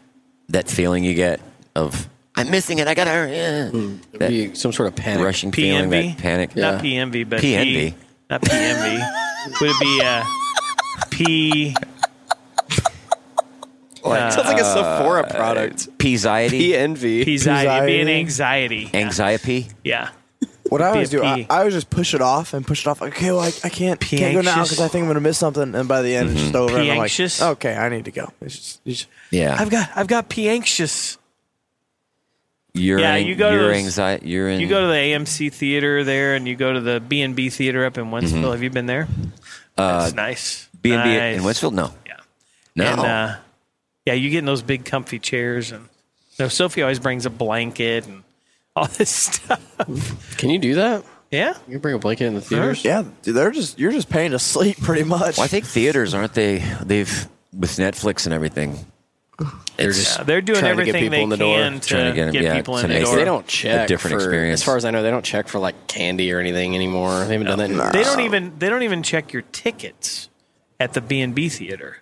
B: that feeling you get of
H: I'm missing it. I gotta hurry.
D: Hmm.
H: Yeah.
B: that
E: Be some sort of panic.
B: rushing feeling,
D: PMV.
B: that panic.
D: Not PMV, but
B: PNV.
D: P- not PMV. would it be uh, P?
E: Like, sounds like a Sephora product.
B: Pesiety.
E: PNV.
D: Anxiety. It'd be an
C: Anxiety.
D: anxiety.
B: Anxiety.
D: Yeah.
C: What I always
D: Be a
C: do, I,
D: pea.
C: I always just push it off and push it off. Like, okay, well, I, I can't, can't go now
D: P-anxious.
C: because I think I'm going to miss something. And by the end, it's just
B: Mm-hmm.
C: over. And I'm like,
D: P-anxious.
C: okay, I need to go. It's just, it's just-
B: Yeah.
D: I've got I've got P anxious.
B: Your,
D: Yeah, you go to
B: your
D: those-
B: anxiety. You're in.
D: You go to the AMC theater there, and you go to the B and B theater up in Wentzville. Have you been there?
B: Mm-hmm. Uh,
D: It's nice.
B: B and B in
D: Nice.
B: Westfield. No.
D: Yeah.
B: No.
D: And, uh, yeah, you get in those big comfy chairs, and no, Sophie always brings a blanket and all this [LAUGHS] stuff.
E: Can you do that?
D: Yeah.
E: You can bring a blanket in the theaters.
C: yeah, dude, they're just, you're just paying to sleep pretty much.
B: well, I think theaters aren't they? They've with Netflix and everything.
E: They're
B: It's-
E: just
D: Yeah, they're doing
E: trying to get
D: everything
E: people
D: they
E: in the door.
D: can to
B: Trying to get
D: get,
B: 'em- yeah,
D: people
B: to
D: in the
B: make
D: door.
E: They don't check.
B: different
E: for-
B: experience.
E: As far as I know, they don't check for like candy or anything anymore. They haven't done that. In
D: They don't even they don't even check your tickets at the B and B theater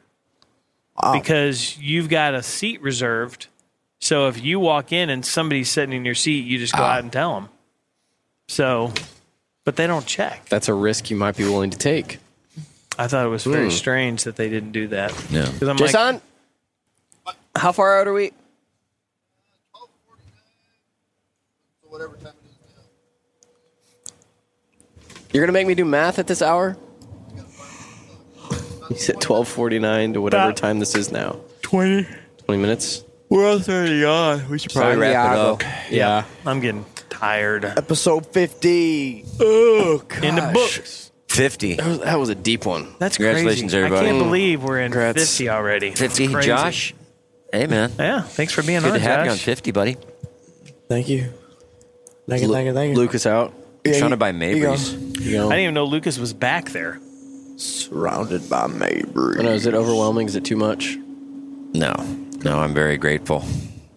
D: because you've got a seat reserved. So if you walk in and somebody's sitting in your seat, you just go
B: Ah.
D: out and tell them. So, but they don't check.
E: That's a risk you might be willing to take.
D: I thought it was very
E: Hmm.
D: strange that they didn't do that.
B: Yeah.
D: 'Cause I'm like,
E: Jason, how far out are we? You're gonna make me do math at this hour? You said twelve forty nine to whatever
D: About-
E: time this is now.
D: 20.
E: Twenty minutes.
D: We're all 30 on. We should
B: Probably wrap it up.
E: Yeah.
D: I'm getting tired.
C: Episode 50.
D: In the books.
B: 50.
E: That was, that was a deep one.
D: That's
B: Congratulations,
D: crazy.
B: everybody.
D: I can't believe we're in
B: Congrats.
D: 50 already.
B: 50,
D: That's crazy.
B: Josh. Hey, man.
D: Yeah, thanks for being
B: Good to
D: on,
B: have you on
D: Josh.
B: 50, buddy.
C: Thank you. Thank you, thank you, thank you.
E: Lucas out.
B: I'm
C: Yeah,
B: trying
C: you-
B: to buy
C: you go.
B: Mabry's.
E: You know,
D: I didn't even know Lucas was back there.
C: Surrounded by Mabry.
E: I don't know, is it overwhelming? Is it too much?
B: No, no, I'm very grateful.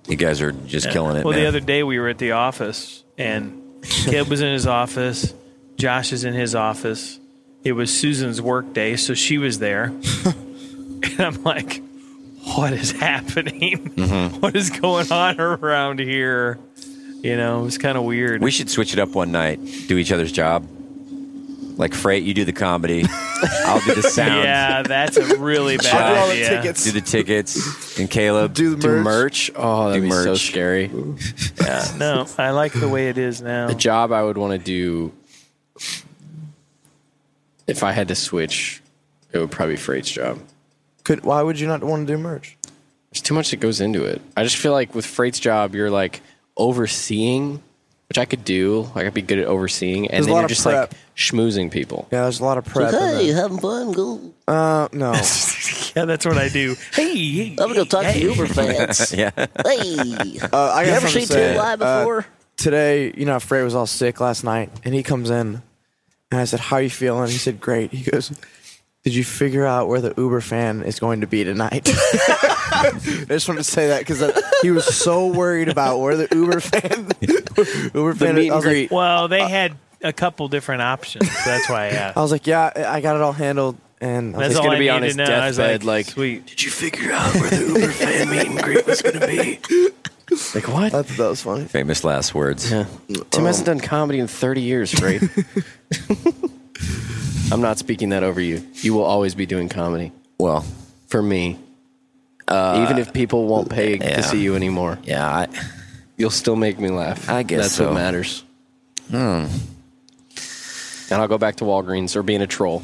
B: You guys are just killing it,
D: Well,
B: man.
D: the other day we were at the office, and Kid was in his office, Josh is in his office. It was Susan's work day, so she was
B: [LAUGHS]
D: there, and I'm like, "What is happening?
B: Mm-hmm.
D: What is going on around here?" You know, it was kind of weird.
B: we should switch it up one night, do each other's job. Like, Freight, you do the
D: [LAUGHS]
B: comedy, I'll do the sound.
D: yeah, that's a
B: [LAUGHS]
D: really
B: I'll do
D: bad
B: all the
D: idea.
B: Do the tickets, and Caleb
C: Do the merch.
E: Merch? Oh, that'd
B: Do
E: be so
B: merch.
E: scary.
D: No, I like the way it is now.
E: The job I would want to do if I had to switch, it would probably be Freight's job.
C: Could, why would you not want to do merch?
E: There's too much that goes into it. I just feel like with Freight's job, you're like overseeing, which I could do. Like I'd be good at overseeing, and
C: There's a
E: then
C: lot
E: you're
C: of
E: just
C: prep.
E: like schmoozing people.
C: Yeah, there's a lot of prep. in
F: Hey,
C: there.
F: having fun? Go.
C: Uh,
F: [LAUGHS]
C: no.
D: yeah, that's what I
B: [LAUGHS]
D: do. Hey, hey,
F: I'm gonna go talk to
D: hey.
F: Uber [LAUGHS] fans.
B: Yeah.
F: Hey,
C: Uh, I
F: you
C: got
F: ever
C: something
F: seen
C: to say.
F: Two Live
C: Uh,
F: before?
C: today, you know, how Fred was all sick last night, and he comes in, and I said, "How you feeling?" He said, "Great." He goes, "Did you figure out where the Uber fan is going to be tonight?" [LAUGHS] I just wanted to say that because he was so worried about where the Uber fan, [LAUGHS] Uber fan.
E: meet
C: I was
E: and
C: like,
E: greet.
D: Well, they had a couple different options. So that's why I asked.
C: I was like, "Yeah, I I got it all handled." And I was
D: That's
C: like,
D: all
E: gonna
D: I
E: be on
D: needed to
E: his
D: know. I was
E: deathbed,
D: Like,
E: like-
D: sweet.
E: Did you figure out where the Uber fan meet and greet was going to be? Like what?
C: I thought that was funny.
B: Famous last words.
E: Yeah. Tim hasn't done comedy in 30 years,
C: [LAUGHS]
E: Freight. I'm not speaking that over you. You will always be doing comedy
B: Well,
E: for me. Uh, Even if people won't pay
B: yeah.
E: to see you anymore,
B: yeah, I,
E: you'll still make me laugh.
B: I guess
E: that's
B: so.
E: what matters. Hmm. And I'll go back to Walgreens or being a troll.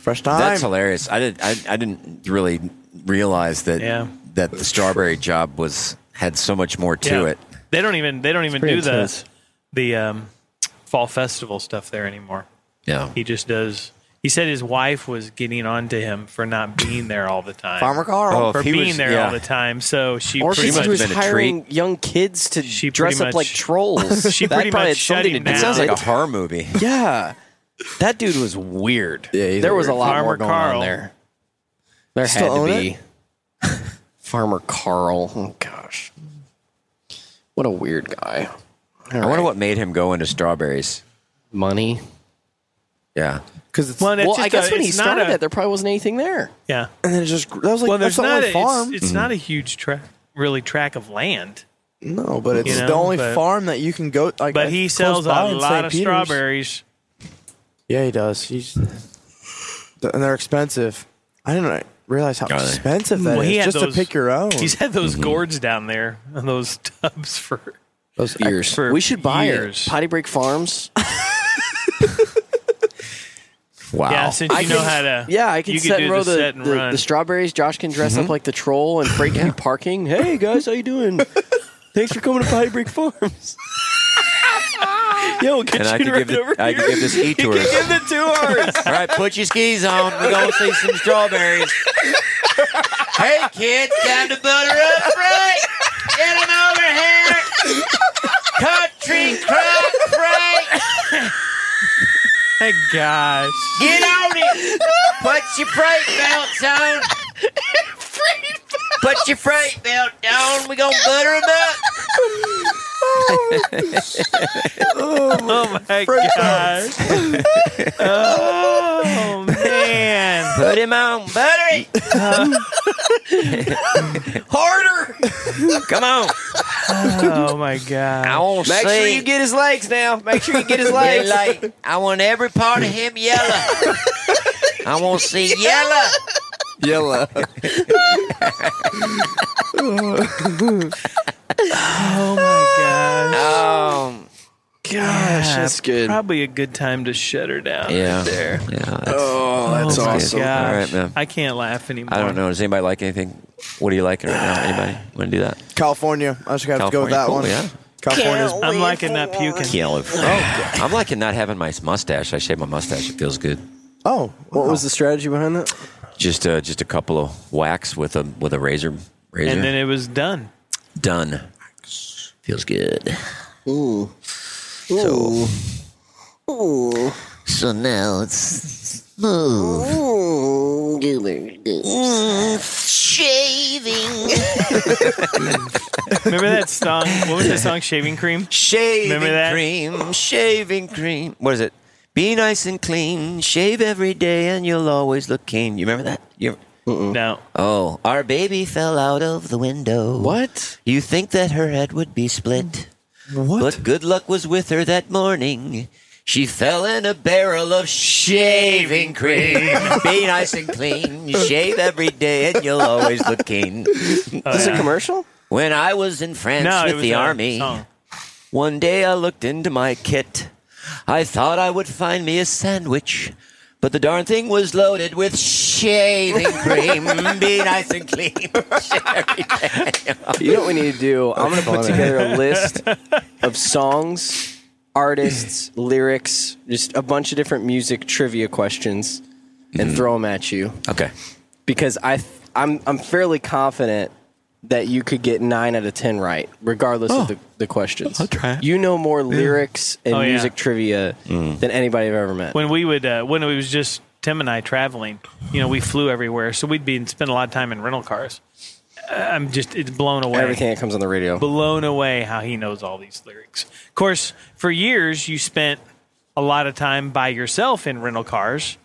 C: Fresh time.
B: that's hilarious. I didn't, I, I didn't really realize that
D: Yeah.
B: that the strawberry job was had so much more to
D: Yeah.
B: it.
D: They don't even they don't even do
E: pretty
D: the
E: intense.
D: the um, fall festival stuff there anymore.
B: Yeah,
D: He just does. He said his wife was getting on to him for not being there all the time.
C: Farmer Carl.
B: Oh,
D: for
B: if he
D: being
B: was-
D: there
B: yeah.
D: all the time. So she
E: Or
D: pretty
E: she
B: much
D: much
E: was
B: been a
E: hiring young kids to
D: She
E: dress
D: pretty
E: up like
D: much-
E: trolls.
D: [LAUGHS] she
E: That
D: pretty much
E: probably had
D: shut
E: something to
D: him
E: do
D: down.
B: it
E: with
B: sounds like
E: it.
B: a horror movie.
E: Yeah. That dude was weird.
C: he's
E: there was
C: weird.
E: a lot
D: Farmer
E: more going
D: Carl.
E: on there. There
C: Still
E: had
C: own
E: to
C: it?
E: be. [LAUGHS] Farmer Carl. Oh gosh. What a weird guy. All
B: I wonder
E: right.
B: what made him go into strawberries.
E: money.
B: Yeah,
C: Because it's
D: Well, and it's
E: well, I
D: just
E: guess
D: a-
E: when he
D: it's not
E: started
D: a-
E: that, there probably wasn't anything there.
D: yeah.
C: and then it just that was like
D: Well,
C: that's
D: there's
C: the
D: not
C: only
D: a,
C: farm.
D: it's, it's not a huge track, really track of land.
C: No, but it's
D: You know,
C: the only
D: but-
C: farm that you can go. Like,
D: But
C: that's
D: he
C: close
D: sells a
C: by in
D: lot
C: St.
D: of
C: Peter's.
D: strawberries.
C: Yeah, he does. He's and they're expensive. I didn't realize how
B: Are they?
C: expensive that is.
D: Well, he had
C: just
D: those-
C: to pick your own.
D: [LAUGHS] He's had those gourds down there and those [LAUGHS] tubs for
E: Those years.
D: for
E: we should buy
D: years.
E: it. Potty Break Farms.
B: wow.
D: Yeah, since you know
E: can-
D: how to.
E: Yeah, I can
D: you
E: set
D: do
E: and roll the,
D: set and
E: the-
D: run.
E: the strawberries. Josh can dress
B: Mm-hmm.
E: up like the troll and
B: [LAUGHS]
E: Frank can be parking. Hey guys, how you doing? Thanks for coming to Potty
B: [LAUGHS]
E: Break Farms. Yo, we'll get
B: and
E: you
B: I could
E: right
B: give the,
E: over
B: I could
E: here.
B: give this
E: [LAUGHS]
B: e tour.
E: give the
B: [LAUGHS]
E: tours.
B: All right, put your skis on. We're gonna see some strawberries.
E: [LAUGHS]
B: hey kids, time to butter up right. Get 'em over here. Country crop right.
D: Thank gosh.
B: Get on it. Put your freight belts on. Put your freight belt down. We're gonna butter 'em up.
D: Oh [LAUGHS] my god! oh man!
B: Put him on, buddy. [LAUGHS] Harder. Come on.
D: Oh my
B: I
D: god!
B: want to
E: Make
B: see.
E: sure you get his legs now. Make sure
B: [LAUGHS]
E: you get his legs.
B: like, I want every part of him yellow. I want to
E: [LAUGHS]
B: see yellow.
I: Yellow.
D: Oh my gosh!
B: Um,
E: Gosh, that's good.
D: Probably a good time to shut her down.
B: yeah.
E: there.
B: Yeah. That's,
E: Oh, that's
D: oh my
E: awesome.
D: gosh!
B: All right, man.
D: I can't laugh anymore.
B: I don't know. Does anybody like anything? What are you liking right
E: [SIGHS]
B: now? Anybody want to do that?
C: California. I just got to go with
B: California. Cool,
C: that one.
B: yeah.
C: California's
D: I'm liking that puking.
B: Oh, I'm liking not having my mustache. I shave my mustache. It feels good.
C: Oh,
K: What was the strategy behind that?
B: Just uh, just a couple of whacks with a with a razor razor.
D: And then it was done.
B: done. Feels good.
F: Ooh. Ooh. Ooh. So now it's move. Ooh. Mm, [LAUGHS] Shaving.
D: Remember that song? What was that song? Shaving cream.
B: Shaving
D: Remember that?
B: cream, shaving cream. What is it? Be nice and clean, shave every day, and you'll always look keen. You
D: Uh,
B: remember that? You
D: no.
B: Oh, our baby fell out of the window. What? You think that her head would be split? What? But good luck was with her that morning. She fell in a barrel of shaving cream. [LAUGHS] Be nice and clean, shave every day, and you'll always look keen. Oh,
E: Is this a commercial?
B: When I was in France
E: No, it
B: with
E: was
B: the
E: a
B: army,
E: song.
B: one day I looked into my kit. I thought I would find me a sandwich, but the darn thing was loaded with shaving
E: [LAUGHS]
B: cream. Be nice and clean.
E: You know what we need to do? I'm going to put together
B: [LAUGHS]
E: a list of songs, artists, lyrics, just a bunch of different music trivia questions,
B: Mm-hmm.
E: and throw them at you.
B: Okay.
E: Because I, th- I'm, I'm fairly confident that you could get nine out of ten right, regardless
K: Oh.
E: of the, the questions.
K: I'll try it.
E: You know more lyrics and
D: Oh, yeah.
E: music trivia
B: Mm.
E: than anybody I've ever met.
D: When we would, uh, when it was just Tim and I traveling, you know, we flew everywhere, so we'd be and spend a lot of time in rental cars. Uh, I'm just, it's blown away.
E: Everything that comes on the radio.
D: Blown away how he knows all these lyrics. Of course, for years you spent a lot of time by yourself in rental cars,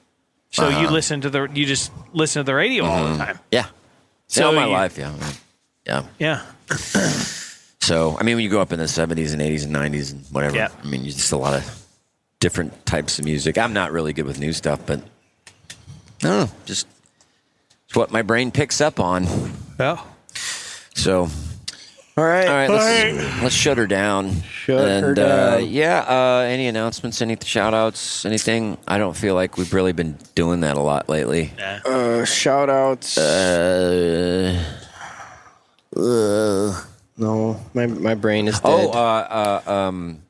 D: so you
B: Uh-huh.
D: listen to the, you just listen to the radio all the time.
B: Yeah.
D: So
B: So my
D: you-
B: life, yeah, man. yeah.
D: Yeah.
B: So I mean, when you grow up in the seventies and eighties and nineties and whatever,
D: Yeah.
B: I mean, you just a lot of different types of music. I'm not really good with new stuff, but I don't know, just it's what my brain picks up on.
D: Oh.
B: So.
E: All right.
B: All right. Let's, let's shut her down. Shut and,
E: her
B: Uh,
E: down.
B: yeah. Uh, any announcements? Any shout outs? Anything? I don't feel like we've really been doing that a lot lately.
E: Uh, shout outs.
B: Uh,
E: no, my my brain is
B: Oh,
E: dead.
B: uh, uh, um,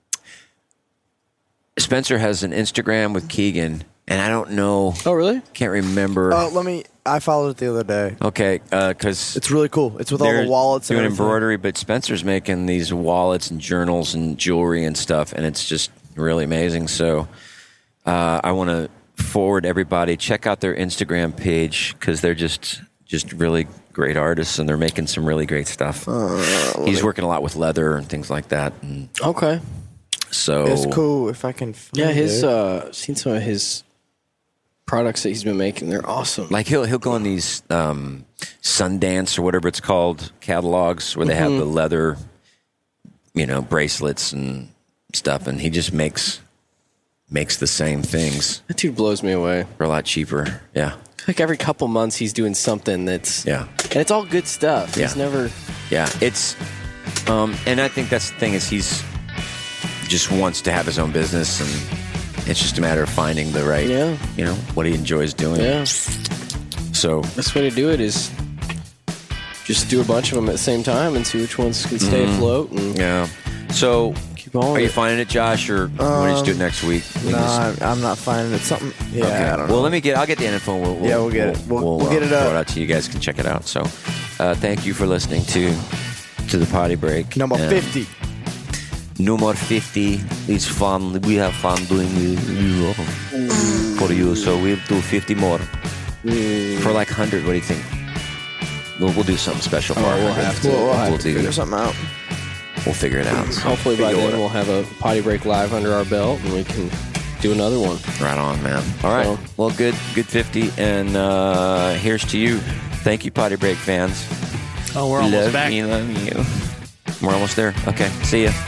B: Spencer has an Instagram with Keegan, and I don't know.
E: Oh, really?
B: Can't remember.
C: Uh, let me. I followed it the other day.
B: okay, because
C: It's really cool. It's with all the wallets and
B: doing
C: everything.
B: embroidery, but Spencer's making these wallets and journals and jewelry and stuff, and it's just really amazing. So uh, I want to forward everybody check out their Instagram page because they're just just really great artists and they're making some really great stuff.
C: Uh,
B: He's working a lot with leather and things like that. And
E: okay.
B: so
C: It's cool if I can. Find
E: Yeah, his
C: it.
E: uh seen some of his products that he's been making. They're awesome.
B: Like he'll he'll go on these um, Sundance or whatever it's called catalogs where they have the
E: Mm-hmm.
B: leather, you know, bracelets and stuff, and he just makes makes the same things
E: That dude blows me away.
B: for a lot cheaper. Yeah,
E: Like every couple months he's doing something that's
B: yeah,
E: and it's all good stuff. He's
B: Yeah.
E: never
B: yeah. It's um, and I think that's the thing is he's just wants to have his own business, and it's just a matter of finding the right,
E: Yeah.
B: you know, what he enjoys doing.
E: Yeah.
B: So
E: Best way to do it is just do a bunch of them at the same time and see which ones can
B: Mm-hmm.
E: stay afloat and
B: yeah. So
E: keep on.
B: Are
E: with
B: you
E: it. Um,
B: finding it, Josh, or we want to just do it next week? We
C: Nah,
B: can just-
C: I'm- I'm not finding it. Something. Yeah,
B: okay.
C: I don't know.
B: Well, let me get. I'll get the info. We'll, we'll,
C: Yeah, we'll get it. We'll- we'll
B: uh,
C: get it
B: throw
C: up.
B: out to you You guys. Can check it out. So, uh, thank you for listening to to the potty break
C: Number
B: And
C: fifty.
B: Number fifty. It's fun. We have fun doing it for you. So we'll do fifty more
C: Mm.
B: for like hundred. What do you think? We'll, we'll do something special for
E: Oh,
B: our
E: we'll
B: 100.
E: have to.
C: We'll, we'll have to
B: do-
C: figure something out.
B: We'll figure it out. So.
E: Hopefully by then we'll have a potty break live under our belt and we can do another one.
B: Right on, man. All right.
E: So-
B: well, good, good fifty, and uh, here's to you. Thank you, Potty Break fans.
D: Oh, we're
B: love
D: almost back.
B: you, love you. We're almost there. Okay, see ya.